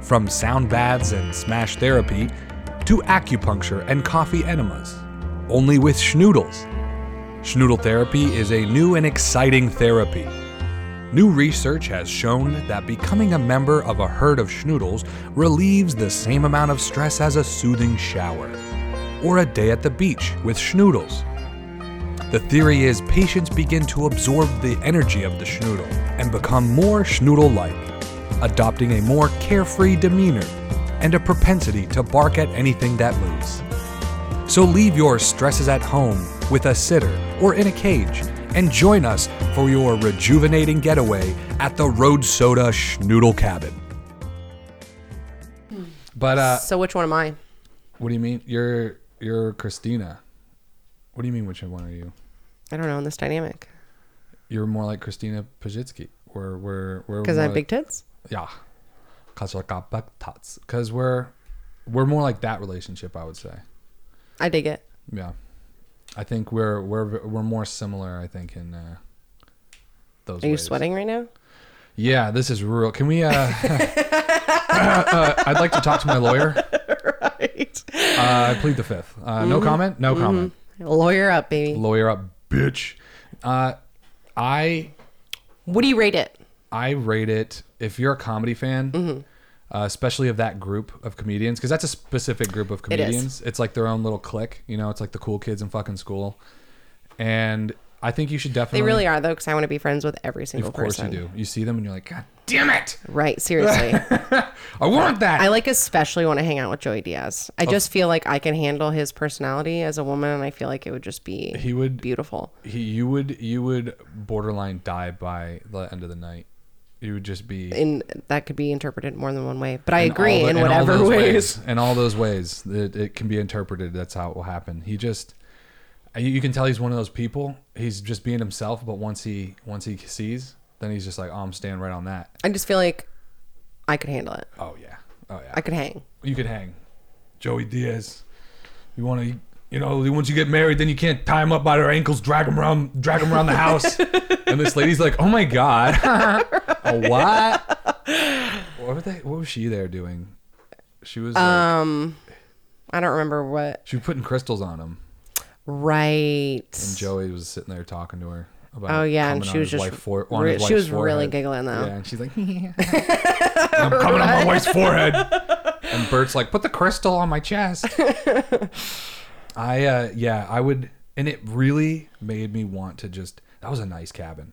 Speaker 4: From sound baths and smash therapy to acupuncture and coffee enemas, only with schnoodles. Schnoodle therapy is a new and exciting therapy. New research has shown that becoming a member of a herd of schnoodles relieves the same amount of stress as a soothing shower or a day at the beach with schnoodles. The theory is patients begin to absorb the energy of the schnoodle and become more schnoodle like, adopting a more carefree demeanor and a propensity to bark at anything that moves. So leave your stresses at home with a sitter or in a cage and join us for your rejuvenating getaway at the Road Soda Schnoodle Cabin.
Speaker 1: But uh,
Speaker 2: so which one am I?
Speaker 1: what do you mean? You're you're Christina. What do you mean? Which one are you?
Speaker 2: I don't know in this dynamic.
Speaker 1: You're more like Christina Pajitsky. We're we're we're
Speaker 2: Because I
Speaker 1: more
Speaker 2: have big
Speaker 1: like,
Speaker 2: tits?
Speaker 1: yeah, cause I got big tots. Cause we're we're more like that relationship. I would say.
Speaker 2: I dig it.
Speaker 1: Yeah, I think we're we're we're more similar. I think in uh, those.
Speaker 2: Are you
Speaker 1: ways.
Speaker 2: sweating right now?
Speaker 1: Yeah, this is real. Can we? Uh, uh, I'd like to talk to my lawyer.
Speaker 2: right.
Speaker 1: Uh, I plead the fifth. Uh,
Speaker 2: Mm-hmm.
Speaker 1: No comment. No comment.
Speaker 2: Lawyer up, baby.
Speaker 1: Lawyer up, bitch. Uh, I
Speaker 2: What do you rate it?
Speaker 1: I rate it if you're a comedy fan,
Speaker 2: Mm-hmm.
Speaker 1: uh, especially of that group of comedians, because that's a specific group of
Speaker 2: is.
Speaker 1: comedians. It's like their own little clique, you know. It's like the cool kids in fucking school, and I think you should definitely.
Speaker 2: They really are though, because I want to be friends with every
Speaker 1: Um,
Speaker 2: single
Speaker 1: Of course
Speaker 2: person.
Speaker 1: you do. You see them and you're like, God damn it!
Speaker 2: Right? Seriously,
Speaker 1: I want that.
Speaker 2: I like especially want to hang out with Joey Diaz. I just feel like I can handle his personality as a woman, and I feel like it would just be
Speaker 1: he would.
Speaker 2: beautiful.
Speaker 1: He, you would. You would borderline die by the end of the night. You would just be.
Speaker 2: And that could be interpreted more than one way, but I
Speaker 1: and all
Speaker 2: agree
Speaker 1: the-
Speaker 2: in
Speaker 1: and all
Speaker 2: whatever
Speaker 1: those
Speaker 2: ways.
Speaker 1: In all those ways, it, it can be interpreted. That's how it will happen. He just, you you can tell he's one of those people. He's just being himself, but once he once he sees, then he's just like, oh, I'm staying right on that.
Speaker 2: I just feel like I could handle it.
Speaker 1: Oh yeah, oh yeah.
Speaker 2: I could hang.
Speaker 1: you could hang, Joey Diaz. You want to. You know, once you get married, then you can't tie him up by their ankles, drag him around, drag him around the house. and this lady's like, "Oh my god, a what? What were they? What was she there doing? She was uh, like,
Speaker 2: I don't remember what.
Speaker 1: She was putting crystals on him,
Speaker 2: Right.
Speaker 1: and Joey was sitting there talking to her about.
Speaker 2: Oh, yeah, and
Speaker 1: coming
Speaker 2: she
Speaker 1: on his
Speaker 2: was just
Speaker 1: wife for- on
Speaker 2: re-
Speaker 1: his
Speaker 2: she was
Speaker 1: wife's
Speaker 2: really
Speaker 1: forehead.
Speaker 2: giggling, though.
Speaker 1: Yeah, and she's like, "I'm coming on my wife's forehead," and Bert's like, "Put the crystal on my chest." I uh, yeah, I would, and it really made me want to just. That was a nice cabin.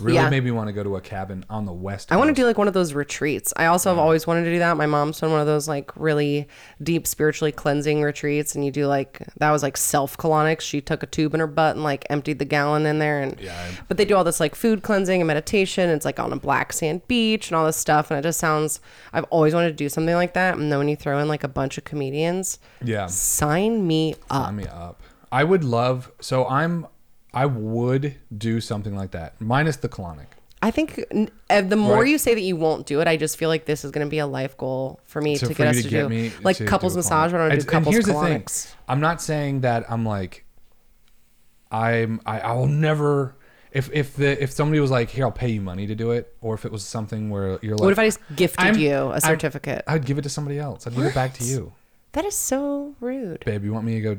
Speaker 1: Really
Speaker 2: Yeah.
Speaker 1: made me want to go to a cabin on the west.
Speaker 2: I want to
Speaker 1: Coast.
Speaker 2: do like one of those retreats. I also have always wanted to do that. My mom's done one of those like really deep spiritually cleansing retreats, and you do like that was like self colonics. She took a tube in her butt and like emptied the gallon in there, and but they do all this like food cleansing and meditation. It's like on a black sand beach and all this stuff, and it just sounds. I've always wanted to do something like that, and then when you throw in like a bunch of comedians,
Speaker 1: Yeah.
Speaker 2: sign me up.
Speaker 1: Sign me up. I would love. So I'm. I would do something like that, minus the colonic.
Speaker 2: I think n- uh, the more
Speaker 1: Right.
Speaker 2: you say that you won't do it, I just feel like this is going to be a life goal for me
Speaker 1: So
Speaker 2: to
Speaker 1: for
Speaker 2: get us
Speaker 1: you
Speaker 2: to,
Speaker 1: to get
Speaker 2: do
Speaker 1: me
Speaker 2: like
Speaker 1: to
Speaker 2: couples
Speaker 1: do a
Speaker 2: massage. I
Speaker 1: colonic.
Speaker 2: want to
Speaker 1: And-
Speaker 2: do
Speaker 1: and
Speaker 2: couples
Speaker 1: here's the thing.
Speaker 2: colonics.
Speaker 1: I'm not saying that I'm like I'm I, I will never if if the if somebody was like here I'll pay you money to do it or if it was something where you're like
Speaker 2: What if I just gifted
Speaker 1: I'm-
Speaker 2: you a
Speaker 1: I'm-
Speaker 2: certificate?
Speaker 1: I'd give it to somebody else. I'd give it back to you.
Speaker 2: that is so rude.
Speaker 1: Babe, you want me to go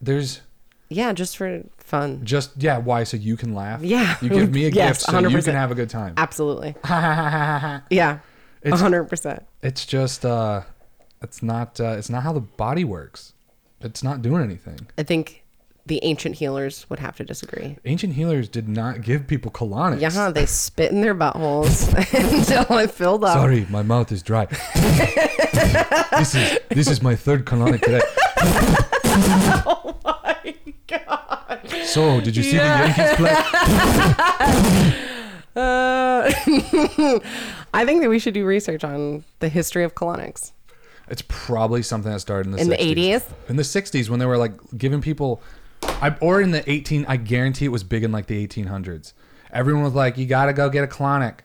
Speaker 1: there's
Speaker 2: Yeah, just for fun.
Speaker 1: just yeah, why so you can laugh?
Speaker 2: Yeah.
Speaker 1: You give me a
Speaker 2: Yes,
Speaker 1: gift so you can
Speaker 2: 100%.
Speaker 1: have a good time.
Speaker 2: Absolutely. yeah.
Speaker 1: It's-
Speaker 2: 100%.
Speaker 1: It's just uh it's not uh, it's not how the body works. It's not doing anything.
Speaker 2: I think the ancient healers would have to disagree.
Speaker 1: Ancient healers did not give people colonics.
Speaker 2: Yeah, they spit in their buttholes until it filled up.
Speaker 1: Sorry, my mouth is dry. this is this is my third colonic today. oh my god! So, did you see the Yankees play?
Speaker 2: Uh, I think that we should do research on the history of colonics.
Speaker 1: It's probably something that started in the
Speaker 2: In the
Speaker 1: 60s.
Speaker 2: 80s?
Speaker 1: In the '60s, when they were like giving people, I, or in the 18, I guarantee it was big in like the 1800s. Everyone was like, "You gotta go get a colonic."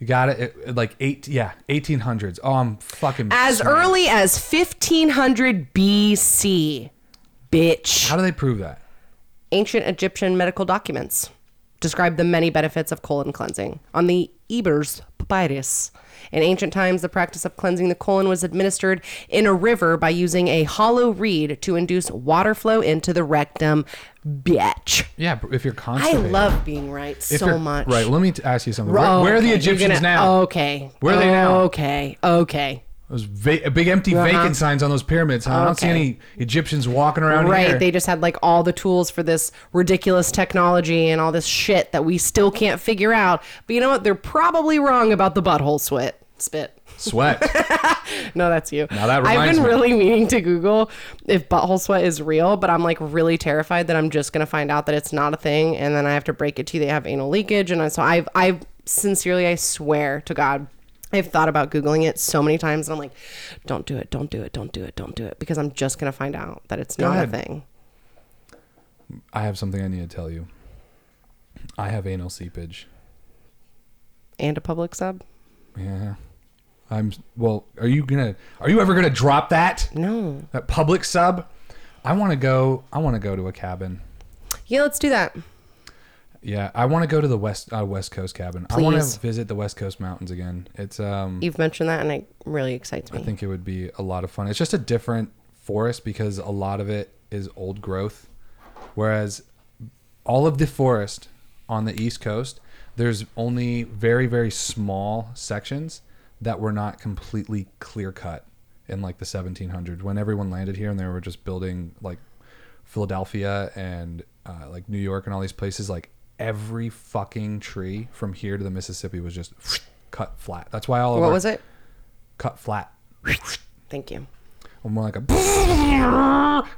Speaker 1: You got it, it like eight, yeah, 1800s. Oh, I'm fucking
Speaker 2: As
Speaker 1: smart.
Speaker 2: early as 1500 BC, bitch.
Speaker 1: How do they prove that?
Speaker 2: ancient Egyptian medical documents describe the many benefits of colon cleansing. On the Ebers Papyrus, in ancient times, the practice of cleansing the colon was administered in a river by using a hollow reed to induce water flow into the rectum. Bitch.
Speaker 1: Yeah, but if you're
Speaker 2: I
Speaker 1: constipated.
Speaker 2: love being right
Speaker 1: If
Speaker 2: so
Speaker 1: you're-
Speaker 2: much.
Speaker 1: Right. Let me t- ask you something. Where,
Speaker 2: Ro-
Speaker 1: where are the
Speaker 2: okay, you're
Speaker 1: Egyptians
Speaker 2: gonna- oh,
Speaker 1: now?
Speaker 2: Okay.
Speaker 1: Where are they now?
Speaker 2: Okay. Okay.
Speaker 1: Those va- big empty vacant signs on those pyramids. Huh? I don't see
Speaker 2: Uh-huh. Okay.
Speaker 1: any Egyptians walking around
Speaker 2: right.
Speaker 1: here.
Speaker 2: They just had like all the tools for this ridiculous technology and all this shit that we still can't figure out. But you know what? They're probably wrong about the butthole sweat spit.
Speaker 1: Sweat.
Speaker 2: No, that's you.
Speaker 1: Now that
Speaker 2: I've
Speaker 1: reminds
Speaker 2: been
Speaker 1: me.
Speaker 2: really meaning to Google if butthole sweat is real, but I'm like really terrified that I'm just gonna find out that it's not a thing, and then I have to break it to you. They have anal leakage, and I, so I've I've sincerely I swear to God. I've thought about Googling it so many times, and I'm like, don't do it, don't do it, don't do it, don't do it, because I'm just going to find out that it's not
Speaker 1: ahead.
Speaker 2: a thing.
Speaker 1: I have something I need to tell you. I have anal seepage.
Speaker 2: and a public sub?
Speaker 1: Yeah. I'm. Well, are you gonna? Are you ever gonna drop that?
Speaker 2: No.
Speaker 1: That public sub. I want to go. I want to go to a cabin.
Speaker 2: Yeah, let's do that.
Speaker 1: Yeah, I want to go to the west uh, West Coast cabin. I want
Speaker 2: Please.
Speaker 1: to visit the West Coast mountains again. It's um.
Speaker 2: You've mentioned that, and it really excites me.
Speaker 1: I think it would be a lot of fun. It's just a different forest because a lot of it is old growth, whereas all of the forest on the East Coast, there's only very very small sections that were not completely clear cut in like the 1700s when everyone landed here and they were just building like Philadelphia and uh, like New York and all these places. Like every fucking tree from here to the Mississippi was just cut flat. That's why all of
Speaker 2: What
Speaker 1: our-
Speaker 2: was it?
Speaker 1: cut flat.
Speaker 2: Thank you.
Speaker 1: Or more like a.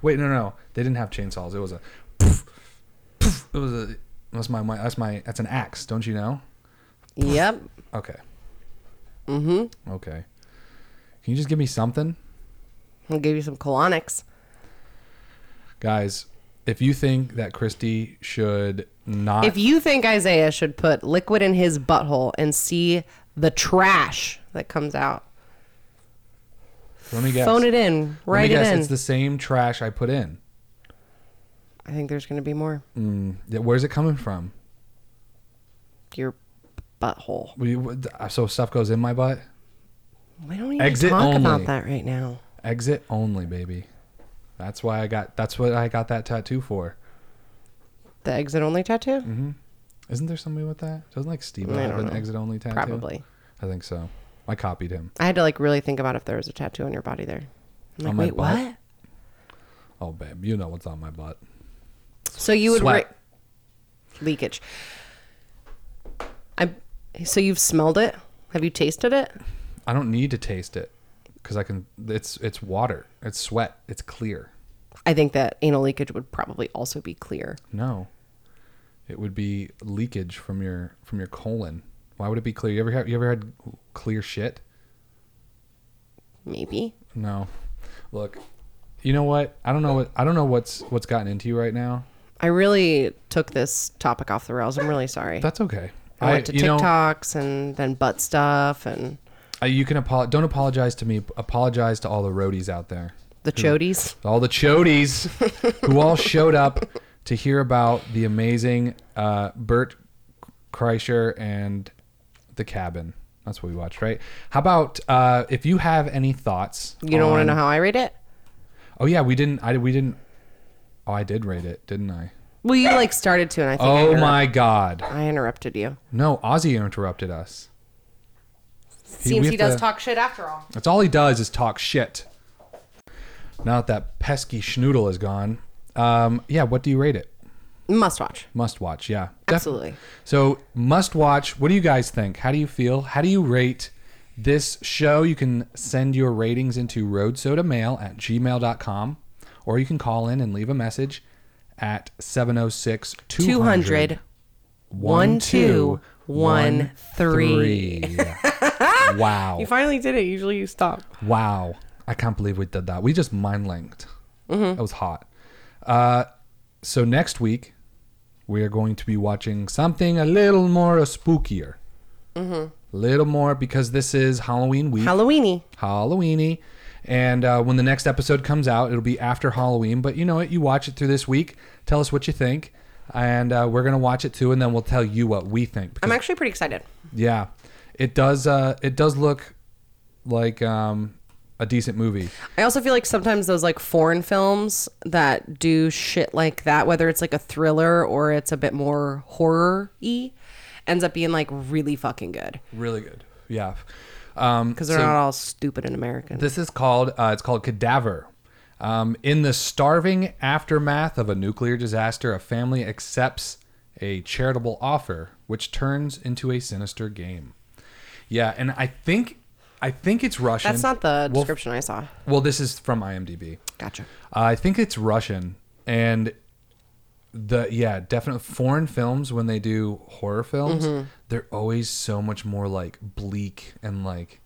Speaker 1: Wait, no, no, no. They didn't have chainsaws. It was a. It was a. That's my, my. That's my. That's an axe. Don't you know?
Speaker 2: Yep.
Speaker 1: Okay. Mm-hmm. Okay. Can you just give me something,
Speaker 2: I'll give you some colonics.
Speaker 1: guys? If you think that Christy should not,
Speaker 2: If you think Isaiah should put liquid in his butthole and see the trash that comes out,
Speaker 1: let me guess.
Speaker 2: phone it in,
Speaker 1: Let me
Speaker 2: write it
Speaker 1: guess,
Speaker 2: in.
Speaker 1: It's the same trash I put in. Mm,
Speaker 2: I think there's going to be more.
Speaker 1: Yeah, Where's it coming from?
Speaker 2: Your butthole.
Speaker 1: We, so stuff goes in my butt.
Speaker 2: We don't even
Speaker 1: Exit
Speaker 2: talk
Speaker 1: only.
Speaker 2: about that right now.
Speaker 1: Exit only, baby. That's why I got. That's what I got that tattoo for.
Speaker 2: The exit only tattoo?
Speaker 1: Mm-hmm. Isn't there somebody with that? Doesn't like Steve
Speaker 2: I
Speaker 1: have
Speaker 2: don't
Speaker 1: an
Speaker 2: know.
Speaker 1: exit only tattoo?
Speaker 2: Probably.
Speaker 1: I think so. I copied him.
Speaker 2: I had to like really think about if there was a tattoo on your body there. I'm like,
Speaker 1: my
Speaker 2: wait,
Speaker 1: butt?
Speaker 2: what?
Speaker 1: Oh, babe, you know what's on my butt.
Speaker 2: So you would
Speaker 1: Sweat.
Speaker 2: ri- leakage. I. So you've smelled it? Have you tasted it?
Speaker 1: I don't need to taste it because I can. It's it's water. It's sweat. It's clear.
Speaker 2: I think that anal leakage would probably also be clear.
Speaker 1: No, it would be leakage from your from your colon. Why would it be clear? You ever had, you ever had clear shit?
Speaker 2: Maybe.
Speaker 1: No. Look, you know what? I don't know what I don't know what's what's gotten into you right now.
Speaker 2: I really took this topic off the rails. I'm really sorry.
Speaker 1: That's okay.
Speaker 2: I, went to
Speaker 1: you know,
Speaker 2: TikToks and then butt stuff and
Speaker 1: I, you can apologize. Don't apologize to me. Apologize to all the roadies out there.
Speaker 2: the chodies.
Speaker 1: all the chodies who all showed up to hear about the amazing uh, Bert Kreischer and the cabin. That's what we watched, right? How about uh, if you have any thoughts?
Speaker 2: You don't want to
Speaker 1: on-
Speaker 2: know how I read it?
Speaker 1: Oh yeah, we didn't. I we didn't. Oh, I did rate it, didn't I?
Speaker 2: Well, you like started to, and I think I,
Speaker 1: Oh
Speaker 2: interrupt-
Speaker 1: my God!
Speaker 2: I interrupted you.
Speaker 1: No, Ozzy interrupted us.
Speaker 2: Seems
Speaker 1: we
Speaker 2: he
Speaker 1: have
Speaker 2: does
Speaker 1: to-
Speaker 2: talk shit after all.
Speaker 1: That's all he does is talk shit. Now that that pesky schnoodle is gone, um, yeah. What do you rate it?
Speaker 2: Must watch.
Speaker 1: Must watch, yeah. Def-
Speaker 2: Absolutely.
Speaker 1: So, must watch. What do you guys think? How do you feel? How do you rate this show? You can send your ratings into roadsodamail at gmail.com or you can call in and leave a message at 706 200
Speaker 2: 200 one, two, one, three.
Speaker 1: Wow.
Speaker 2: You finally did it. Usually you stop.
Speaker 1: Wow. I can't believe we did that. We just mind linked. That was hot. Uh, so next week, we are going to be watching something a little more uh, spookier. A little more because this is Halloween week.
Speaker 2: Halloweeny.
Speaker 1: Halloweeny. And uh, when the next episode comes out, it'll be after Halloween. But you know what? You watch it through this week. Tell us what you think. And uh, we're going to watch it too. And then we'll tell you what we think.
Speaker 2: I'm
Speaker 1: Because,
Speaker 2: actually pretty excited.
Speaker 1: yeah. It does, uh, it does look like um, a decent movie.
Speaker 2: I also feel like sometimes those like foreign films that do shit like that, whether it's like a thriller or it's a bit more horror y, ends up being like really fucking good
Speaker 1: Really good. Yeah. Um,
Speaker 2: because they're
Speaker 1: so
Speaker 2: not all stupid and American.
Speaker 1: This is called, uh, it's called Cadaver. Um, in the starving aftermath of a nuclear disaster, a family accepts a charitable offer, which turns into a sinister game. Yeah, and I think, I think it's Russian.
Speaker 2: That's not the
Speaker 1: Well,
Speaker 2: description I saw.
Speaker 1: well, this is from IMDb.
Speaker 2: Gotcha.
Speaker 1: Uh, I think it's Russian, and the yeah, definitely foreign films when they do horror films,
Speaker 2: Mm-hmm.
Speaker 1: they're always so much more like bleak and like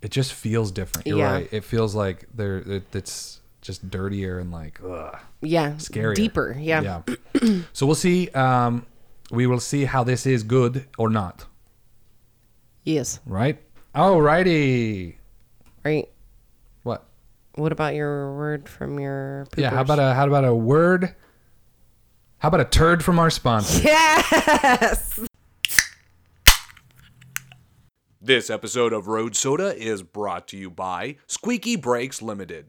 Speaker 1: it just feels different. You're
Speaker 2: Yeah.
Speaker 1: right. It feels like they're it, it's just dirtier and like ugh,
Speaker 2: Yeah.
Speaker 1: scarier,
Speaker 2: Deeper. Yeah.
Speaker 1: Yeah. so we'll see. Um, we will see how this is good or not.
Speaker 2: Yes.
Speaker 1: Right. Alrighty.
Speaker 2: Right.
Speaker 1: What?
Speaker 2: What about your word from your? Poopers?
Speaker 1: Yeah. How about a how about a word? How about a turd from our sponsor?
Speaker 6: This episode of Road Soda is brought to you by Squeaky Brakes Limited.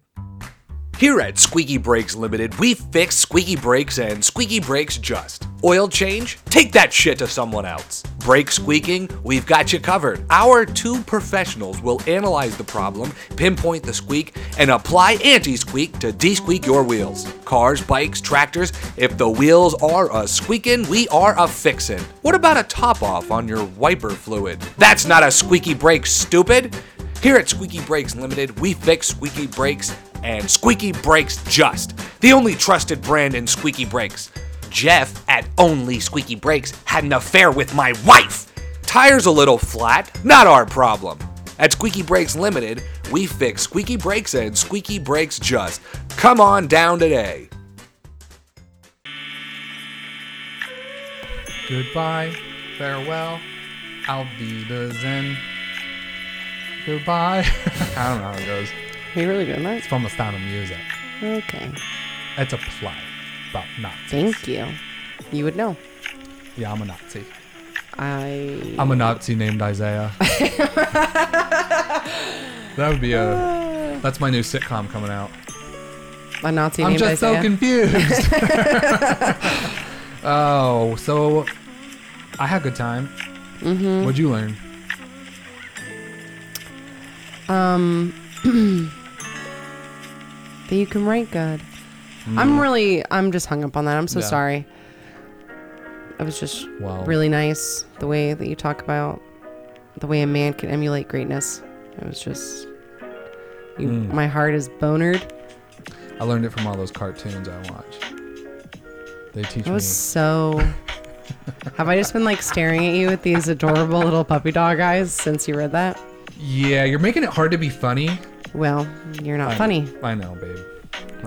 Speaker 9: Here at Squeaky Brakes Limited, we fix squeaky brakes and squeaky brakes just. Oil change? Take that shit to someone else. Brake squeaking? We've got you covered. Our two professionals will analyze the problem, pinpoint the squeak, and apply anti squeak to de squeak your wheels. Cars, bikes, tractors, if the wheels are a squeaking, we are a fixin'. What about a top off on your wiper fluid? That's not a squeaky brake, stupid! Here at Squeaky Brakes Limited, we fix squeaky brakes and Squeaky Brakes Just, the only trusted brand in squeaky brakes. Jeff at Only Squeaky Brakes had an affair with my wife. Tires a little flat, not our problem. At Squeaky Brakes Limited, we fix squeaky brakes and squeaky brakes just. Come on down today.
Speaker 1: Goodbye, farewell, auf Wiedersehen. Goodbye. I don't know how it goes.
Speaker 2: Are you really doing that?
Speaker 1: It's from the sound of music.
Speaker 2: Okay.
Speaker 1: It's a play about Nazis.
Speaker 2: Thank you. You would know.
Speaker 1: Yeah, I'm a Nazi.
Speaker 2: I.
Speaker 1: I'm a Nazi named Isaiah. that would be a. That's my new sitcom coming out.
Speaker 2: A Nazi
Speaker 1: I'm
Speaker 2: named
Speaker 1: just
Speaker 2: Isaiah.
Speaker 1: so confused. oh, so I had a good time.
Speaker 2: Mm-hmm.
Speaker 1: What'd you learn?
Speaker 2: Um, that you can write good. I'm really, I'm just hung up on that. I'm so
Speaker 1: Hmm. Yeah.
Speaker 2: sorry. I was just
Speaker 1: Wow.
Speaker 2: really nice the way that you talk about the way a man can emulate greatness. It was just, you,
Speaker 1: Hmm.
Speaker 2: my heart is bonered.
Speaker 1: I learned it from all those cartoons I watch. They teach
Speaker 2: I
Speaker 1: me.
Speaker 2: was so. Have I just been like staring at you with these adorable little puppy dog eyes since you read that?
Speaker 1: Yeah, you're making it hard to be funny.
Speaker 2: Well, you're not funny.
Speaker 1: I know, babe.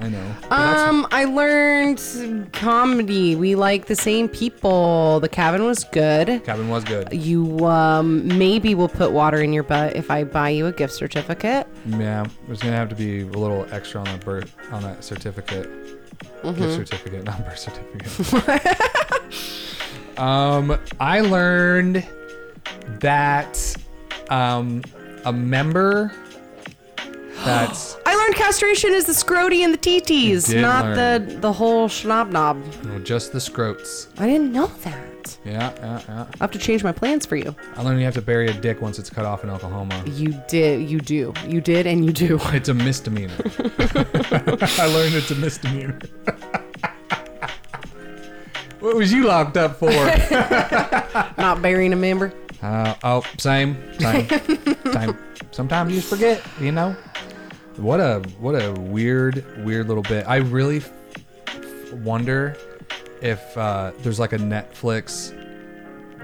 Speaker 1: I know. But that's-
Speaker 2: Um, I learned comedy. We like the same people. The cabin was good.
Speaker 1: Cabin was good.
Speaker 2: You um, maybe will put water in your butt if I buy you a gift certificate.
Speaker 1: Yeah, there's gonna have to be a little extra on that birth on that certificate, gift certificate, not birth certificate. um, I learned that um, a member that's
Speaker 2: I learned castration is the scroty and the
Speaker 1: You
Speaker 2: TTs,
Speaker 1: did
Speaker 2: not
Speaker 1: learn.
Speaker 2: the the whole schnob knob.
Speaker 1: you know, just the scrotes.
Speaker 2: I didn't know that.
Speaker 1: Yeah, yeah, yeah.
Speaker 2: I have to change my plans for you.
Speaker 1: I learned you have to bury a dick once it's cut off in Oklahoma.
Speaker 2: You did, you do, you did, and you do.
Speaker 1: It's a misdemeanor. I learned it's a misdemeanor. what was you locked up for?
Speaker 2: not burying a member.
Speaker 1: Uh, oh, same, same, same. Sometimes you just forget, you know. What a what a weird weird little bit. I really f- wonder if uh, there's like a Netflix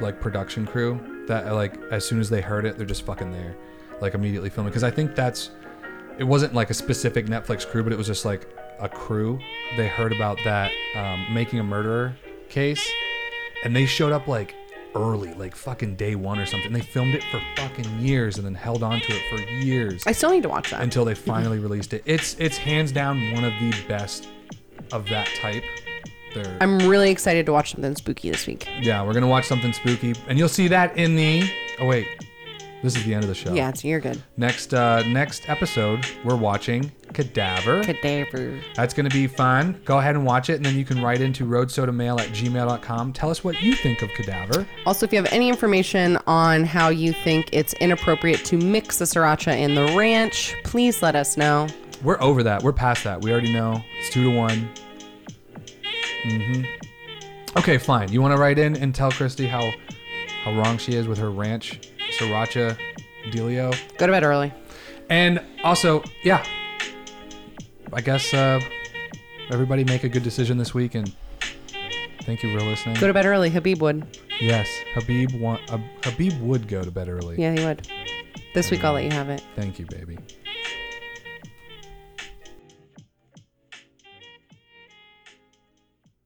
Speaker 1: like production crew that like as soon as they heard it, they're just fucking there, like immediately filming. Because I think that's it wasn't like a specific Netflix crew, but it was just like a crew. They heard about that um, making a murderer case, and they showed up like early, like fucking day one or something. They filmed it for fucking years and then held on to it for years
Speaker 2: I still need to watch that.
Speaker 1: until they finally released it. It's it's hands down one of the best of that type. They're,
Speaker 2: I'm really excited to watch something spooky this week.
Speaker 1: yeah, we're gonna watch something spooky, and you'll see that in the. Oh wait, this is the end of the show.
Speaker 2: Yeah, it's you're good.
Speaker 1: Next uh, next episode, we're watching Cadaver.
Speaker 2: Cadaver.
Speaker 1: That's going to be fun. Go ahead and watch it, and then you can write into roadsodamail at gmail.com. Tell us what you think of Cadaver.
Speaker 2: Also, if you have any information on how you think it's inappropriate to mix the sriracha and the ranch, please let us know.
Speaker 1: We're over that. We're past that. We already know. It's two to one. hmm Okay, fine. You want to write in and tell Christy how how wrong she is with her ranch sriracha dealio?
Speaker 2: Go to bed early.
Speaker 1: And also, yeah, I guess uh, everybody make a good decision this week, and thank you for listening.
Speaker 2: Go to bed early. Habib would.
Speaker 1: yes, Habib, want, Habib would go to bed early.
Speaker 2: Yeah, he would. This week I'll let you have it.
Speaker 1: Thank you, baby.